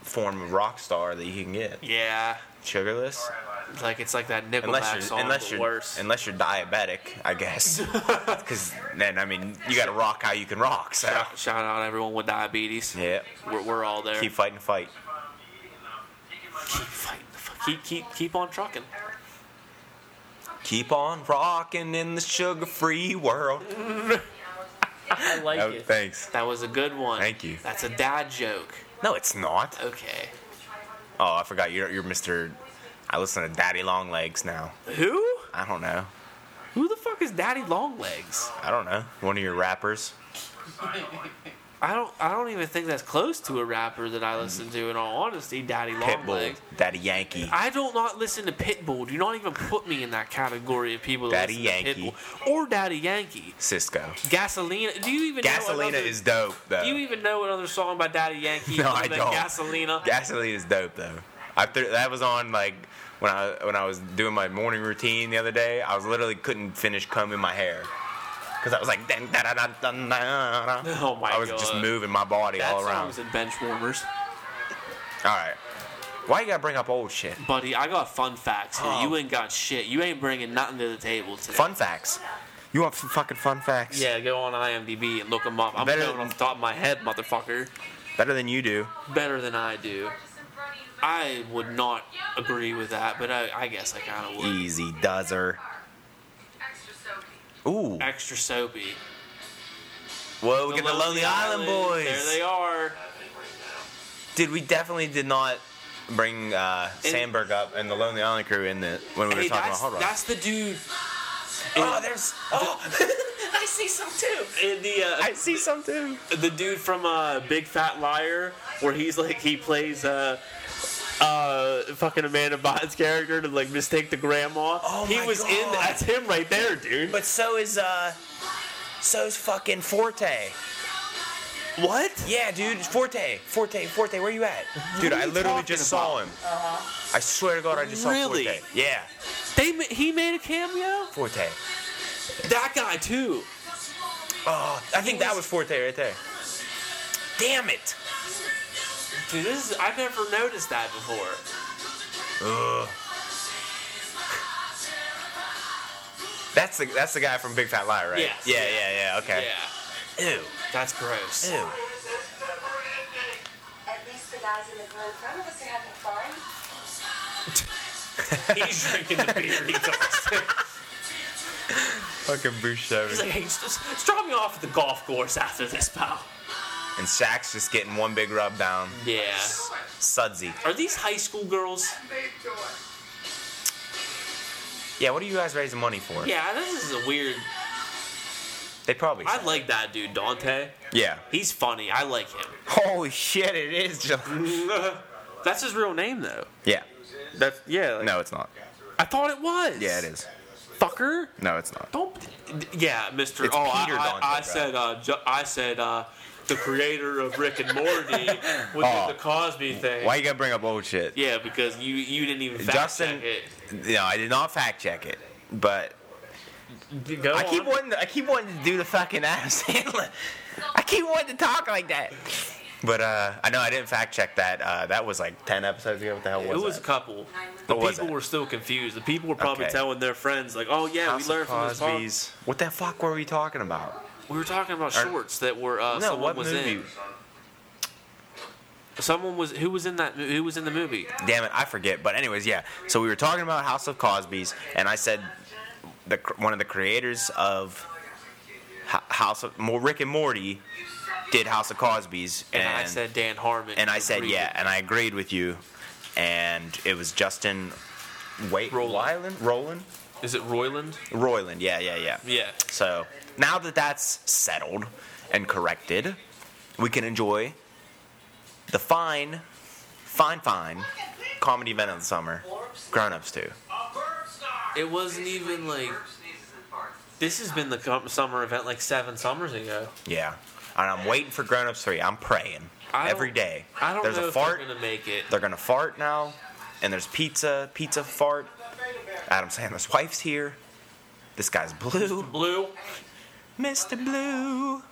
[SPEAKER 2] form of rock star that you can get.
[SPEAKER 1] Yeah,
[SPEAKER 2] Sugarless?
[SPEAKER 1] it's like it's like that nipple back
[SPEAKER 2] Unless you're
[SPEAKER 1] song,
[SPEAKER 2] unless
[SPEAKER 1] but
[SPEAKER 2] you're
[SPEAKER 1] worse.
[SPEAKER 2] unless you're diabetic, I guess. Cuz then I mean, you got to rock how you can rock. So
[SPEAKER 1] shout, shout out everyone with diabetes.
[SPEAKER 2] yeah.
[SPEAKER 1] We're, we're all there.
[SPEAKER 2] Keep fighting the fight.
[SPEAKER 1] keep fighting the fuck. Keep keep keep on trucking.
[SPEAKER 2] Keep on rocking in the sugar-free world.
[SPEAKER 1] I like
[SPEAKER 2] Oh,
[SPEAKER 1] it.
[SPEAKER 2] thanks.
[SPEAKER 1] That was a good one.
[SPEAKER 2] Thank you.
[SPEAKER 1] That's a dad joke.
[SPEAKER 2] No, it's not.
[SPEAKER 1] Okay.
[SPEAKER 2] Oh, I forgot you're you're Mr. I listen to Daddy Long Legs now.
[SPEAKER 1] Who?
[SPEAKER 2] I don't know.
[SPEAKER 1] Who the fuck is Daddy Longlegs?
[SPEAKER 2] I don't know. One of your rappers.
[SPEAKER 1] I don't. I don't even think that's close to a rapper that I listen to. In all honesty, Daddy
[SPEAKER 2] Pitbull,
[SPEAKER 1] Longlegs.
[SPEAKER 2] Daddy Yankee.
[SPEAKER 1] I don't not listen to Pitbull. Do not even put me in that category of people that
[SPEAKER 2] Daddy
[SPEAKER 1] listen
[SPEAKER 2] Yankee.
[SPEAKER 1] to Pitbull or Daddy Yankee.
[SPEAKER 2] Cisco.
[SPEAKER 1] Gasolina. Do you even know
[SPEAKER 2] Gasolina
[SPEAKER 1] another,
[SPEAKER 2] is dope though.
[SPEAKER 1] Do you even know another song by Daddy Yankee?
[SPEAKER 2] No,
[SPEAKER 1] other
[SPEAKER 2] I
[SPEAKER 1] than
[SPEAKER 2] don't.
[SPEAKER 1] Gasolina.
[SPEAKER 2] Gasolina is dope though. I th- that was on like when I when I was doing my morning routine the other day. I was literally couldn't finish combing my hair because I was like, dun, da, da, da, dun, da, da.
[SPEAKER 1] Oh my
[SPEAKER 2] I was just
[SPEAKER 1] God.
[SPEAKER 2] moving my body
[SPEAKER 1] that
[SPEAKER 2] all
[SPEAKER 1] song
[SPEAKER 2] around.
[SPEAKER 1] was in bench warmers,
[SPEAKER 2] all right. Why you gotta bring up old shit?
[SPEAKER 1] buddy. I got fun facts. here.
[SPEAKER 2] Oh.
[SPEAKER 1] You ain't got shit. You ain't bringing nothing to the table today.
[SPEAKER 2] Fun facts. You want f- fucking fun facts?
[SPEAKER 1] Yeah, go on IMDb and look them up. I'm
[SPEAKER 2] Better
[SPEAKER 1] going
[SPEAKER 2] than-
[SPEAKER 1] off the top of my head, motherfucker.
[SPEAKER 2] Better than you do.
[SPEAKER 1] Better than I do. I would not agree with that, but I, I guess I kind of would.
[SPEAKER 2] Easy dozer. Ooh.
[SPEAKER 1] Extra soapy.
[SPEAKER 2] Whoa, we get the Lonely Island Boys.
[SPEAKER 1] There they are.
[SPEAKER 2] Dude, we definitely did not bring uh, Sandberg up and the Lonely Island crew in the when we were
[SPEAKER 1] Hey,
[SPEAKER 2] talking
[SPEAKER 1] that's,
[SPEAKER 2] about Hard Rock.
[SPEAKER 1] that's the dude
[SPEAKER 2] oh, there's. Oh, I see some too.
[SPEAKER 1] in the uh,
[SPEAKER 2] I see some too.
[SPEAKER 1] the dude from uh, Big Fat Liar, where he's like he plays uh, uh, fucking Amanda Bynes character to like mistake the grandma.
[SPEAKER 2] Oh
[SPEAKER 1] he
[SPEAKER 2] my
[SPEAKER 1] was in.
[SPEAKER 2] God.
[SPEAKER 1] That's him right there, dude.
[SPEAKER 2] But so is uh, so's fucking Forte.
[SPEAKER 1] what?
[SPEAKER 2] Yeah, dude, Forte, Forte, Forte. Where you Uh-huh. at? Dude, I
[SPEAKER 1] you
[SPEAKER 2] literally
[SPEAKER 1] talking
[SPEAKER 2] just saw him. I swear to God, I just
[SPEAKER 1] Really?
[SPEAKER 2] saw Forte. Yeah,
[SPEAKER 1] They ma- he made a cameo.
[SPEAKER 2] Forte.
[SPEAKER 1] That guy too.
[SPEAKER 2] Oh, I think that was Forte right there. Damn it.
[SPEAKER 1] Dude, this is, I've never noticed that before.
[SPEAKER 2] Ugh. That's the that's the guy from Big Fat Liar, right?
[SPEAKER 1] Yes.
[SPEAKER 2] Yeah, yeah, yeah. Okay.
[SPEAKER 1] Yeah,
[SPEAKER 2] Ew.
[SPEAKER 1] that's gross.
[SPEAKER 2] Ew.
[SPEAKER 3] At least the guys in the room in front of us are having fun.
[SPEAKER 1] He's drinking the beer. He talks.
[SPEAKER 2] Fucking Bouchard.
[SPEAKER 1] He's like, hey, just, just drop me off at the golf course after this, pal.
[SPEAKER 2] And Shaq's just getting one big rub down.
[SPEAKER 1] Yeah.
[SPEAKER 2] Sudsy.
[SPEAKER 1] Are these high school girls?
[SPEAKER 2] Yeah, what are you guys raising money for?
[SPEAKER 1] Yeah, this is a weird.
[SPEAKER 2] They probably.
[SPEAKER 1] I like that dude, Dante.
[SPEAKER 2] yeah.
[SPEAKER 1] He's funny. I like him.
[SPEAKER 2] Holy shit! It is John.
[SPEAKER 1] That's his real name, though.
[SPEAKER 2] yeah.
[SPEAKER 1] That's yeah.
[SPEAKER 2] No, it's not.
[SPEAKER 1] I thought it was.
[SPEAKER 2] Yeah, it is.
[SPEAKER 1] Fucker.
[SPEAKER 2] No, it's not.
[SPEAKER 1] Don't. Yeah, Mister.
[SPEAKER 2] It's
[SPEAKER 1] oh, I-
[SPEAKER 2] Peter
[SPEAKER 1] I,
[SPEAKER 2] Dante,
[SPEAKER 1] I,
[SPEAKER 2] bro.
[SPEAKER 1] said. Uh, ju- I said. Uh, the creator of Rick and Morty with
[SPEAKER 2] Oh.
[SPEAKER 1] the Cosby thing.
[SPEAKER 2] Why you gotta bring up old shit?
[SPEAKER 1] Yeah, because you you didn't even fact
[SPEAKER 2] Justin.
[SPEAKER 1] check it.
[SPEAKER 2] No, I did not fact check it, but
[SPEAKER 1] Go
[SPEAKER 2] I keep
[SPEAKER 1] on.
[SPEAKER 2] wanting to, I keep wanting to do the fucking Adam Sandler. I keep wanting to talk like that. But uh, I know I didn't fact check that. Uh, that was like ten episodes ago. What the hell was
[SPEAKER 1] It was a
[SPEAKER 2] that?
[SPEAKER 1] couple. The
[SPEAKER 2] What was
[SPEAKER 1] people
[SPEAKER 2] that?
[SPEAKER 1] were still confused. The people were probably
[SPEAKER 2] Okay.
[SPEAKER 1] telling their friends like, "Oh yeah,
[SPEAKER 2] House
[SPEAKER 1] we
[SPEAKER 2] of
[SPEAKER 1] learned from this podcast."
[SPEAKER 2] Cosby's. What the fuck were we talking about?
[SPEAKER 1] We were talking about shorts that were uh,
[SPEAKER 2] no,
[SPEAKER 1] someone
[SPEAKER 2] what
[SPEAKER 1] was
[SPEAKER 2] movie?
[SPEAKER 1] in. Someone was who was in that who was in the movie.
[SPEAKER 2] Damn it, I forget. But anyways, yeah. So we were talking about House of Cosby's, and I said the cr- one of the creators of Ho- House of Mo- Rick and Morty did House of Cosby's,
[SPEAKER 1] And, I said Dan Harmon.
[SPEAKER 2] and I said
[SPEAKER 1] agreed.
[SPEAKER 2] yeah, and I agreed with you, and it was Justin. Wait,
[SPEAKER 1] Roiland.
[SPEAKER 2] Roland, Roland,
[SPEAKER 1] Is it Royland?
[SPEAKER 2] Royland. Yeah, yeah, yeah.
[SPEAKER 1] Yeah.
[SPEAKER 2] So now that that's settled and corrected, we can enjoy the fine, fine, fine comedy event of the summer. Grown ups too.
[SPEAKER 1] It wasn't even like this has been the com- summer event like seven summers ago.
[SPEAKER 2] Yeah. And I'm waiting for Grown Ups 3. I'm praying
[SPEAKER 1] I
[SPEAKER 2] every
[SPEAKER 1] don't-
[SPEAKER 2] day.
[SPEAKER 1] I don't
[SPEAKER 2] There's
[SPEAKER 1] know
[SPEAKER 2] a
[SPEAKER 1] if
[SPEAKER 2] fart.
[SPEAKER 1] they're gonna make it.
[SPEAKER 2] They're going to fart now. And there's pizza, pizza fart. Adam Sandler's wife's here. This guy's blue.
[SPEAKER 1] Blue.
[SPEAKER 2] Mr. Blue.
[SPEAKER 5] I thought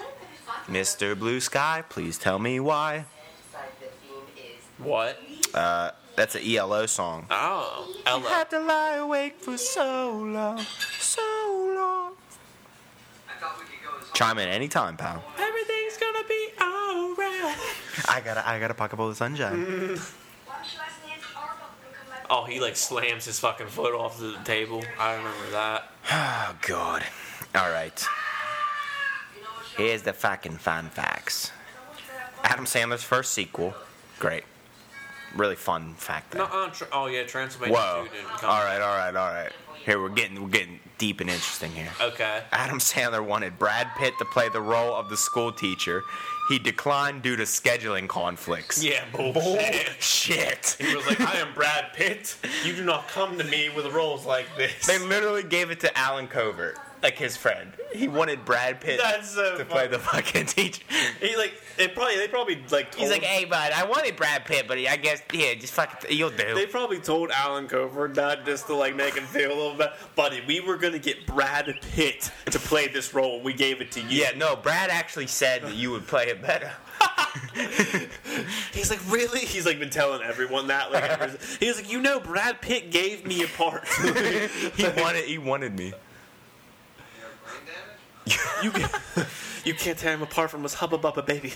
[SPEAKER 5] it could be fun.
[SPEAKER 2] Mr. Blue Sky, please tell me why.
[SPEAKER 5] Decide the theme is
[SPEAKER 1] What?
[SPEAKER 2] Uh, that's an ELO song.
[SPEAKER 1] Oh,
[SPEAKER 2] I
[SPEAKER 1] Ella.
[SPEAKER 2] had to lie awake for so long, so long. Chime in anytime, pal.
[SPEAKER 1] Everything's gonna be alright.
[SPEAKER 2] I got a, I got a pocket bowl of sunshine.
[SPEAKER 3] Why don't you ask Nancy Arbuckle to come back?
[SPEAKER 1] Oh, he like slams his fucking foot off the table. I remember that.
[SPEAKER 2] Oh God. All right. Here's the fucking fun facts. Adam Sandler's first sequel. Great. Really fun fact there.
[SPEAKER 1] No, uh, tra- oh yeah, Transylvania
[SPEAKER 2] Whoa.
[SPEAKER 1] 2 didn't come.
[SPEAKER 2] All right, all right, all right. Here we're getting we're getting deep and interesting here.
[SPEAKER 1] Okay.
[SPEAKER 2] Adam Sandler wanted Brad Pitt to play the role of the school teacher. He declined due to scheduling conflicts.
[SPEAKER 1] Yeah, bullshit.
[SPEAKER 2] Bullshit.
[SPEAKER 1] He was like, I am Brad Pitt. You do not come to me with roles like this.
[SPEAKER 2] They literally gave it to Alan Covert, like his friend. He wanted Brad Pitt
[SPEAKER 1] That's so
[SPEAKER 2] to play the fucking teacher.
[SPEAKER 1] He like it probably they probably like told,
[SPEAKER 2] He's like, "Hey, bud, I wanted Brad Pitt, but I guess yeah, just fucking you'll
[SPEAKER 1] they
[SPEAKER 2] do."
[SPEAKER 1] probably told Alan Covert that just to like make him feel a little bad. Buddy, we were gonna get Brad Pitt to play this role. We gave it to you.
[SPEAKER 2] Yeah, no, Brad actually said that you would play it better.
[SPEAKER 1] He's like, really? He's like been telling everyone that. Like, ever- he was like, you know, Brad Pitt gave me a part.
[SPEAKER 2] He wanted, he wanted me.
[SPEAKER 1] you, ca- you can't tear him apart from us, hubba bubba baby.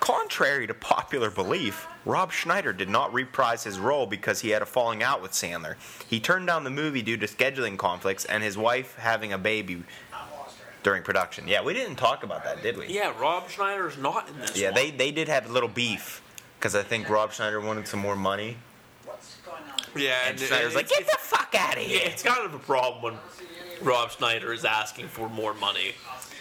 [SPEAKER 2] Contrary to popular belief, Rob Schneider did not reprise his role because he had a falling out with Sandler. He turned down the movie due to scheduling conflicts and his wife having a baby during production. Yeah, we didn't talk about that, did we?
[SPEAKER 1] yeah, Rob Schneider's not in this.
[SPEAKER 2] Yeah,
[SPEAKER 1] one.
[SPEAKER 2] they, they did have a little beef because I think Rob Schneider wanted some more money.
[SPEAKER 1] Yeah,
[SPEAKER 2] And Schneider's like, get the fuck out of
[SPEAKER 1] Yeah,
[SPEAKER 2] here.
[SPEAKER 1] it's kind of a problem when Rob Schneider is asking for more money.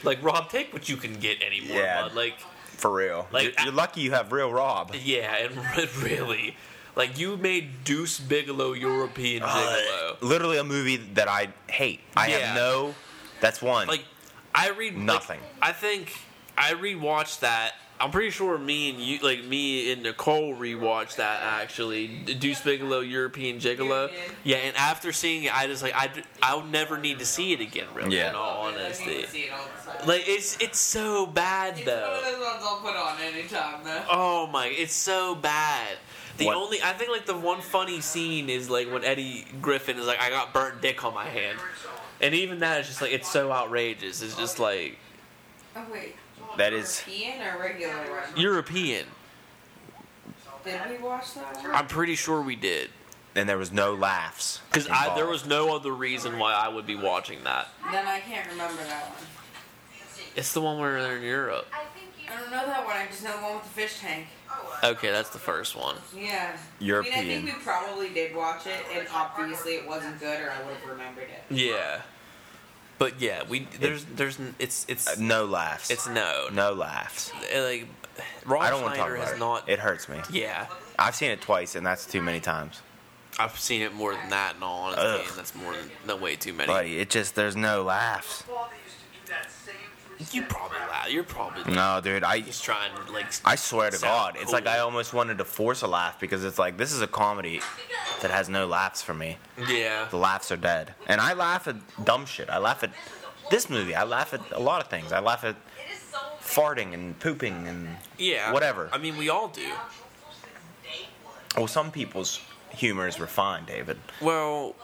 [SPEAKER 1] Like, Rob, take what you can get anymore.
[SPEAKER 2] Yeah.
[SPEAKER 1] bud. Like,
[SPEAKER 2] For real.
[SPEAKER 1] Like,
[SPEAKER 2] you're, you're lucky you have real Rob.
[SPEAKER 1] yeah, and really, like, you made Deuce Bigelow European
[SPEAKER 2] Uh,
[SPEAKER 1] Bigelow.
[SPEAKER 2] literally a movie that I hate. I
[SPEAKER 1] Yeah.
[SPEAKER 2] have no. That's one.
[SPEAKER 1] like, I read like,
[SPEAKER 2] Nothing.
[SPEAKER 1] I think I rewatched that. I'm pretty sure me and you, like me and Nicole, rewatched that actually. Deuce Bigelow, European Gigolo. Yeah, and after seeing it, I just like I I'll never need to see it again. Really,
[SPEAKER 2] Yeah.
[SPEAKER 1] in all honesty.
[SPEAKER 7] See it all the time.
[SPEAKER 1] Like it's it's so bad
[SPEAKER 7] It's one of
[SPEAKER 1] though.
[SPEAKER 7] those ones I'll put on anytime though.
[SPEAKER 1] Oh my, it's so bad. The
[SPEAKER 2] What?
[SPEAKER 1] only I think like the one funny scene is like when Eddie Griffin is like, I got burnt dick on my hand, and even that is just like it's so outrageous. It's just like
[SPEAKER 7] Oh wait,
[SPEAKER 2] that is.
[SPEAKER 7] European or regular one?
[SPEAKER 1] European.
[SPEAKER 7] Did we watch that one?
[SPEAKER 1] I'm pretty sure we did
[SPEAKER 2] And there was no laughs.
[SPEAKER 1] because I there
[SPEAKER 2] involved.
[SPEAKER 1] was no other reason why I would be watching that.
[SPEAKER 7] Then I can't remember that one.
[SPEAKER 1] It's the one where they're in Europe.
[SPEAKER 5] I think you
[SPEAKER 7] I don't know that one. I just know the one with the fish tank.
[SPEAKER 1] Okay, that's the first one.
[SPEAKER 7] Yeah. I mean, I
[SPEAKER 2] European.
[SPEAKER 7] think we probably did watch it, and obviously it wasn't good, or I would have remembered it.
[SPEAKER 1] Yeah, but yeah, we there's there's n- it's
[SPEAKER 2] Uh,
[SPEAKER 1] it's
[SPEAKER 2] no laughs.
[SPEAKER 1] it's no
[SPEAKER 2] no laughs.
[SPEAKER 1] Uh, like Rob
[SPEAKER 2] I don't want to talk
[SPEAKER 1] Schneider
[SPEAKER 2] about
[SPEAKER 1] has
[SPEAKER 2] it.
[SPEAKER 1] not.
[SPEAKER 2] It hurts me.
[SPEAKER 1] yeah,
[SPEAKER 2] I've seen it twice, and that's too many times.
[SPEAKER 1] I've seen it more than that in all honesty,
[SPEAKER 2] Ugh.
[SPEAKER 1] and that's more than no way too many.
[SPEAKER 2] Buddy, it just there's no laughs.
[SPEAKER 1] You probably loud. You're probably like,
[SPEAKER 2] No, dude, I
[SPEAKER 1] just trying to like.
[SPEAKER 2] I swear to
[SPEAKER 1] Sound
[SPEAKER 2] God, it's like
[SPEAKER 1] cool.
[SPEAKER 2] I almost wanted to force a laugh because it's like this is a comedy that has no laughs for me.
[SPEAKER 1] yeah,
[SPEAKER 2] The laughs are dead, and I laugh at dumb shit. I laugh at this movie. I laugh at a lot of things. I laugh at farting and pooping and
[SPEAKER 1] yeah.
[SPEAKER 2] whatever.
[SPEAKER 1] I mean, we all do.
[SPEAKER 2] well, some people's humor is refined, David.
[SPEAKER 1] Well,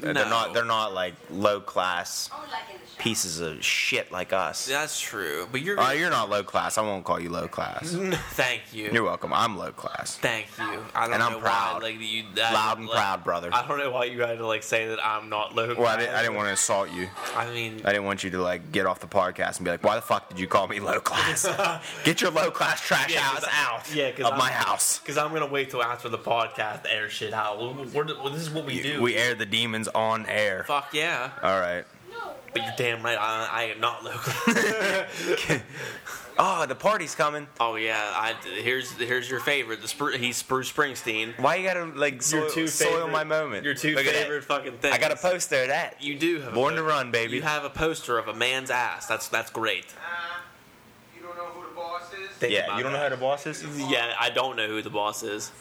[SPEAKER 2] They're
[SPEAKER 1] no.
[SPEAKER 2] not. They're not like low class
[SPEAKER 5] Only like in the show.
[SPEAKER 2] pieces of shit like us.
[SPEAKER 1] That's true. But you're.
[SPEAKER 2] Oh, you're not low class. I won't call you low class.
[SPEAKER 1] Mm-hmm. Thank you.
[SPEAKER 2] You're welcome. I'm low class.
[SPEAKER 1] Thank you. I don't
[SPEAKER 2] And I'm
[SPEAKER 1] know
[SPEAKER 2] proud.
[SPEAKER 1] Why, like you, that,
[SPEAKER 2] Loud and
[SPEAKER 1] like,
[SPEAKER 2] proud, brother.
[SPEAKER 1] I don't know why you had to like say that I'm not local.
[SPEAKER 2] Well, I didn't, I didn't want to insult you.
[SPEAKER 1] I mean,
[SPEAKER 2] I didn't want you to like get off the podcast and be like, "Why the fuck did you call me low class? get your low class trash
[SPEAKER 1] Yeah, 'cause
[SPEAKER 2] house
[SPEAKER 1] I-
[SPEAKER 2] out
[SPEAKER 1] yeah, 'cause
[SPEAKER 2] of
[SPEAKER 1] I'm-
[SPEAKER 2] my house."
[SPEAKER 1] because I'm gonna wait till after the podcast to air shit out. We're, we're- well, this is what we do.
[SPEAKER 2] We air the demons on air.
[SPEAKER 1] Fuck yeah.
[SPEAKER 2] All right.
[SPEAKER 1] But you're damn right. I, I am not local.
[SPEAKER 2] Oh, the party's coming.
[SPEAKER 1] oh yeah. I here's here's your favorite. The Spru- he's Spruce Springsteen.
[SPEAKER 2] Why you gotta like soil, soil my moment?
[SPEAKER 1] Your two
[SPEAKER 2] Look at that.
[SPEAKER 1] favorite fucking things.
[SPEAKER 2] I got a poster of that.
[SPEAKER 1] You do have a
[SPEAKER 2] Born to
[SPEAKER 1] poster.
[SPEAKER 2] Run, baby.
[SPEAKER 1] You have a poster of a man's ass. That's that's great.
[SPEAKER 4] Uh, you don't know who the boss is?
[SPEAKER 1] Think
[SPEAKER 2] yeah,
[SPEAKER 1] about
[SPEAKER 2] you don't know
[SPEAKER 1] that.
[SPEAKER 2] how the boss is.
[SPEAKER 1] Yeah, I don't know who the boss is.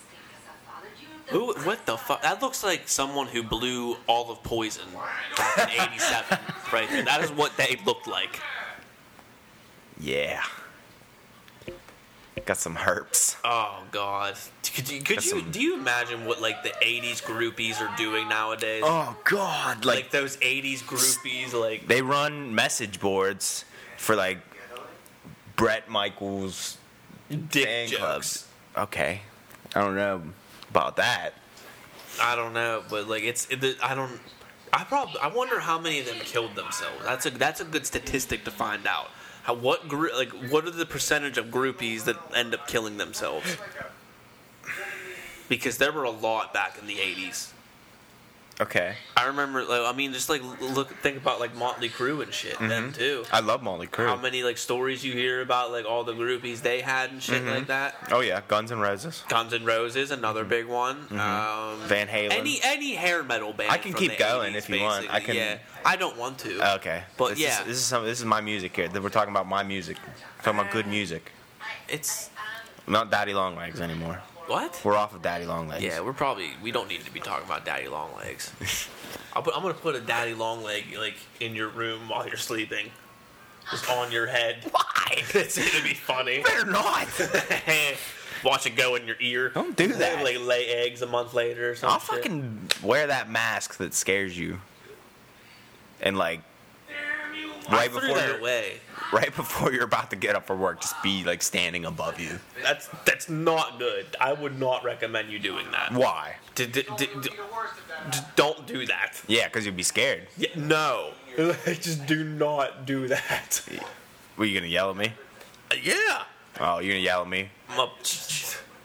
[SPEAKER 1] Who? What the fuck? That looks like someone who blew all of Poison back in '87, right? there. That is what they looked like.
[SPEAKER 2] Yeah. Got some herps.
[SPEAKER 1] Oh God! Could you? Could
[SPEAKER 2] That's
[SPEAKER 1] you?
[SPEAKER 2] some-
[SPEAKER 1] Do you imagine what like the '80s groupies are doing nowadays?
[SPEAKER 2] Oh God! Like,
[SPEAKER 1] like, those '80s groupies, like
[SPEAKER 2] they run message boards for like Brett Michaels
[SPEAKER 1] dick
[SPEAKER 2] fan
[SPEAKER 1] jokes.
[SPEAKER 2] clubs. Okay, I don't know about that.
[SPEAKER 1] I don't know, but like it's. It, I don't. I probably. I wonder how many of them killed themselves. That's a that's a good statistic to find out. How what group like what are the percentage of groupies that end up killing themselves? Because there were a lot back in the '80s.
[SPEAKER 2] Okay,
[SPEAKER 1] I remember. Like, I mean, just like look, think about like Motley Crue and shit. Them too.
[SPEAKER 2] Mm-hmm. I love Molly
[SPEAKER 1] How
[SPEAKER 2] Crew.
[SPEAKER 1] many like stories you hear about like all the groupies they had and shit like that.
[SPEAKER 2] Oh yeah, Guns N' Roses,
[SPEAKER 1] Guns N' Roses, another big one. Um,
[SPEAKER 2] Mm-hmm. Van Halen.
[SPEAKER 1] any any hair metal band.
[SPEAKER 2] I can
[SPEAKER 1] from
[SPEAKER 2] keep
[SPEAKER 1] the
[SPEAKER 2] going
[SPEAKER 1] 80s,
[SPEAKER 2] if you want. I
[SPEAKER 1] basically.
[SPEAKER 2] can- Oh.
[SPEAKER 1] Yeah, I don't want to.
[SPEAKER 2] okay,
[SPEAKER 1] But
[SPEAKER 2] this
[SPEAKER 1] yeah.
[SPEAKER 2] is, this is some, this is my music here. We're talking about my music. talking about good music.
[SPEAKER 1] it's
[SPEAKER 2] Not Daddy Long Legs anymore.
[SPEAKER 1] what?
[SPEAKER 2] We're off of Daddy Long Legs.
[SPEAKER 1] yeah, we're probably we don't need to be talking about daddy long legs. I'll put, I'm gonna put a daddy long leg like in your room while you're sleeping, just on your head. Why? it's gonna be funny.
[SPEAKER 2] better not.
[SPEAKER 1] Watch it go in your ear.
[SPEAKER 2] Don't do that.
[SPEAKER 1] Like lay eggs a month later or something.
[SPEAKER 2] I'll fucking wear that mask that scares you. And like right
[SPEAKER 1] threw
[SPEAKER 2] before
[SPEAKER 1] that
[SPEAKER 2] you're,
[SPEAKER 1] away.
[SPEAKER 2] right before you're about to get up for work, just be like standing above you.
[SPEAKER 1] That's that's not good. I would not recommend you doing that.
[SPEAKER 2] Why?
[SPEAKER 1] D- d- d-
[SPEAKER 4] You would
[SPEAKER 1] d-
[SPEAKER 4] be the worst at that.
[SPEAKER 1] d- don't do that.
[SPEAKER 2] Yeah, because you'd be scared.
[SPEAKER 1] Yeah, no, just do not do that.
[SPEAKER 2] Were you gonna yell at me?
[SPEAKER 1] Yeah,
[SPEAKER 2] Oh, you're gonna yell at me
[SPEAKER 1] I'm a-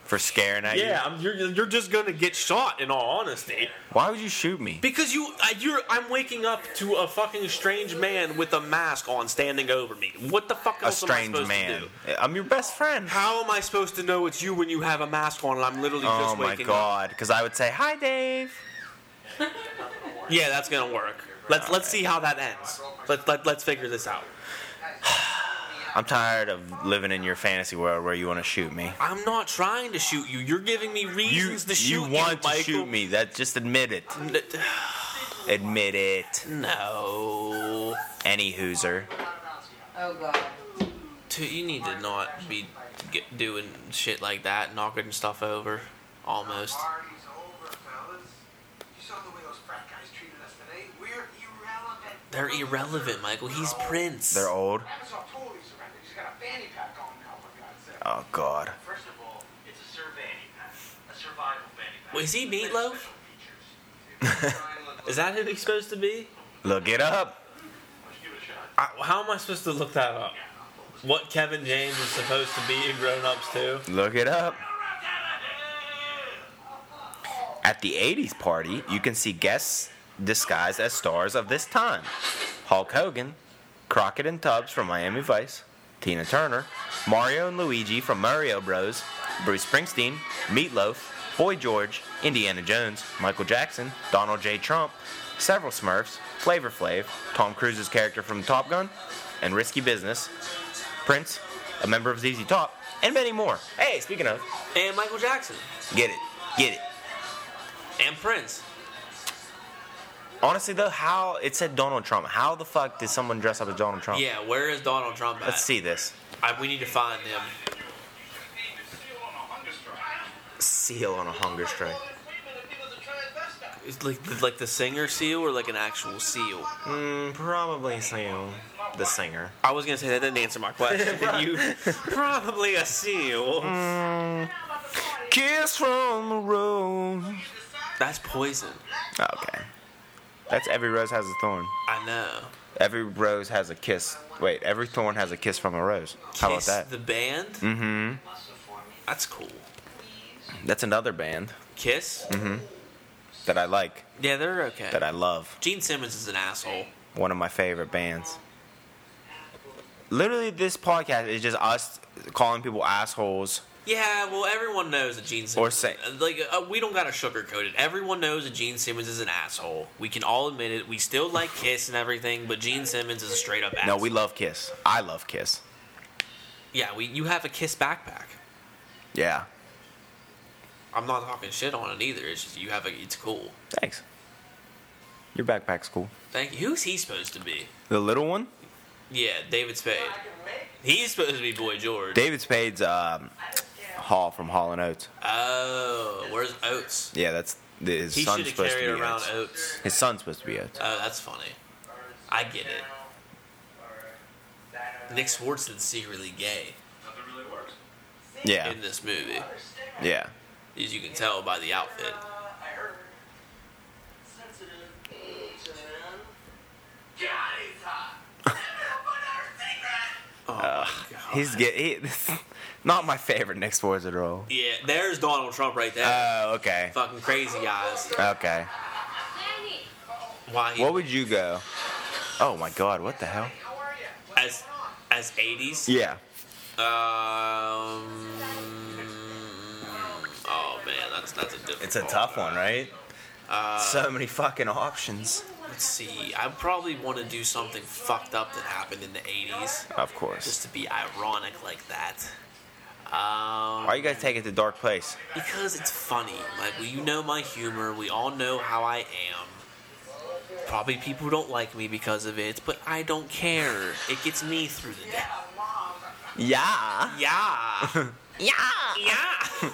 [SPEAKER 2] for scaring at you?
[SPEAKER 1] yeah, I'm, you're you're just gonna get shot. In all honesty,
[SPEAKER 2] Why would you shoot me?
[SPEAKER 1] because you uh, you're I'm waking up to a fucking strange man with a mask on standing over me. What the fuck
[SPEAKER 2] A
[SPEAKER 1] else am I
[SPEAKER 2] strange
[SPEAKER 1] supposed
[SPEAKER 2] man.
[SPEAKER 1] to do?
[SPEAKER 2] I'm your best friend.
[SPEAKER 1] How am I supposed to know it's you when you have a mask on and I'm literally
[SPEAKER 2] Oh
[SPEAKER 1] just
[SPEAKER 2] my
[SPEAKER 1] waking up?
[SPEAKER 2] god! Because I would say hi, Dave.
[SPEAKER 1] Yeah, that's gonna work. Let's let's see how that ends. Let, let let's figure this out.
[SPEAKER 2] I'm tired of living in your fantasy world where you want to shoot me.
[SPEAKER 1] I'm not trying to shoot you. You're giving me
[SPEAKER 2] You,
[SPEAKER 1] reasons to shoot
[SPEAKER 2] you want to
[SPEAKER 1] Michael.
[SPEAKER 2] shoot me? That just admit it.
[SPEAKER 1] N-
[SPEAKER 2] Admit it.
[SPEAKER 1] No.
[SPEAKER 2] Any hooser.
[SPEAKER 7] Oh god.
[SPEAKER 1] Dude, you need to not be get, doing shit like that, knocking stuff over. Almost.
[SPEAKER 4] Party's over, fellas. You saw the way those frat guys treated us today. We're irrelevant.
[SPEAKER 1] They're irrelevant, Michael. He's Prince.
[SPEAKER 2] They're old.
[SPEAKER 4] That's all totally surrounded. He's got a fanny pack on now, for God's sake.
[SPEAKER 2] Oh God.
[SPEAKER 4] First of all, it's a survey pack. A survival fanny pack.
[SPEAKER 1] Wait, is he Meatloaf? Is that who he's supposed to be?
[SPEAKER 2] Look it up.
[SPEAKER 1] I, how am I supposed to look that up? What Kevin James is supposed to be in Grown Ups too?
[SPEAKER 2] Look it up. At the 80s party, you can see guests disguised as stars of this time Hulk Hogan, Crockett and Tubbs from Miami Vice, Tina Turner, Mario and Luigi from Mario Bros., Bruce Springsteen, Meatloaf, Boy George, Indiana Jones, Michael Jackson, Donald J. Trump, several Smurfs, Flavor Flav, Tom Cruise's character from Top Gun, and Risky Business, Prince, a member of ZZ Top, and many more. Hey, speaking of,
[SPEAKER 1] And Michael Jackson.
[SPEAKER 2] get it, get it.
[SPEAKER 1] And Prince.
[SPEAKER 2] Honestly, though, how it said Donald Trump. How the fuck did someone dress up as Donald Trump?
[SPEAKER 1] Yeah, where is Donald Trump at?
[SPEAKER 2] Oh. Let's see this.
[SPEAKER 1] I, we need to find him.
[SPEAKER 2] Seal on a hunger strike.
[SPEAKER 1] It's like like the singer seal or like an actual seal.
[SPEAKER 2] Mm, probably Seal, the singer.
[SPEAKER 1] I was gonna say that didn't answer my question. you probably a seal.
[SPEAKER 2] Kiss from a rose.
[SPEAKER 1] That's poison.
[SPEAKER 2] Okay. That's every rose has a thorn.
[SPEAKER 1] I know.
[SPEAKER 2] Every rose has a kiss. Wait, every thorn has a kiss from a rose. How about
[SPEAKER 1] Kiss
[SPEAKER 2] that?
[SPEAKER 1] The band.
[SPEAKER 2] mm-hmm.
[SPEAKER 1] That's cool.
[SPEAKER 2] That's another band
[SPEAKER 1] Kiss.
[SPEAKER 2] that I like,
[SPEAKER 1] Yeah, they're okay.
[SPEAKER 2] Mm. that I love.
[SPEAKER 1] Gene Simmons is an asshole.
[SPEAKER 2] One of my favorite bands. Literally, this podcast is just us calling people assholes.
[SPEAKER 1] Yeah, well, everyone knows that Gene Simmons.
[SPEAKER 2] say-
[SPEAKER 1] like uh, we don't gotta sugarcoat it. Everyone knows that Gene Simmons is an asshole. We can all admit it. We still like Kiss and everything, but Gene Simmons is a straight up asshole.
[SPEAKER 2] No, we love Kiss. I love Kiss.
[SPEAKER 1] Yeah, we. You have a Kiss backpack.
[SPEAKER 2] Yeah.
[SPEAKER 1] I'm not talking shit on it either. It's just you have a. It's cool.
[SPEAKER 2] Thanks. Your backpack's cool.
[SPEAKER 1] Thank you. Who's he supposed to be?
[SPEAKER 2] The little one?
[SPEAKER 1] Yeah, David Spade. He's supposed to be Boy George.
[SPEAKER 2] David Spade's um, Hall from Hall and Oates.
[SPEAKER 1] oh, where's Oates?
[SPEAKER 2] Yeah, that's his
[SPEAKER 1] He should
[SPEAKER 2] son's
[SPEAKER 1] have
[SPEAKER 2] supposed
[SPEAKER 1] carried
[SPEAKER 2] to be
[SPEAKER 1] around
[SPEAKER 2] Oates.
[SPEAKER 1] Oates.
[SPEAKER 2] His son's supposed to be Oates.
[SPEAKER 1] Oh, that's funny. I get it. Nick Swartzen's secretly gay
[SPEAKER 2] Yeah,
[SPEAKER 1] in this movie,
[SPEAKER 2] yeah.
[SPEAKER 1] as you can tell by the outfit.
[SPEAKER 2] Oh,
[SPEAKER 1] Oh, my God.
[SPEAKER 2] He's get he, not my favorite Nick Swartz at all.
[SPEAKER 1] yeah, there's Donald Trump right there.
[SPEAKER 2] Oh, okay,
[SPEAKER 1] Fucking crazy eyes.
[SPEAKER 2] okay.
[SPEAKER 1] Why? He,
[SPEAKER 2] What would you go? Oh my God, what the hell?
[SPEAKER 1] as as 80s?
[SPEAKER 2] Yeah,
[SPEAKER 1] Um. Oh man, that's that's a difficult.
[SPEAKER 2] it's a tough one, right? so many fucking options.
[SPEAKER 1] Let's see. I probably want to do something fucked up that happened in the '80s,
[SPEAKER 2] Of course.
[SPEAKER 1] just to be ironic like that. Um,
[SPEAKER 2] Why you guys take it to dark place?
[SPEAKER 1] because it's funny. Like well, you know my humor. We all know how I am. Probably people don't like me because of it, but I don't care. It gets me through the day.
[SPEAKER 2] Yeah.
[SPEAKER 1] Yeah. yeah.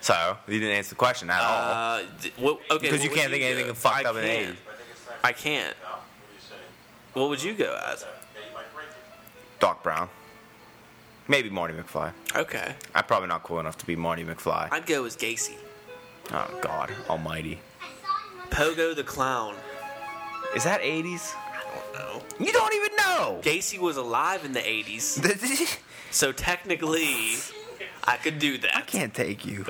[SPEAKER 2] So you didn't answer the question at all
[SPEAKER 1] Uh, d- what, okay.
[SPEAKER 2] because
[SPEAKER 1] what
[SPEAKER 2] you
[SPEAKER 1] would
[SPEAKER 2] can't think of
[SPEAKER 1] do?
[SPEAKER 2] anything fucked
[SPEAKER 1] I
[SPEAKER 2] up in the
[SPEAKER 1] can't.
[SPEAKER 2] eighties.
[SPEAKER 1] I can't. What would you go as?
[SPEAKER 2] Doc Brown, maybe Marty McFly.
[SPEAKER 1] Okay.
[SPEAKER 2] I'm probably not cool enough to be Marty McFly.
[SPEAKER 1] I'd go as Gacy.
[SPEAKER 2] Oh God, Almighty.
[SPEAKER 1] Pogo the Clown.
[SPEAKER 2] Is that 80s?
[SPEAKER 1] I don't know.
[SPEAKER 2] You don't even know.
[SPEAKER 1] Gacy was alive in the 80s, so technically, I could do that.
[SPEAKER 2] I can't take you.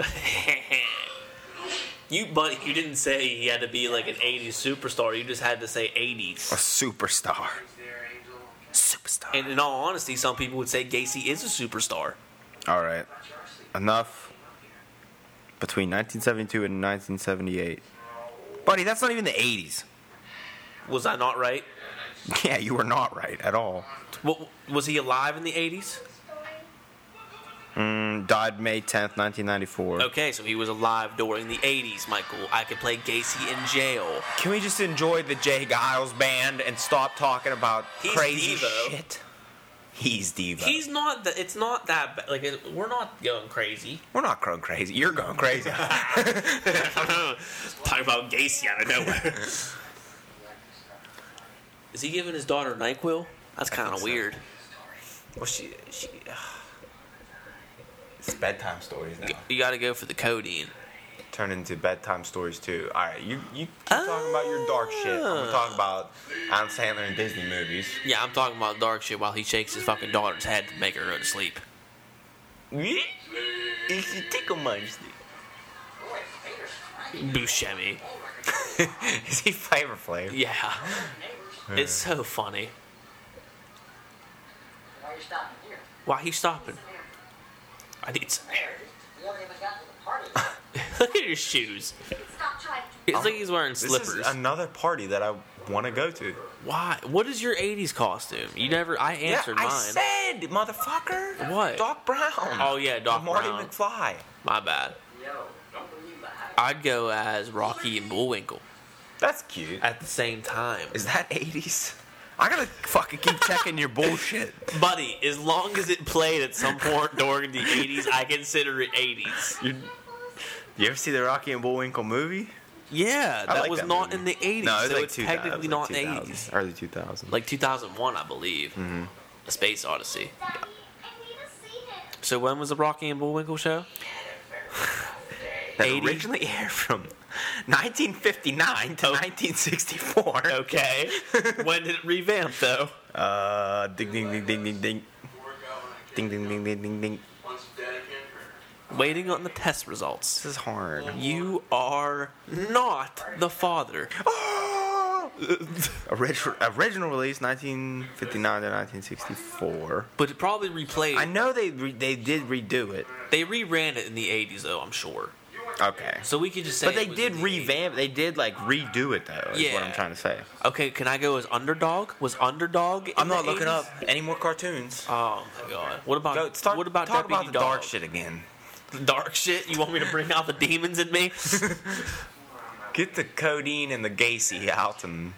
[SPEAKER 1] you, but you didn't say he had to be like an 80s superstar. You just had to say
[SPEAKER 2] A
[SPEAKER 1] 80s.
[SPEAKER 2] superstar. Superstar.
[SPEAKER 1] And in all honesty, some people would say Gacy is a superstar.
[SPEAKER 2] All right. Enough. Between 1972 and 1978. Buddy, that's not even the 80s.
[SPEAKER 1] Was I not right?
[SPEAKER 2] Yeah, you were not right at all.
[SPEAKER 1] What, was he alive in the 80s?
[SPEAKER 2] Mm, died May 10th, 1994.
[SPEAKER 1] Okay, so he was alive during the 80s, Michael. I could play Gacy in jail.
[SPEAKER 2] Can we just enjoy the Jay Giles band and stop talking about
[SPEAKER 1] He's
[SPEAKER 2] crazy
[SPEAKER 1] Devo.
[SPEAKER 2] shit? He's Devo.
[SPEAKER 1] He's not. The, it's not that. Ba- like it, we're not going crazy.
[SPEAKER 2] we're not going crazy. You're going crazy.
[SPEAKER 1] Talking about Gacy out of nowhere. Is he giving his daughter Nyquil? That's kind of weird. Well, she, she,
[SPEAKER 2] it's bedtime stories now.
[SPEAKER 1] you got to go for the codeine.
[SPEAKER 2] turn into bedtime stories too. All right, you you keep talking about your dark shit. I'm gonna
[SPEAKER 1] Ah.
[SPEAKER 2] talk about Adam Sandler and Disney movies.
[SPEAKER 1] Yeah, I'm talking about dark shit while he shakes his fucking daughter's head to make her go to sleep.
[SPEAKER 2] It's a tickle monster.
[SPEAKER 1] Buscemi.
[SPEAKER 2] Is he Flavor Flav?
[SPEAKER 1] Yeah, it's so funny.
[SPEAKER 5] Why are you stopping here?
[SPEAKER 1] Why he stopping? I need some air.
[SPEAKER 5] You haven't even gotten to the party yet.
[SPEAKER 1] Look at his shoes.
[SPEAKER 3] Stop trying to
[SPEAKER 1] It's like he's wearing
[SPEAKER 2] This
[SPEAKER 1] slippers.
[SPEAKER 2] is another party that I want to go to.
[SPEAKER 1] Why? What is your '80s costume? You never. I answered
[SPEAKER 2] yeah, I
[SPEAKER 1] mine.
[SPEAKER 2] said, motherfucker.
[SPEAKER 1] What?
[SPEAKER 2] Doc Brown.
[SPEAKER 1] Oh, yeah, Doc
[SPEAKER 2] Marty
[SPEAKER 1] Brown.
[SPEAKER 2] McFly.
[SPEAKER 1] My bad. I'd go as Rocky and Bullwinkle
[SPEAKER 2] That's cute.
[SPEAKER 1] at the same time.
[SPEAKER 2] Is that 80s? I gotta fucking keep checking your bullshit.
[SPEAKER 1] Buddy, as long as it played at some point during the '80s, I consider it '80s.
[SPEAKER 2] You, you ever see the Rocky and Bullwinkle movie?
[SPEAKER 1] Yeah,
[SPEAKER 2] I
[SPEAKER 1] that
[SPEAKER 2] like
[SPEAKER 1] was not
[SPEAKER 2] movie.
[SPEAKER 1] in the 80s.
[SPEAKER 2] No, it was
[SPEAKER 1] so
[SPEAKER 2] like
[SPEAKER 1] it's
[SPEAKER 2] 2000,
[SPEAKER 1] technically
[SPEAKER 2] like
[SPEAKER 1] not in the
[SPEAKER 2] 2000,
[SPEAKER 1] 80s.
[SPEAKER 2] Early 2000s.
[SPEAKER 1] Like 2001, I believe. A Space Odyssey.
[SPEAKER 3] Daddy, I need to see him.
[SPEAKER 1] So when was the Rocky and Bullwinkle show?
[SPEAKER 2] that
[SPEAKER 1] 80?
[SPEAKER 2] originally aired from 1959 to 1964.
[SPEAKER 1] Oh. Okay. when did it revamp though?
[SPEAKER 2] Uh, ding ding ding ding ding ding. Ding ding ding ding ding ding.
[SPEAKER 1] Waiting on the test results.
[SPEAKER 2] This is hard.
[SPEAKER 1] You are not the father.
[SPEAKER 2] Original, Oh! original release 1959 to 1964.
[SPEAKER 1] But it probably replayed.
[SPEAKER 2] I know they re- they did redo it.
[SPEAKER 1] They reran it in the 80s though, I'm sure.
[SPEAKER 2] Okay.
[SPEAKER 1] So we could just say
[SPEAKER 2] But
[SPEAKER 1] it
[SPEAKER 2] they
[SPEAKER 1] was
[SPEAKER 2] did
[SPEAKER 1] in the 80s.
[SPEAKER 2] revamp. They did like redo it though. Is what
[SPEAKER 1] Yeah.
[SPEAKER 2] I'm trying to say.
[SPEAKER 1] Okay, can I go as Underdog? Was Underdog in
[SPEAKER 2] I'm
[SPEAKER 1] the
[SPEAKER 2] not looking
[SPEAKER 1] 80s?
[SPEAKER 2] up any more cartoons.
[SPEAKER 1] Oh my god. What about
[SPEAKER 2] Go, start,
[SPEAKER 1] what about
[SPEAKER 2] talk
[SPEAKER 1] Deputy
[SPEAKER 2] about the
[SPEAKER 1] Dog?
[SPEAKER 2] dark shit again?
[SPEAKER 1] Dark shit? You want me to bring out the demons in me?
[SPEAKER 2] Get the codeine and the Gacy out, and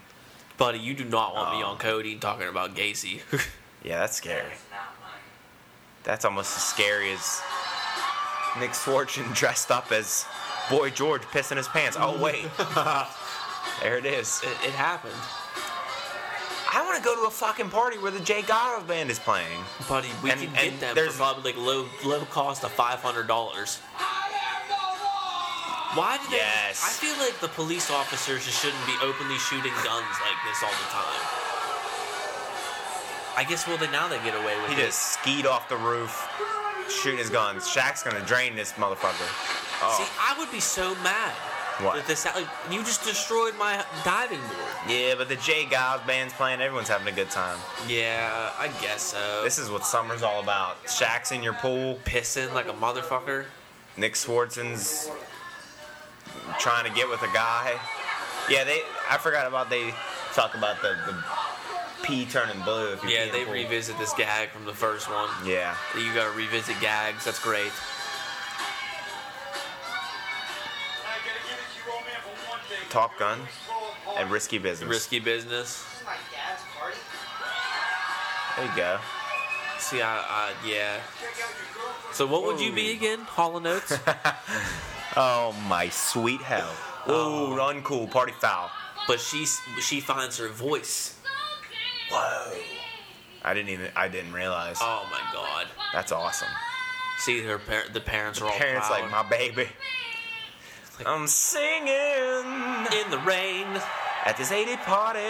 [SPEAKER 1] Buddy, you do not want me
[SPEAKER 2] Oh.
[SPEAKER 1] on Cody talking about Gacy.
[SPEAKER 2] yeah, that's scary. That's almost as scary as Nick Swardson dressed up as Boy George pissing his pants. Oh wait, there it is.
[SPEAKER 1] it, it happened.
[SPEAKER 2] I want to go to a fucking party where the Jay Giles band is playing.
[SPEAKER 1] Buddy, we
[SPEAKER 2] And-
[SPEAKER 1] can
[SPEAKER 2] and
[SPEAKER 1] get them
[SPEAKER 2] there's-
[SPEAKER 1] for probably like low low cost of five hundred dollars. Why do they?
[SPEAKER 2] Yes.
[SPEAKER 1] I feel like the police officers just shouldn't be openly shooting guns like this all the time. I guess well they now they get away with
[SPEAKER 2] He
[SPEAKER 1] it.
[SPEAKER 2] just skied off the roof, shooting his guns. Shaq's gonna drain this motherfucker.
[SPEAKER 1] See,
[SPEAKER 2] Oh,
[SPEAKER 1] I would be so mad.
[SPEAKER 2] What?
[SPEAKER 1] That this like you just destroyed my diving board.
[SPEAKER 2] yeah, but the Jay Giles band's playing. Everyone's having a good time.
[SPEAKER 1] Yeah, I guess so.
[SPEAKER 2] This is what summer's all about. Shaq's in your pool.
[SPEAKER 1] pissing like a motherfucker.
[SPEAKER 2] Nick Swartzen's trying to get with a guy. Yeah, they. I forgot about they talk about the, the pee turning blue. If you
[SPEAKER 1] Yeah,
[SPEAKER 2] pee
[SPEAKER 1] they
[SPEAKER 2] in the pool.
[SPEAKER 1] revisit this gag from the first one.
[SPEAKER 2] Yeah,
[SPEAKER 1] You gotta revisit gags. That's great.
[SPEAKER 2] Top Gun and Risky Business.
[SPEAKER 1] Risky business.
[SPEAKER 2] There you go.
[SPEAKER 1] See, I, I yeah. So what would you be again? Hall and Oates.
[SPEAKER 2] Oh my sweet hell.
[SPEAKER 1] Oh.
[SPEAKER 2] Ooh, uncool party foul.
[SPEAKER 1] but she she finds her voice.
[SPEAKER 2] Whoa. I didn't even. I didn't realize.
[SPEAKER 1] Oh my god.
[SPEAKER 2] That's awesome.
[SPEAKER 1] See her par- the parents are all
[SPEAKER 2] Parents
[SPEAKER 1] proud.
[SPEAKER 2] like my baby.
[SPEAKER 1] like-
[SPEAKER 2] I'm singing
[SPEAKER 1] in the rain.
[SPEAKER 2] at this 80 party.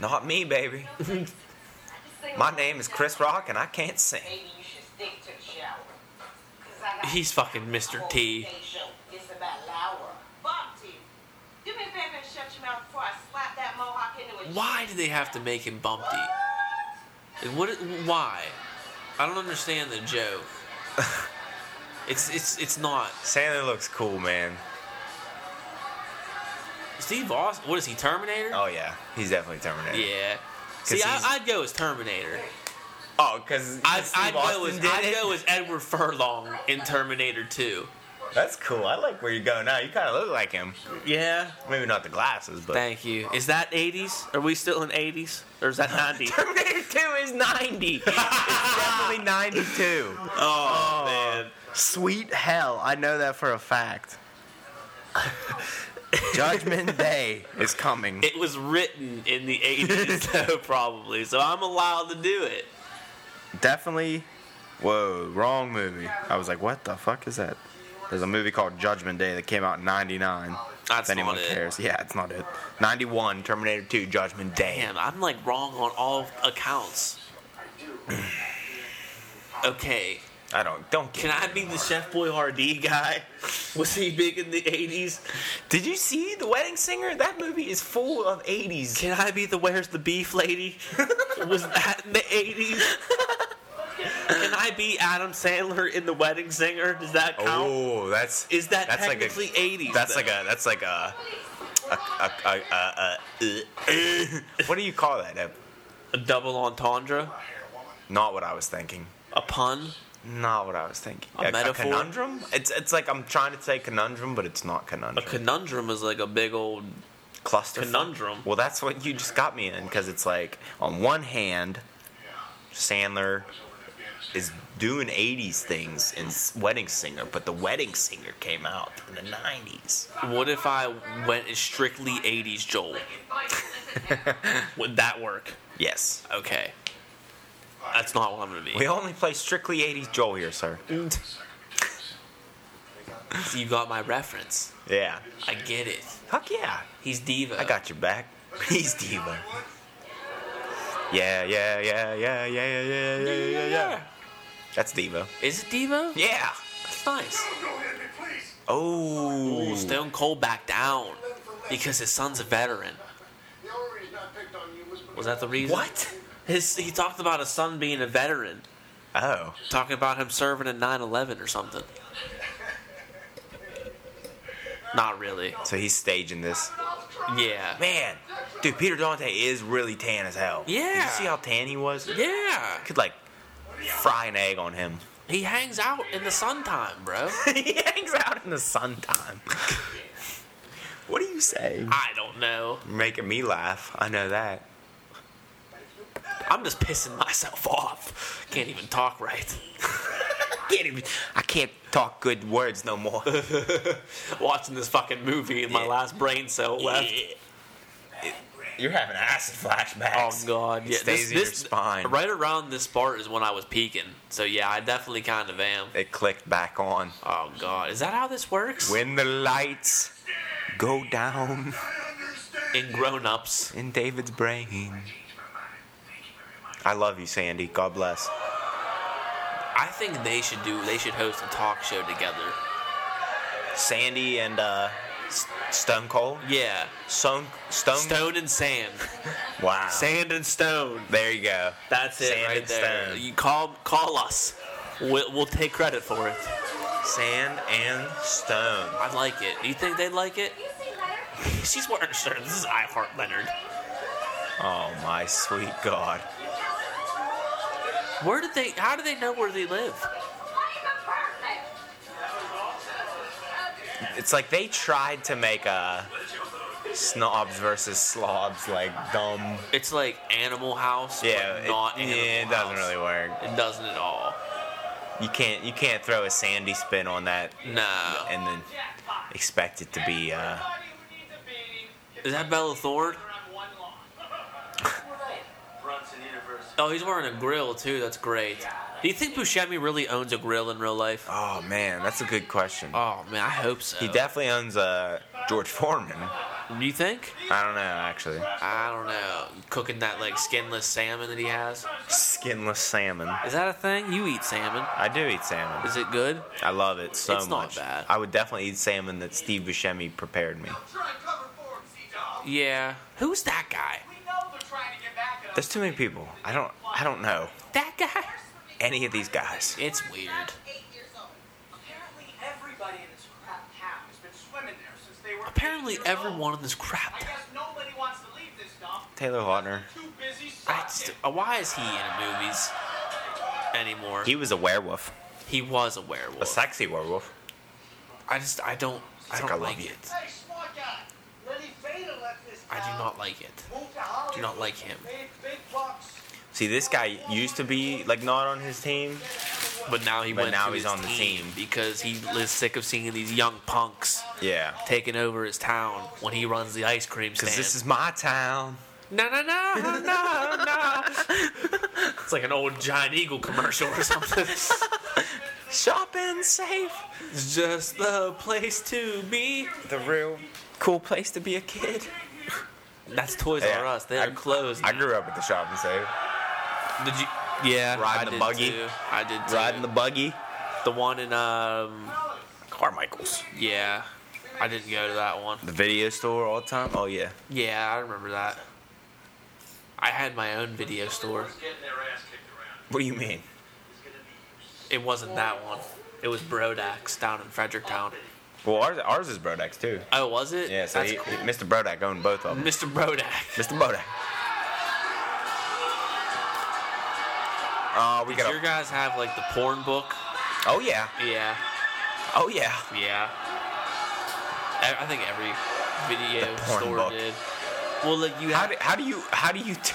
[SPEAKER 2] Not me, baby. My name is Chris Rock, and I can't sing.
[SPEAKER 5] Maybe you should stick to the shower.
[SPEAKER 1] He's fucking Mr. T.
[SPEAKER 5] It's about Laura.
[SPEAKER 8] Fuck you. You been better shut your mouth before I slap that mohawk into his
[SPEAKER 1] Why do they have to make him bumpy? Like, What? Why? I don't understand the joke. It's it's it's not
[SPEAKER 2] Sandler looks cool, man.
[SPEAKER 1] Steve Austin. What is he? Terminator.
[SPEAKER 2] Oh yeah, he's definitely Terminator.
[SPEAKER 1] Yeah. See, I,
[SPEAKER 2] he's-
[SPEAKER 1] I'd go as Terminator.
[SPEAKER 2] Oh, because
[SPEAKER 1] I'd, I'd, go as, I'd go as Edward Furlong in Terminator 2.
[SPEAKER 2] That's cool. I like where you go now. You kind of look like him.
[SPEAKER 1] Yeah.
[SPEAKER 2] Maybe not the glasses, but
[SPEAKER 1] Thank you. Is that 80s? Are we still in 80s? Or is that 90s?
[SPEAKER 2] Terminator Two is
[SPEAKER 1] 90.
[SPEAKER 2] definitely 92.
[SPEAKER 1] Ah. Oh, man.
[SPEAKER 2] Sweet hell, I know that for a fact. Judgment Day is coming.
[SPEAKER 1] It was written in the 80s, though, probably. So I'm allowed to do it.
[SPEAKER 2] definitely whoa wrong movie i was like what the fuck is that there's a movie called judgment day that came out in 99
[SPEAKER 1] That's
[SPEAKER 2] if anyone
[SPEAKER 1] not it.
[SPEAKER 2] cares yeah it's not it 91 terminator 2 judgment day
[SPEAKER 1] Damn, I'm like wrong on all accounts. Okay.
[SPEAKER 2] i don't don't
[SPEAKER 1] Can I be the Chef Boyardee guy? Was he big in the 80s?
[SPEAKER 2] did you see the wedding singer that movie is full of 80s
[SPEAKER 1] Can I be the Where's the Beef lady? Was that in the 80s? Can I be Adam Sandler in The Wedding Singer? Does that count?
[SPEAKER 2] oh that's
[SPEAKER 1] Is that
[SPEAKER 2] that's like
[SPEAKER 1] technically
[SPEAKER 2] a
[SPEAKER 1] 80s?
[SPEAKER 2] that's
[SPEAKER 1] though?
[SPEAKER 2] like a that's like a a, a, a, a, a- uh, what do you call that Ev?
[SPEAKER 1] a double entendre?
[SPEAKER 2] not what i was thinking
[SPEAKER 1] A pun?
[SPEAKER 2] Not what I was thinking.
[SPEAKER 1] A metaphor?
[SPEAKER 2] conundrum? It's it's like I'm trying to say conundrum, but it's not
[SPEAKER 1] A
[SPEAKER 2] conundrum.
[SPEAKER 1] conundrum is like a big old.
[SPEAKER 2] Cluster
[SPEAKER 1] conundrum.
[SPEAKER 2] Well, that's what you just got me in because it's like on one hand, Sandler is doing 80s things in S- Wedding Singer, but the Wedding Singer came out in the 90s.
[SPEAKER 1] What if I went as strictly 80s Joel? Would that work?
[SPEAKER 2] Yes.
[SPEAKER 1] Okay. That's not what I'm going to be.
[SPEAKER 2] We only play strictly 80s Joel here, sir.
[SPEAKER 1] You got my reference.
[SPEAKER 2] Yeah.
[SPEAKER 1] I get it.
[SPEAKER 2] Fuck yeah.
[SPEAKER 1] He's diva.
[SPEAKER 2] I got your back. He's Diva. Yeah, yeah, yeah, yeah, yeah, yeah, yeah, yeah, yeah, yeah. That's Diva.
[SPEAKER 1] Is it diva?
[SPEAKER 2] Yeah.
[SPEAKER 1] That's nice.
[SPEAKER 2] Oh.
[SPEAKER 1] Ooh, Stone Cold back down because his son's a veteran. Was that the reason?
[SPEAKER 2] What?
[SPEAKER 1] His he talked about his son being a veteran,
[SPEAKER 2] Oh.
[SPEAKER 1] talking about him serving in 9/11 or something. Not really.
[SPEAKER 2] So he's staging this.
[SPEAKER 1] Yeah.
[SPEAKER 2] Man, dude, Peter Dante is really tan as hell. Did you
[SPEAKER 1] Yeah.
[SPEAKER 2] see how tan he was?
[SPEAKER 1] Yeah.
[SPEAKER 2] Could like fry an egg on him.
[SPEAKER 1] He hangs out in the sun time, bro.
[SPEAKER 2] he hangs out in the sun time. what do you say?
[SPEAKER 1] I don't know.
[SPEAKER 2] You're making me laugh. I know that.
[SPEAKER 1] I'm just pissing myself off. Can't even talk right.
[SPEAKER 2] Can't even, I can't talk good words no more.
[SPEAKER 1] Watching this fucking movie and my
[SPEAKER 2] Yeah.
[SPEAKER 1] last brain cell left.
[SPEAKER 2] You're having acid
[SPEAKER 1] Oh
[SPEAKER 2] flashbacks.
[SPEAKER 1] god, yeah.
[SPEAKER 2] stays
[SPEAKER 1] this,
[SPEAKER 2] in your
[SPEAKER 1] this-
[SPEAKER 2] spine.
[SPEAKER 1] Right around this part is when I was peaking. So yeah, I definitely kind of am.
[SPEAKER 2] It clicked back on.
[SPEAKER 1] Oh god, is that how this works?
[SPEAKER 2] When the lights go down
[SPEAKER 1] in grown ups.
[SPEAKER 2] in David's brain. I love you, Sandy. God bless.
[SPEAKER 1] I think they should do. They should host a talk show together.
[SPEAKER 2] Sandy and uh, S- Stone Cold.
[SPEAKER 1] Yeah,
[SPEAKER 2] Stone, Stone.
[SPEAKER 1] stone and sand,
[SPEAKER 2] Wow.
[SPEAKER 1] sand and stone.
[SPEAKER 2] There you go.
[SPEAKER 1] That's it
[SPEAKER 2] Sand
[SPEAKER 1] right
[SPEAKER 2] and
[SPEAKER 1] there.
[SPEAKER 2] stone.
[SPEAKER 1] You call call us. We'll, we'll take credit for it.
[SPEAKER 2] Sand and Stone.
[SPEAKER 1] I like it. You think they'd like it? She's wearing a shirt. This is I Heart Leonard.
[SPEAKER 2] Oh my sweet God.
[SPEAKER 1] Where did they? How do they know where they live?
[SPEAKER 2] It's like they tried to make a snobs versus slobs like dumb.
[SPEAKER 1] It's like Animal House.
[SPEAKER 2] Yeah,
[SPEAKER 1] but
[SPEAKER 2] it,
[SPEAKER 1] not
[SPEAKER 2] yeah,
[SPEAKER 1] Animal
[SPEAKER 2] it doesn't
[SPEAKER 1] House.
[SPEAKER 2] really work.
[SPEAKER 1] It doesn't at all.
[SPEAKER 2] You can't you can't throw a Sandy spin on that
[SPEAKER 1] No.
[SPEAKER 2] and then expect it to be. Uh,
[SPEAKER 1] Is that Bella Thorne?
[SPEAKER 4] Brunson University.
[SPEAKER 1] Oh, he's wearing a grill too. That's great. Do you think Buscemi really owns a grill in real life?
[SPEAKER 2] oh man, that's a good question.
[SPEAKER 1] Oh man, I hope so.
[SPEAKER 2] He definitely owns uh, George Foreman.
[SPEAKER 1] Do you think?
[SPEAKER 2] I don't know actually.
[SPEAKER 1] I don't know. Cooking that like skinless salmon that he has.
[SPEAKER 2] Skinless salmon.
[SPEAKER 1] Is that a thing? You eat salmon?
[SPEAKER 2] I do eat salmon.
[SPEAKER 1] Is it good?
[SPEAKER 2] I love it so
[SPEAKER 1] It's not
[SPEAKER 2] much.
[SPEAKER 1] bad.
[SPEAKER 2] I would definitely eat salmon that Steve Buscemi prepared me.
[SPEAKER 1] Yeah. Who's that guy?
[SPEAKER 2] There's too many people. I don't. I don't know
[SPEAKER 1] That guy?
[SPEAKER 2] any of these guys.
[SPEAKER 1] It's weird.
[SPEAKER 4] Apparently everybody in this crap town has been swimming there since they were.
[SPEAKER 1] Apparently,
[SPEAKER 4] eight years old.
[SPEAKER 1] everyone in this crap.
[SPEAKER 4] I guess nobody wants to leave this dump.
[SPEAKER 2] Taylor Lautner.
[SPEAKER 4] Too busy
[SPEAKER 1] I just,
[SPEAKER 4] sucking.
[SPEAKER 1] uh, why is he in movies anymore?
[SPEAKER 2] He
[SPEAKER 1] He,
[SPEAKER 2] was a werewolf,
[SPEAKER 1] was a
[SPEAKER 2] a
[SPEAKER 1] werewolf.
[SPEAKER 2] sexy werewolf.
[SPEAKER 1] I just I don't I
[SPEAKER 2] He's
[SPEAKER 1] don't
[SPEAKER 2] like, "I love
[SPEAKER 1] like
[SPEAKER 2] you."
[SPEAKER 1] it.
[SPEAKER 4] Hey, smart guy. Lenny Fader left this
[SPEAKER 1] I do
[SPEAKER 4] town,
[SPEAKER 1] not like it.
[SPEAKER 4] moved to Hollywood,
[SPEAKER 1] do not like him.
[SPEAKER 4] made big bucks.
[SPEAKER 2] See, this guy used to be like not on his team.
[SPEAKER 1] But now he
[SPEAKER 2] But
[SPEAKER 1] went
[SPEAKER 2] now
[SPEAKER 1] to
[SPEAKER 2] he's
[SPEAKER 1] his
[SPEAKER 2] on the team.
[SPEAKER 1] because he is sick of seeing these young punks
[SPEAKER 2] Yeah,
[SPEAKER 1] taking over his town when he runs the ice cream stand.
[SPEAKER 2] because this is my town.
[SPEAKER 1] no no no no no. it's like an old giant eagle commercial or something.
[SPEAKER 2] Shopping safe.
[SPEAKER 1] it's just the place to be.
[SPEAKER 2] The real cool place to be a kid.
[SPEAKER 1] That's Toys
[SPEAKER 2] Yeah.
[SPEAKER 1] R Us. They are
[SPEAKER 2] I-
[SPEAKER 1] closed.
[SPEAKER 2] I grew up with the shopping safe.
[SPEAKER 1] did you? Yeah,
[SPEAKER 2] Riding
[SPEAKER 1] I
[SPEAKER 2] the
[SPEAKER 1] did
[SPEAKER 2] buggy.
[SPEAKER 1] Too. I did too.
[SPEAKER 2] Riding the buggy.
[SPEAKER 1] the one in um
[SPEAKER 2] Carmichael's.
[SPEAKER 1] yeah. I didn't go to that one.
[SPEAKER 2] The video store all the time. Oh yeah.
[SPEAKER 1] Yeah, I remember that. I had my own video store.
[SPEAKER 4] Getting their ass kicked around
[SPEAKER 2] What do you mean?
[SPEAKER 4] is gonna be
[SPEAKER 1] It wasn't that one. It was Brodax down in Fredericktown.
[SPEAKER 2] Well, ours, ours is Brodax too.
[SPEAKER 1] Oh, was it?
[SPEAKER 2] Yeah, so
[SPEAKER 1] That's
[SPEAKER 2] he,
[SPEAKER 1] cool.
[SPEAKER 2] Mr. Brodak owned both of them.
[SPEAKER 1] Mr. Brodack.
[SPEAKER 2] Mr. Bodak. Oh, we
[SPEAKER 1] Did
[SPEAKER 2] got.
[SPEAKER 1] your
[SPEAKER 2] A,
[SPEAKER 1] guys have like the porn book?
[SPEAKER 2] oh yeah.
[SPEAKER 1] Yeah,
[SPEAKER 2] Oh yeah.
[SPEAKER 1] yeah. I, I think every video
[SPEAKER 2] The porn
[SPEAKER 1] store
[SPEAKER 2] book.
[SPEAKER 1] did. Well, like you
[SPEAKER 2] How
[SPEAKER 1] had
[SPEAKER 2] do, how do you how do you t-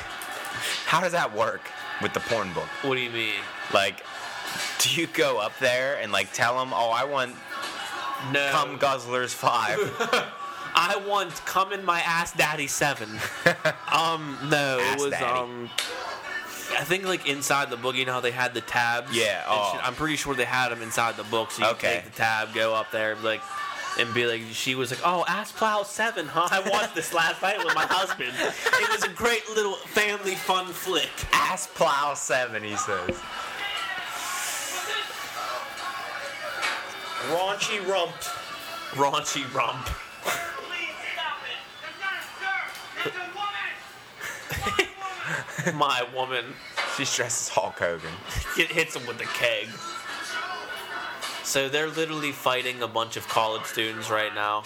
[SPEAKER 2] how does that work? with the porn book.
[SPEAKER 1] What do you mean?
[SPEAKER 2] Like, do you go up there and like tell them, "Oh, I want
[SPEAKER 1] No.
[SPEAKER 2] Cum Guzzlers 5.
[SPEAKER 1] I want come in my ass daddy seven. um no,
[SPEAKER 2] Ass
[SPEAKER 1] it was
[SPEAKER 2] daddy.
[SPEAKER 1] um I think like inside the book, you know how they had the tabs.
[SPEAKER 2] Yeah,
[SPEAKER 1] and
[SPEAKER 2] oh.
[SPEAKER 1] shit? I'm pretty sure they had them inside the book. So you
[SPEAKER 2] Okay.
[SPEAKER 1] could take the tab, go up there, like, and be like, she was like, "Oh, ass plow seven, huh? I watched this last night with my husband. It was a great little family fun flick."
[SPEAKER 2] Ass Plow 7, he says. Raunchy rump.
[SPEAKER 1] Raunchy rump.
[SPEAKER 4] Please stop it. It's not a sir. It's a woman.
[SPEAKER 1] My woman.
[SPEAKER 2] She stresses Hulk Hogan.
[SPEAKER 1] It hits him with the keg. So they're literally fighting a bunch of college students right now.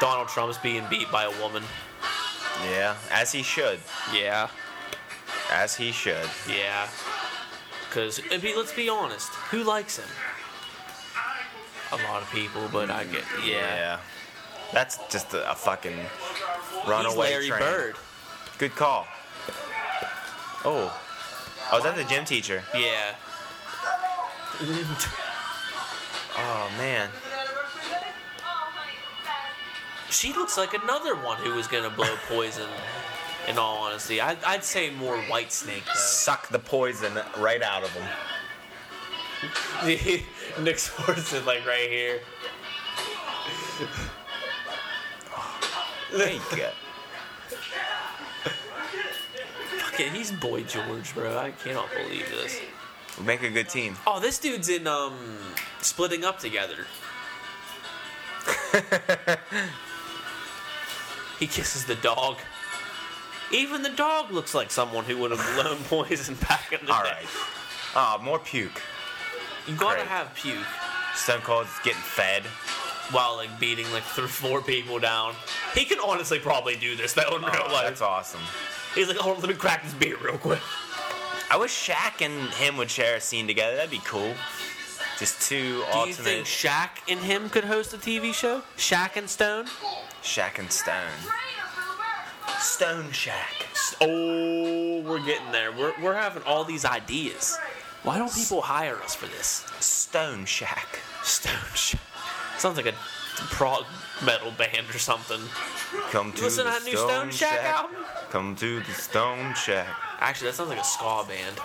[SPEAKER 1] Donald Trump's being beat by a woman.
[SPEAKER 2] Yeah, as he should.
[SPEAKER 1] Yeah.
[SPEAKER 2] As he should.
[SPEAKER 1] Yeah. Because, be, let's be honest, who likes him? A lot of people, but I get, yeah.
[SPEAKER 2] That's just a, a fucking runaway
[SPEAKER 1] He's Larry
[SPEAKER 2] train.
[SPEAKER 1] Bird.
[SPEAKER 2] Good call. Oh. Oh, is that the gym teacher?
[SPEAKER 1] Yeah.
[SPEAKER 2] Oh, man.
[SPEAKER 1] she looks like another one who was going to blow poison, in all honesty. I, I'd say more White Snake, though.
[SPEAKER 2] Suck the poison right out of him.
[SPEAKER 1] Nick Swartzen, like right here.
[SPEAKER 2] There you go.
[SPEAKER 1] Fucking, he's Boy George, bro. I cannot believe this.
[SPEAKER 2] We make a good team.
[SPEAKER 1] Oh, this dude's in um, splitting up together. he kisses the dog. Even the dog looks like someone who would have blown poison back in the
[SPEAKER 2] All
[SPEAKER 1] day.
[SPEAKER 2] right. Oh, more puke.
[SPEAKER 1] You gotta
[SPEAKER 2] Great.
[SPEAKER 1] have puke
[SPEAKER 2] Stone Cold's getting fed.
[SPEAKER 1] while like beating like three, four people down. He could honestly probably do this though in real
[SPEAKER 2] Oh,
[SPEAKER 1] life.
[SPEAKER 2] that's awesome.
[SPEAKER 1] He's like, hold on, let me crack this beer real quick.
[SPEAKER 2] I wish Shaq and him would share a scene together. That'd be cool. Just two
[SPEAKER 1] Do you
[SPEAKER 2] ultimate
[SPEAKER 1] think Shaq and him could host a TV show? Shaq and Stone?
[SPEAKER 2] Shaq and Stone. Stone Shaq.
[SPEAKER 1] Oh, we're getting there. We're, we're having all these ideas. Why don't people hire us for this?
[SPEAKER 2] Stone Shaq.
[SPEAKER 1] Stone Sh- Sounds like a prog metal band or something.
[SPEAKER 2] Come to
[SPEAKER 1] Listen
[SPEAKER 2] the
[SPEAKER 1] to that new Stone Shack album?
[SPEAKER 2] Come to the Stone Shack.
[SPEAKER 1] Actually, that sounds like a ska band.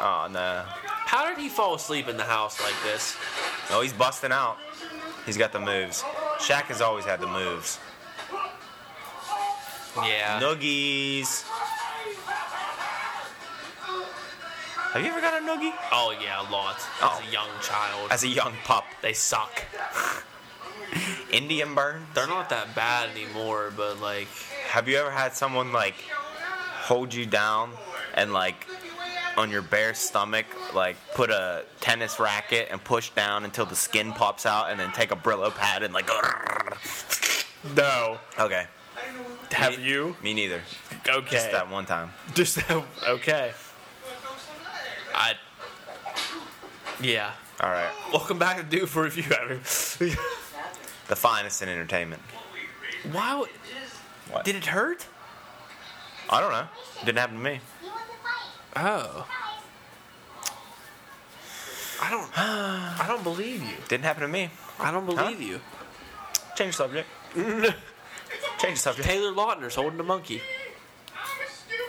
[SPEAKER 2] Oh no.
[SPEAKER 1] How did he fall asleep in the house like this?
[SPEAKER 2] Oh, he's busting out. He's got the moves. Shaq has always had the moves.
[SPEAKER 1] Yeah.
[SPEAKER 2] Noogies. Have you ever got a noogie?
[SPEAKER 1] Oh, yeah, a lot.
[SPEAKER 2] Oh.
[SPEAKER 1] As a young child.
[SPEAKER 2] As a young pup,
[SPEAKER 1] they suck.
[SPEAKER 2] Indian burn.
[SPEAKER 1] They're not that bad anymore, but like,
[SPEAKER 2] Have you ever had someone like hold you down and like on your bare stomach, like put a tennis racket and push down until the skin pops out, and then take a Brillo pad and like.
[SPEAKER 1] no.
[SPEAKER 2] Okay.
[SPEAKER 1] Have you?
[SPEAKER 2] Me neither.
[SPEAKER 1] Okay.
[SPEAKER 2] Just that one time.
[SPEAKER 1] Just that. Okay. I. Yeah.
[SPEAKER 2] All right.
[SPEAKER 1] Welcome back to Do for Review. Adam.
[SPEAKER 2] The finest in entertainment.
[SPEAKER 1] Why? would-
[SPEAKER 2] What?
[SPEAKER 1] Did it hurt?
[SPEAKER 2] I don't know. Didn't happen to me.
[SPEAKER 3] You want to fight?
[SPEAKER 1] Oh.
[SPEAKER 3] Guys,
[SPEAKER 1] I don't. I don't believe you.
[SPEAKER 2] Didn't happen to me.
[SPEAKER 1] I don't believe
[SPEAKER 2] Huh?
[SPEAKER 1] you.
[SPEAKER 2] Change the subject. Change the subject.
[SPEAKER 1] Taylor Lautner's holding a monkey.
[SPEAKER 3] I'm a stupid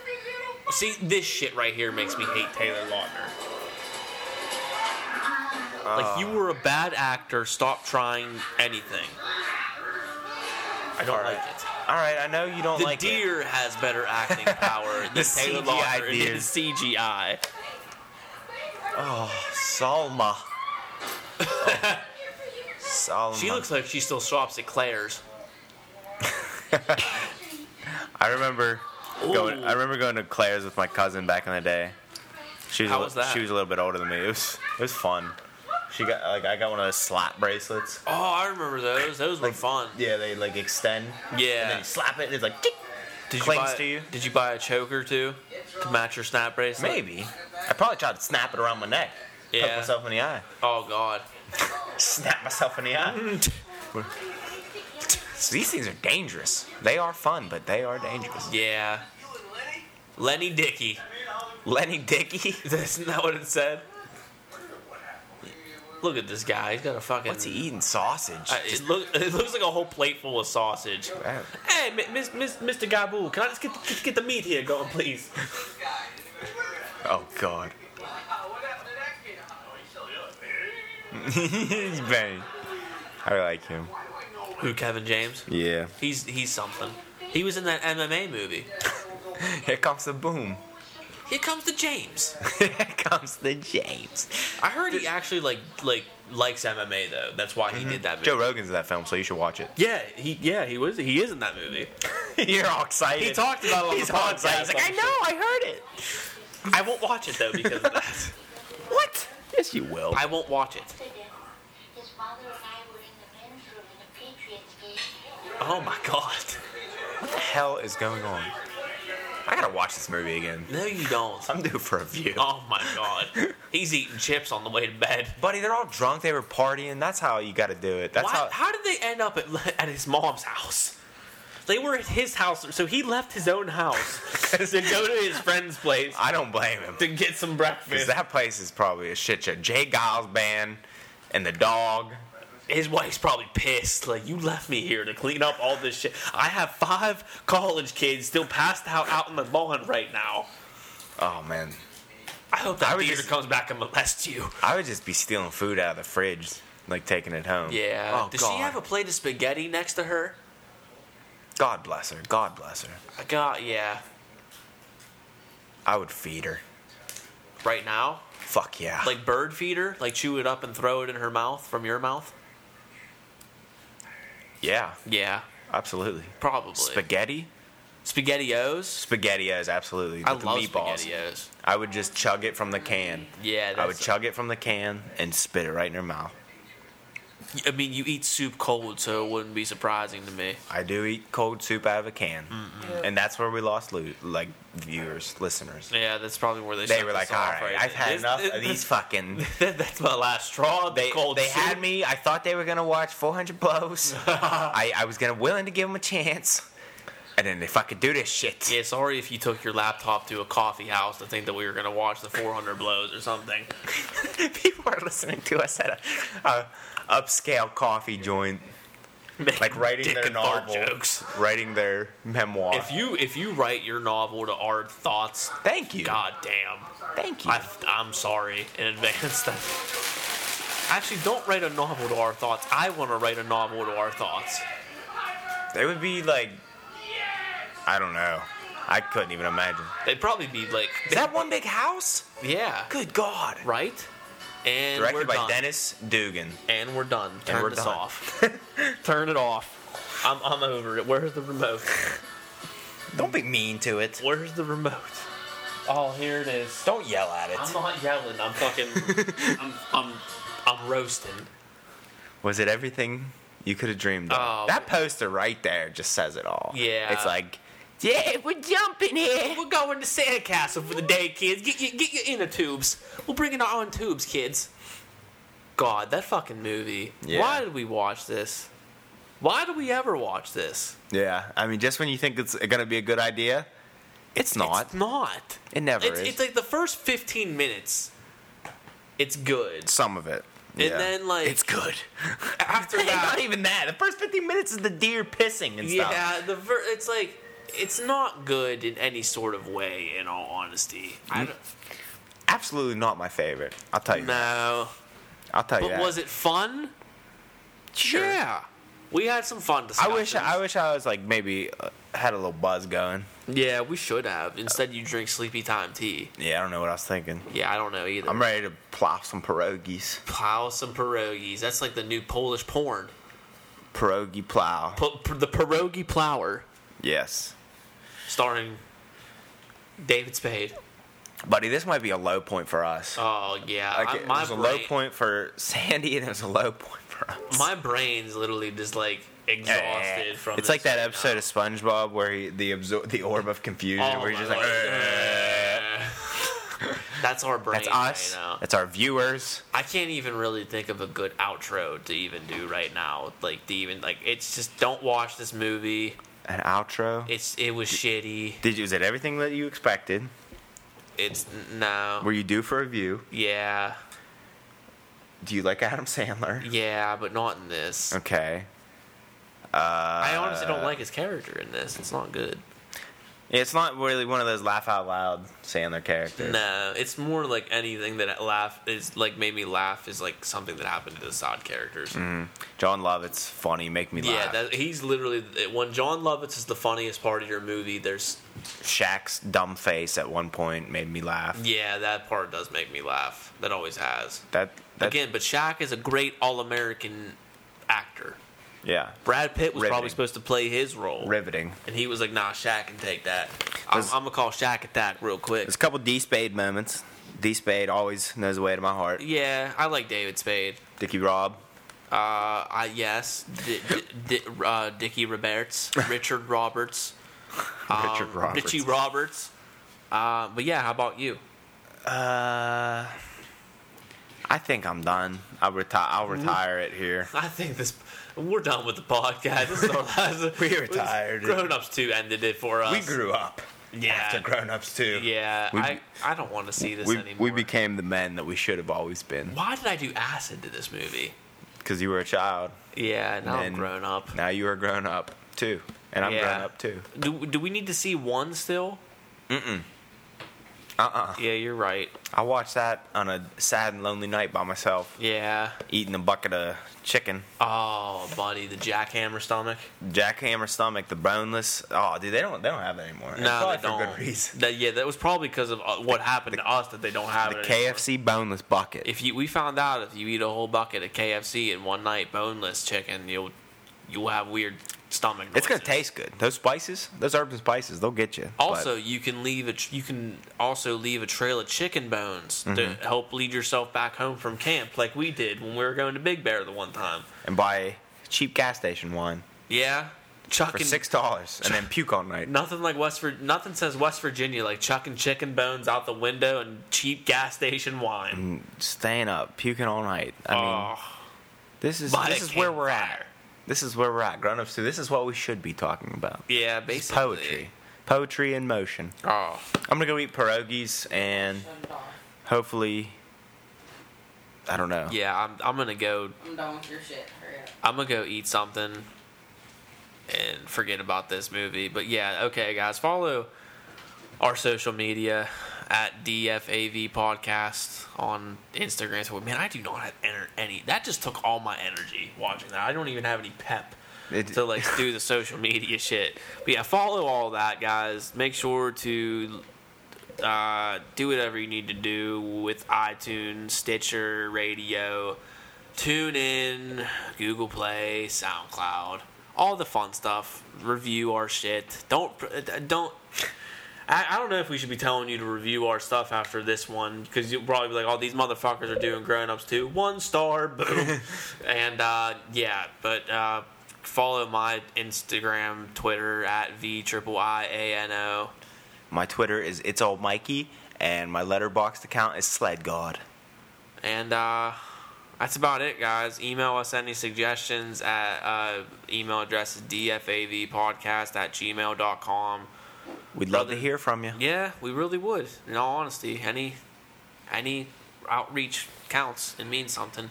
[SPEAKER 3] little
[SPEAKER 1] See, this shit right here makes me hate Taylor Lautner. Like you
[SPEAKER 2] Oh.
[SPEAKER 1] were a bad actor. Stop trying anything. I don't like it.
[SPEAKER 2] All right. I know you don't
[SPEAKER 1] The
[SPEAKER 2] like it.
[SPEAKER 1] deer has better acting power than
[SPEAKER 2] The
[SPEAKER 1] Taylor
[SPEAKER 2] CGI
[SPEAKER 1] Lautner
[SPEAKER 2] deer.
[SPEAKER 1] in CGI.
[SPEAKER 2] Oh, Salma. Oh. Salma.
[SPEAKER 1] She looks like she still shops at Claire's.
[SPEAKER 2] I remember going.
[SPEAKER 1] Ooh.
[SPEAKER 2] I remember going to Claire's with my cousin back in the day. She was. a
[SPEAKER 1] How
[SPEAKER 2] li-
[SPEAKER 1] was that?
[SPEAKER 2] She was a little bit older than me. It was. It was fun. She got like I got one of those slap bracelets.
[SPEAKER 1] Oh, I remember those. Those were
[SPEAKER 2] Like,
[SPEAKER 1] fun.
[SPEAKER 2] Yeah, they like extend. And then
[SPEAKER 1] Yeah.
[SPEAKER 2] you slap it and it's like. tick.
[SPEAKER 1] Did
[SPEAKER 2] clings
[SPEAKER 1] buy,
[SPEAKER 2] to you.
[SPEAKER 1] Did you buy a choker too to match your snap bracelet?
[SPEAKER 2] Maybe. I probably tried to snap it around my neck. Poke
[SPEAKER 1] Yeah.
[SPEAKER 2] myself in the eye.
[SPEAKER 1] Oh God.
[SPEAKER 2] Snap myself in the eye. So these things are dangerous. They are fun, but they are dangerous.
[SPEAKER 1] Yeah.
[SPEAKER 4] You and
[SPEAKER 1] Lenny
[SPEAKER 4] Lenny?
[SPEAKER 1] Dickey.
[SPEAKER 4] I mean, I
[SPEAKER 2] Lenny Dickey?
[SPEAKER 1] Isn't that what it said?
[SPEAKER 4] What happened?
[SPEAKER 1] Look at this guy. He's got a fucking.
[SPEAKER 2] What's he eating? Sausage. Oh,
[SPEAKER 1] I- it, look, it looks like a whole plate full of sausage.
[SPEAKER 2] Wow.
[SPEAKER 1] Hey, mi- Miss, Miss, Mr. Gabu, can I just get the, get the meat here going, please?
[SPEAKER 2] Oh God. He's banging. I like him.
[SPEAKER 1] Who, Kevin James?
[SPEAKER 2] Yeah.
[SPEAKER 1] He's he's something. He was in that MMA movie.
[SPEAKER 2] Here comes the boom.
[SPEAKER 1] Here comes the James.
[SPEAKER 2] Here comes the James.
[SPEAKER 1] I heard he actually like like likes MMA though. That's why he did that. Movie.
[SPEAKER 2] Mm-hmm. Joe Rogan's in that film, so you should watch it.
[SPEAKER 1] Yeah, he yeah he was he is in that movie.
[SPEAKER 2] You're all excited.
[SPEAKER 1] He talked about it on the
[SPEAKER 2] He's all excited.
[SPEAKER 1] podcast.
[SPEAKER 2] He's like, I know, I heard it.
[SPEAKER 1] I won't watch it though because of that.
[SPEAKER 2] What? Yes, you will.
[SPEAKER 1] I won't watch it.
[SPEAKER 3] His father and I were in the men's room in the Patriots game.
[SPEAKER 1] Oh my god.
[SPEAKER 2] What the hell is going on? I gotta watch this movie again.
[SPEAKER 1] No, you don't.
[SPEAKER 2] I'm due for a view.
[SPEAKER 1] Oh my god. He's eating chips on the way to bed.
[SPEAKER 2] Buddy, they're all drunk. They were partying. That's how you gotta do it. That's
[SPEAKER 1] Why, how,
[SPEAKER 2] how.
[SPEAKER 1] did they end up at, at his mom's house? They were at his house, so he left his own house to go to his friend's place
[SPEAKER 2] I don't blame him.
[SPEAKER 1] to get some
[SPEAKER 2] Because
[SPEAKER 1] breakfast.
[SPEAKER 2] that place is probably a shit show. Jay Giles band and the dog.
[SPEAKER 1] his wife's probably pissed. Like, you left me here to clean up all this shit. I have five college kids still passed out out in the lawn right now.
[SPEAKER 2] Oh man,
[SPEAKER 1] I hope that
[SPEAKER 2] I would
[SPEAKER 1] beater
[SPEAKER 2] just-
[SPEAKER 1] comes back and molests you.
[SPEAKER 2] I would just be stealing food out of the fridge, like taking it home.
[SPEAKER 1] Yeah.
[SPEAKER 2] Oh
[SPEAKER 1] Does
[SPEAKER 2] God.
[SPEAKER 1] she have a plate of spaghetti next to her?
[SPEAKER 2] God bless her. God bless her.
[SPEAKER 1] I got yeah.
[SPEAKER 2] I would feed her.
[SPEAKER 1] Right now,
[SPEAKER 2] Fuck yeah.
[SPEAKER 1] like bird feeder, like chew it up and throw it in her mouth from your mouth.
[SPEAKER 2] yeah,
[SPEAKER 1] Yeah,
[SPEAKER 2] absolutely.
[SPEAKER 1] probably.
[SPEAKER 2] Spaghetti.
[SPEAKER 1] Spaghettios.
[SPEAKER 2] Spaghettios, absolutely.
[SPEAKER 1] I
[SPEAKER 2] with
[SPEAKER 1] love
[SPEAKER 2] the meatballs.
[SPEAKER 1] spaghettios.
[SPEAKER 2] I would just chug it from the can.
[SPEAKER 1] Yeah,
[SPEAKER 2] I would
[SPEAKER 1] that's-
[SPEAKER 2] chug it from the can and spit it right in her mouth.
[SPEAKER 1] I mean, you eat soup cold, so it wouldn't be surprising to me.
[SPEAKER 2] I do eat cold soup out of a can, and that's where we lost lo- like viewers, listeners.
[SPEAKER 1] Yeah, that's probably where they.
[SPEAKER 2] They
[SPEAKER 1] shut
[SPEAKER 2] were
[SPEAKER 1] this
[SPEAKER 2] like, "All
[SPEAKER 1] off
[SPEAKER 2] right, I've had
[SPEAKER 1] This-
[SPEAKER 2] enough
[SPEAKER 1] this-
[SPEAKER 2] of these fucking."
[SPEAKER 1] that's my last straw.
[SPEAKER 2] They
[SPEAKER 1] They cold
[SPEAKER 2] they
[SPEAKER 1] soup.
[SPEAKER 2] had me. I thought they were gonna watch 400 blows. I, I was gonna willing to give them a chance, and then they fucking do this shit.
[SPEAKER 1] Yeah, sorry if you took your laptop to a coffee house to think that we were gonna watch the 400 blows or something.
[SPEAKER 2] People are listening to us at a, a upscale coffee joint, like writing
[SPEAKER 1] Dick
[SPEAKER 2] their
[SPEAKER 1] and fart
[SPEAKER 2] novel,
[SPEAKER 1] jokes.
[SPEAKER 2] writing their memoir.
[SPEAKER 1] If you if you write your novel to our thoughts,
[SPEAKER 2] Thank you.
[SPEAKER 1] god damn.
[SPEAKER 2] Thank you.
[SPEAKER 1] I, I'm sorry in advance. That actually don't write a novel to our thoughts. I want to write a novel to our thoughts.
[SPEAKER 2] It would be like, I don't know. I couldn't even imagine.
[SPEAKER 1] They'd probably be like,
[SPEAKER 2] Is that one big house?
[SPEAKER 1] yeah,
[SPEAKER 2] Good God.
[SPEAKER 1] right. And we're
[SPEAKER 2] Directed by
[SPEAKER 1] done.
[SPEAKER 2] Dennis Dugan.
[SPEAKER 1] And we're done. Turn
[SPEAKER 2] we're
[SPEAKER 1] this
[SPEAKER 2] done.
[SPEAKER 1] off. Turn it off. I'm I'm over it. Where's the remote?
[SPEAKER 2] Don't be mean to it.
[SPEAKER 1] Where's the remote? Oh, here it is.
[SPEAKER 2] Don't yell at
[SPEAKER 1] I'm
[SPEAKER 2] it.
[SPEAKER 1] not yelling. I'm fucking. I'm I'm I'm roasting.
[SPEAKER 2] Was it everything you could have dreamed of?
[SPEAKER 1] Oh.
[SPEAKER 2] that poster right there just says it all.
[SPEAKER 1] Yeah.
[SPEAKER 2] It's like, yeah, we're jumping here.
[SPEAKER 1] We're going to Sandcastle for the day, kids. Get your, get your inner tubes. We'll bring in our own tubes, kids. God, that fucking movie.
[SPEAKER 2] Yeah.
[SPEAKER 1] Why did we watch this? Why did we ever watch this?
[SPEAKER 2] Yeah. I mean, just when you think it's going to be a good idea, it's not.
[SPEAKER 1] It's not.
[SPEAKER 2] it never
[SPEAKER 1] It's,
[SPEAKER 2] is.
[SPEAKER 1] it's like the first 15 minutes, it's good.
[SPEAKER 2] Some of it.
[SPEAKER 1] And then, like-
[SPEAKER 2] it's good.
[SPEAKER 1] After that,
[SPEAKER 2] not even that. The first 15 minutes is the deer pissing and stuff.
[SPEAKER 1] yeah, the ver- it's like, it's not good in any sort of way, in all honesty. I don't-
[SPEAKER 2] Absolutely not my favorite. I'll tell you. that.
[SPEAKER 1] no.
[SPEAKER 2] I'll tell you.
[SPEAKER 1] But
[SPEAKER 2] that.
[SPEAKER 1] was it fun?
[SPEAKER 2] Sure.
[SPEAKER 1] Yeah. We had some fun
[SPEAKER 2] I
[SPEAKER 1] discussions.
[SPEAKER 2] wish I wish I was like maybe uh, had a little buzz going.
[SPEAKER 1] Yeah, we should have. Instead, you drink sleepy time tea.
[SPEAKER 2] Yeah, I don't know what I was thinking.
[SPEAKER 1] Yeah, I don't know either.
[SPEAKER 2] I'm ready to plop some pierogies.
[SPEAKER 1] Plow some pierogies. That's like the new Polish porn.
[SPEAKER 2] Pierogi plow.
[SPEAKER 1] P- p- the pierogi plower,
[SPEAKER 2] Yes.
[SPEAKER 1] starring David Spade.
[SPEAKER 2] Buddy, this might be a low point for us.
[SPEAKER 1] Oh yeah,
[SPEAKER 2] like
[SPEAKER 1] I-
[SPEAKER 2] it
[SPEAKER 1] my
[SPEAKER 2] was a low
[SPEAKER 1] brain-
[SPEAKER 2] point for Sandy and it was a low point for us.
[SPEAKER 1] My brain's literally just like exhausted
[SPEAKER 2] Eh.
[SPEAKER 1] from.
[SPEAKER 2] It's
[SPEAKER 1] this
[SPEAKER 2] like that
[SPEAKER 1] right
[SPEAKER 2] episode
[SPEAKER 1] now.
[SPEAKER 2] of SpongeBob where he, the absor- the orb of confusion
[SPEAKER 1] Oh,
[SPEAKER 2] where he's just
[SPEAKER 1] my
[SPEAKER 2] like
[SPEAKER 1] Lord.
[SPEAKER 2] "Eh."
[SPEAKER 1] That's our brain.
[SPEAKER 2] That's us.
[SPEAKER 1] Right now.
[SPEAKER 2] That's our viewers.
[SPEAKER 1] I can't even really think of a good outro to even do right now. Like to even like it's just don't watch this movie.
[SPEAKER 2] An outro.
[SPEAKER 1] It's it was shitty.
[SPEAKER 2] Did you is it everything that you expected?
[SPEAKER 1] It's no.
[SPEAKER 2] Were you due for a view?
[SPEAKER 1] yeah,
[SPEAKER 2] Do you like Adam Sandler?
[SPEAKER 1] yeah, but not in this.
[SPEAKER 2] Okay. Uh,
[SPEAKER 1] I honestly don't like his character in this. It's not good.
[SPEAKER 2] It's not really one of those laugh out loud Sandler characters.
[SPEAKER 1] No, it's more like anything that laugh is like made me laugh is like something that happened to the side characters.
[SPEAKER 2] Mm. John Lovett's funny, make me
[SPEAKER 1] Yeah,
[SPEAKER 2] laugh.
[SPEAKER 1] that, he's literally when John Lovitz is the funniest part of your movie. There's
[SPEAKER 2] Shaq's dumb face at one point made me laugh.
[SPEAKER 1] yeah, that part does make me laugh. That always has.
[SPEAKER 2] That, that
[SPEAKER 1] Again, but Shaq is a great all-American actor.
[SPEAKER 2] yeah,
[SPEAKER 1] Brad Pitt was probably
[SPEAKER 2] Riveting.
[SPEAKER 1] supposed to play his role,
[SPEAKER 2] riveting.
[SPEAKER 1] and he was like, "Nah, Shaq can take that. I'm,
[SPEAKER 2] There's-
[SPEAKER 1] I'm gonna call Shaq at that real quick."
[SPEAKER 2] There's a couple D Spade moments. D Spade always knows the way to my heart.
[SPEAKER 1] Yeah, I like David Spade.
[SPEAKER 2] Dickie Rob,
[SPEAKER 1] Uh, I yes, D- D- D- uh, Dickie Roberts, Richard Roberts, um,
[SPEAKER 2] Richard Roberts.
[SPEAKER 1] Richie Roberts. Uh, but yeah, how about you?
[SPEAKER 2] Uh, I think I'm done. I'll retire. I'll
[SPEAKER 1] Mm-hmm.
[SPEAKER 2] retire it here.
[SPEAKER 1] I think this we're done with the podcast. This is our last,
[SPEAKER 2] We retired.
[SPEAKER 1] Grown ups too ended it for us.
[SPEAKER 2] We grew up.
[SPEAKER 1] Yeah.
[SPEAKER 2] After grown ups too.
[SPEAKER 1] Yeah,
[SPEAKER 2] We-
[SPEAKER 1] I I don't want to see this
[SPEAKER 2] We,
[SPEAKER 1] anymore.
[SPEAKER 2] we became the men that we should have always been
[SPEAKER 1] Why did I do acid to this movie?
[SPEAKER 2] because you were a child.
[SPEAKER 1] Yeah, now I'm
[SPEAKER 2] And-
[SPEAKER 1] grown up.
[SPEAKER 2] Now you are grown up too, and I'm
[SPEAKER 1] Yeah.
[SPEAKER 2] grown up too.
[SPEAKER 1] Do do we need to see one still?
[SPEAKER 2] Uh uh
[SPEAKER 1] Yeah, you're right.
[SPEAKER 2] I watched that on a sad and lonely night by myself,
[SPEAKER 1] Yeah.
[SPEAKER 2] eating a bucket of chicken,
[SPEAKER 1] Oh, buddy, the jackhammer stomach.
[SPEAKER 2] jackhammer stomach, the boneless. Oh, dude, they don't they don't have that anymore. And
[SPEAKER 1] No,
[SPEAKER 2] probably
[SPEAKER 1] they don't.
[SPEAKER 2] for good reason.
[SPEAKER 1] That, yeah, that was probably because of uh, what happened to us that they don't have
[SPEAKER 2] The
[SPEAKER 1] it anymore.
[SPEAKER 2] KFC boneless bucket.
[SPEAKER 1] If you, we found out if you eat a whole bucket of KFC in one night, boneless chicken, you'll you'll have weird stomach. Noises.
[SPEAKER 2] It's gonna taste good. Those spices, those herbs and spices, they'll get you.
[SPEAKER 1] Also, you can leave a tr- you can also leave a trail of chicken bones to
[SPEAKER 2] Mm-hmm.
[SPEAKER 1] help lead yourself back home from camp, like we did when we were going to Big Bear the one time.
[SPEAKER 2] But- and buy cheap gas station wine
[SPEAKER 1] Yeah,
[SPEAKER 2] for
[SPEAKER 1] chucking
[SPEAKER 2] six dollars, and then puke all night.
[SPEAKER 1] nothing like West Vir- nothing says West Virginia like chucking chicken bones out the window and cheap gas station wine.
[SPEAKER 2] Staying up, puking all night. Mm, I mean,
[SPEAKER 1] Oh,
[SPEAKER 2] this is
[SPEAKER 1] by
[SPEAKER 2] this
[SPEAKER 1] a
[SPEAKER 2] is where we're at.
[SPEAKER 1] campfire.
[SPEAKER 2] This is where we're at. Grown ups, too. This is what we should be talking about.
[SPEAKER 1] yeah,
[SPEAKER 2] This is
[SPEAKER 1] basically
[SPEAKER 2] poetry, poetry in motion.
[SPEAKER 1] Oh,
[SPEAKER 2] I'm gonna go eat pierogies and
[SPEAKER 7] I'm done.
[SPEAKER 2] hopefully, I don't know.
[SPEAKER 1] yeah, I'm I'm gonna go
[SPEAKER 7] I'm done with your shit. Hurry up.
[SPEAKER 1] I'm gonna go eat something and forget about this movie. But yeah, okay, guys, follow our social media at DFAV Podcast on Instagram. So, man, I do not have ener- any. That just took all my energy watching that. I don't even have any pep
[SPEAKER 2] It-
[SPEAKER 1] to like do the social media shit. But yeah, follow all that, guys. Make sure to uh, do whatever you need to do with iTunes, Stitcher, Radio, TuneIn, Google Play, SoundCloud, all the fun stuff. Review our shit. Don't uh, don't. I, I don't know if we should be telling you to review our stuff after this one because you'll probably be like, "Oh, these motherfuckers are doing grown ups too." One star, boom, and uh, yeah. But uh, follow my Instagram, Twitter at v triple i a n o.
[SPEAKER 2] My Twitter is it's all Mikey, and my letterboxd account is Sled God.
[SPEAKER 1] And uh, that's about it, guys. Email us any suggestions at uh, email address is dfavpodcast at gmail.com.
[SPEAKER 2] We'd love
[SPEAKER 1] Brother-
[SPEAKER 2] to hear from you.
[SPEAKER 1] Yeah, we really would. In all honesty, any any outreach counts and means something.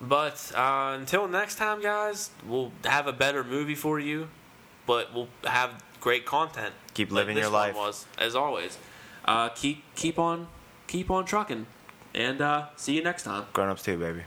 [SPEAKER 1] But uh, until next time, guys, we'll have a better movie for you, but we'll have great content.
[SPEAKER 2] Keep
[SPEAKER 1] like
[SPEAKER 2] living
[SPEAKER 1] this
[SPEAKER 2] your
[SPEAKER 1] one
[SPEAKER 2] life.
[SPEAKER 1] was as always. Uh, keep keep on keep on trucking, and uh, see you next time.
[SPEAKER 2] Grown ups too, baby.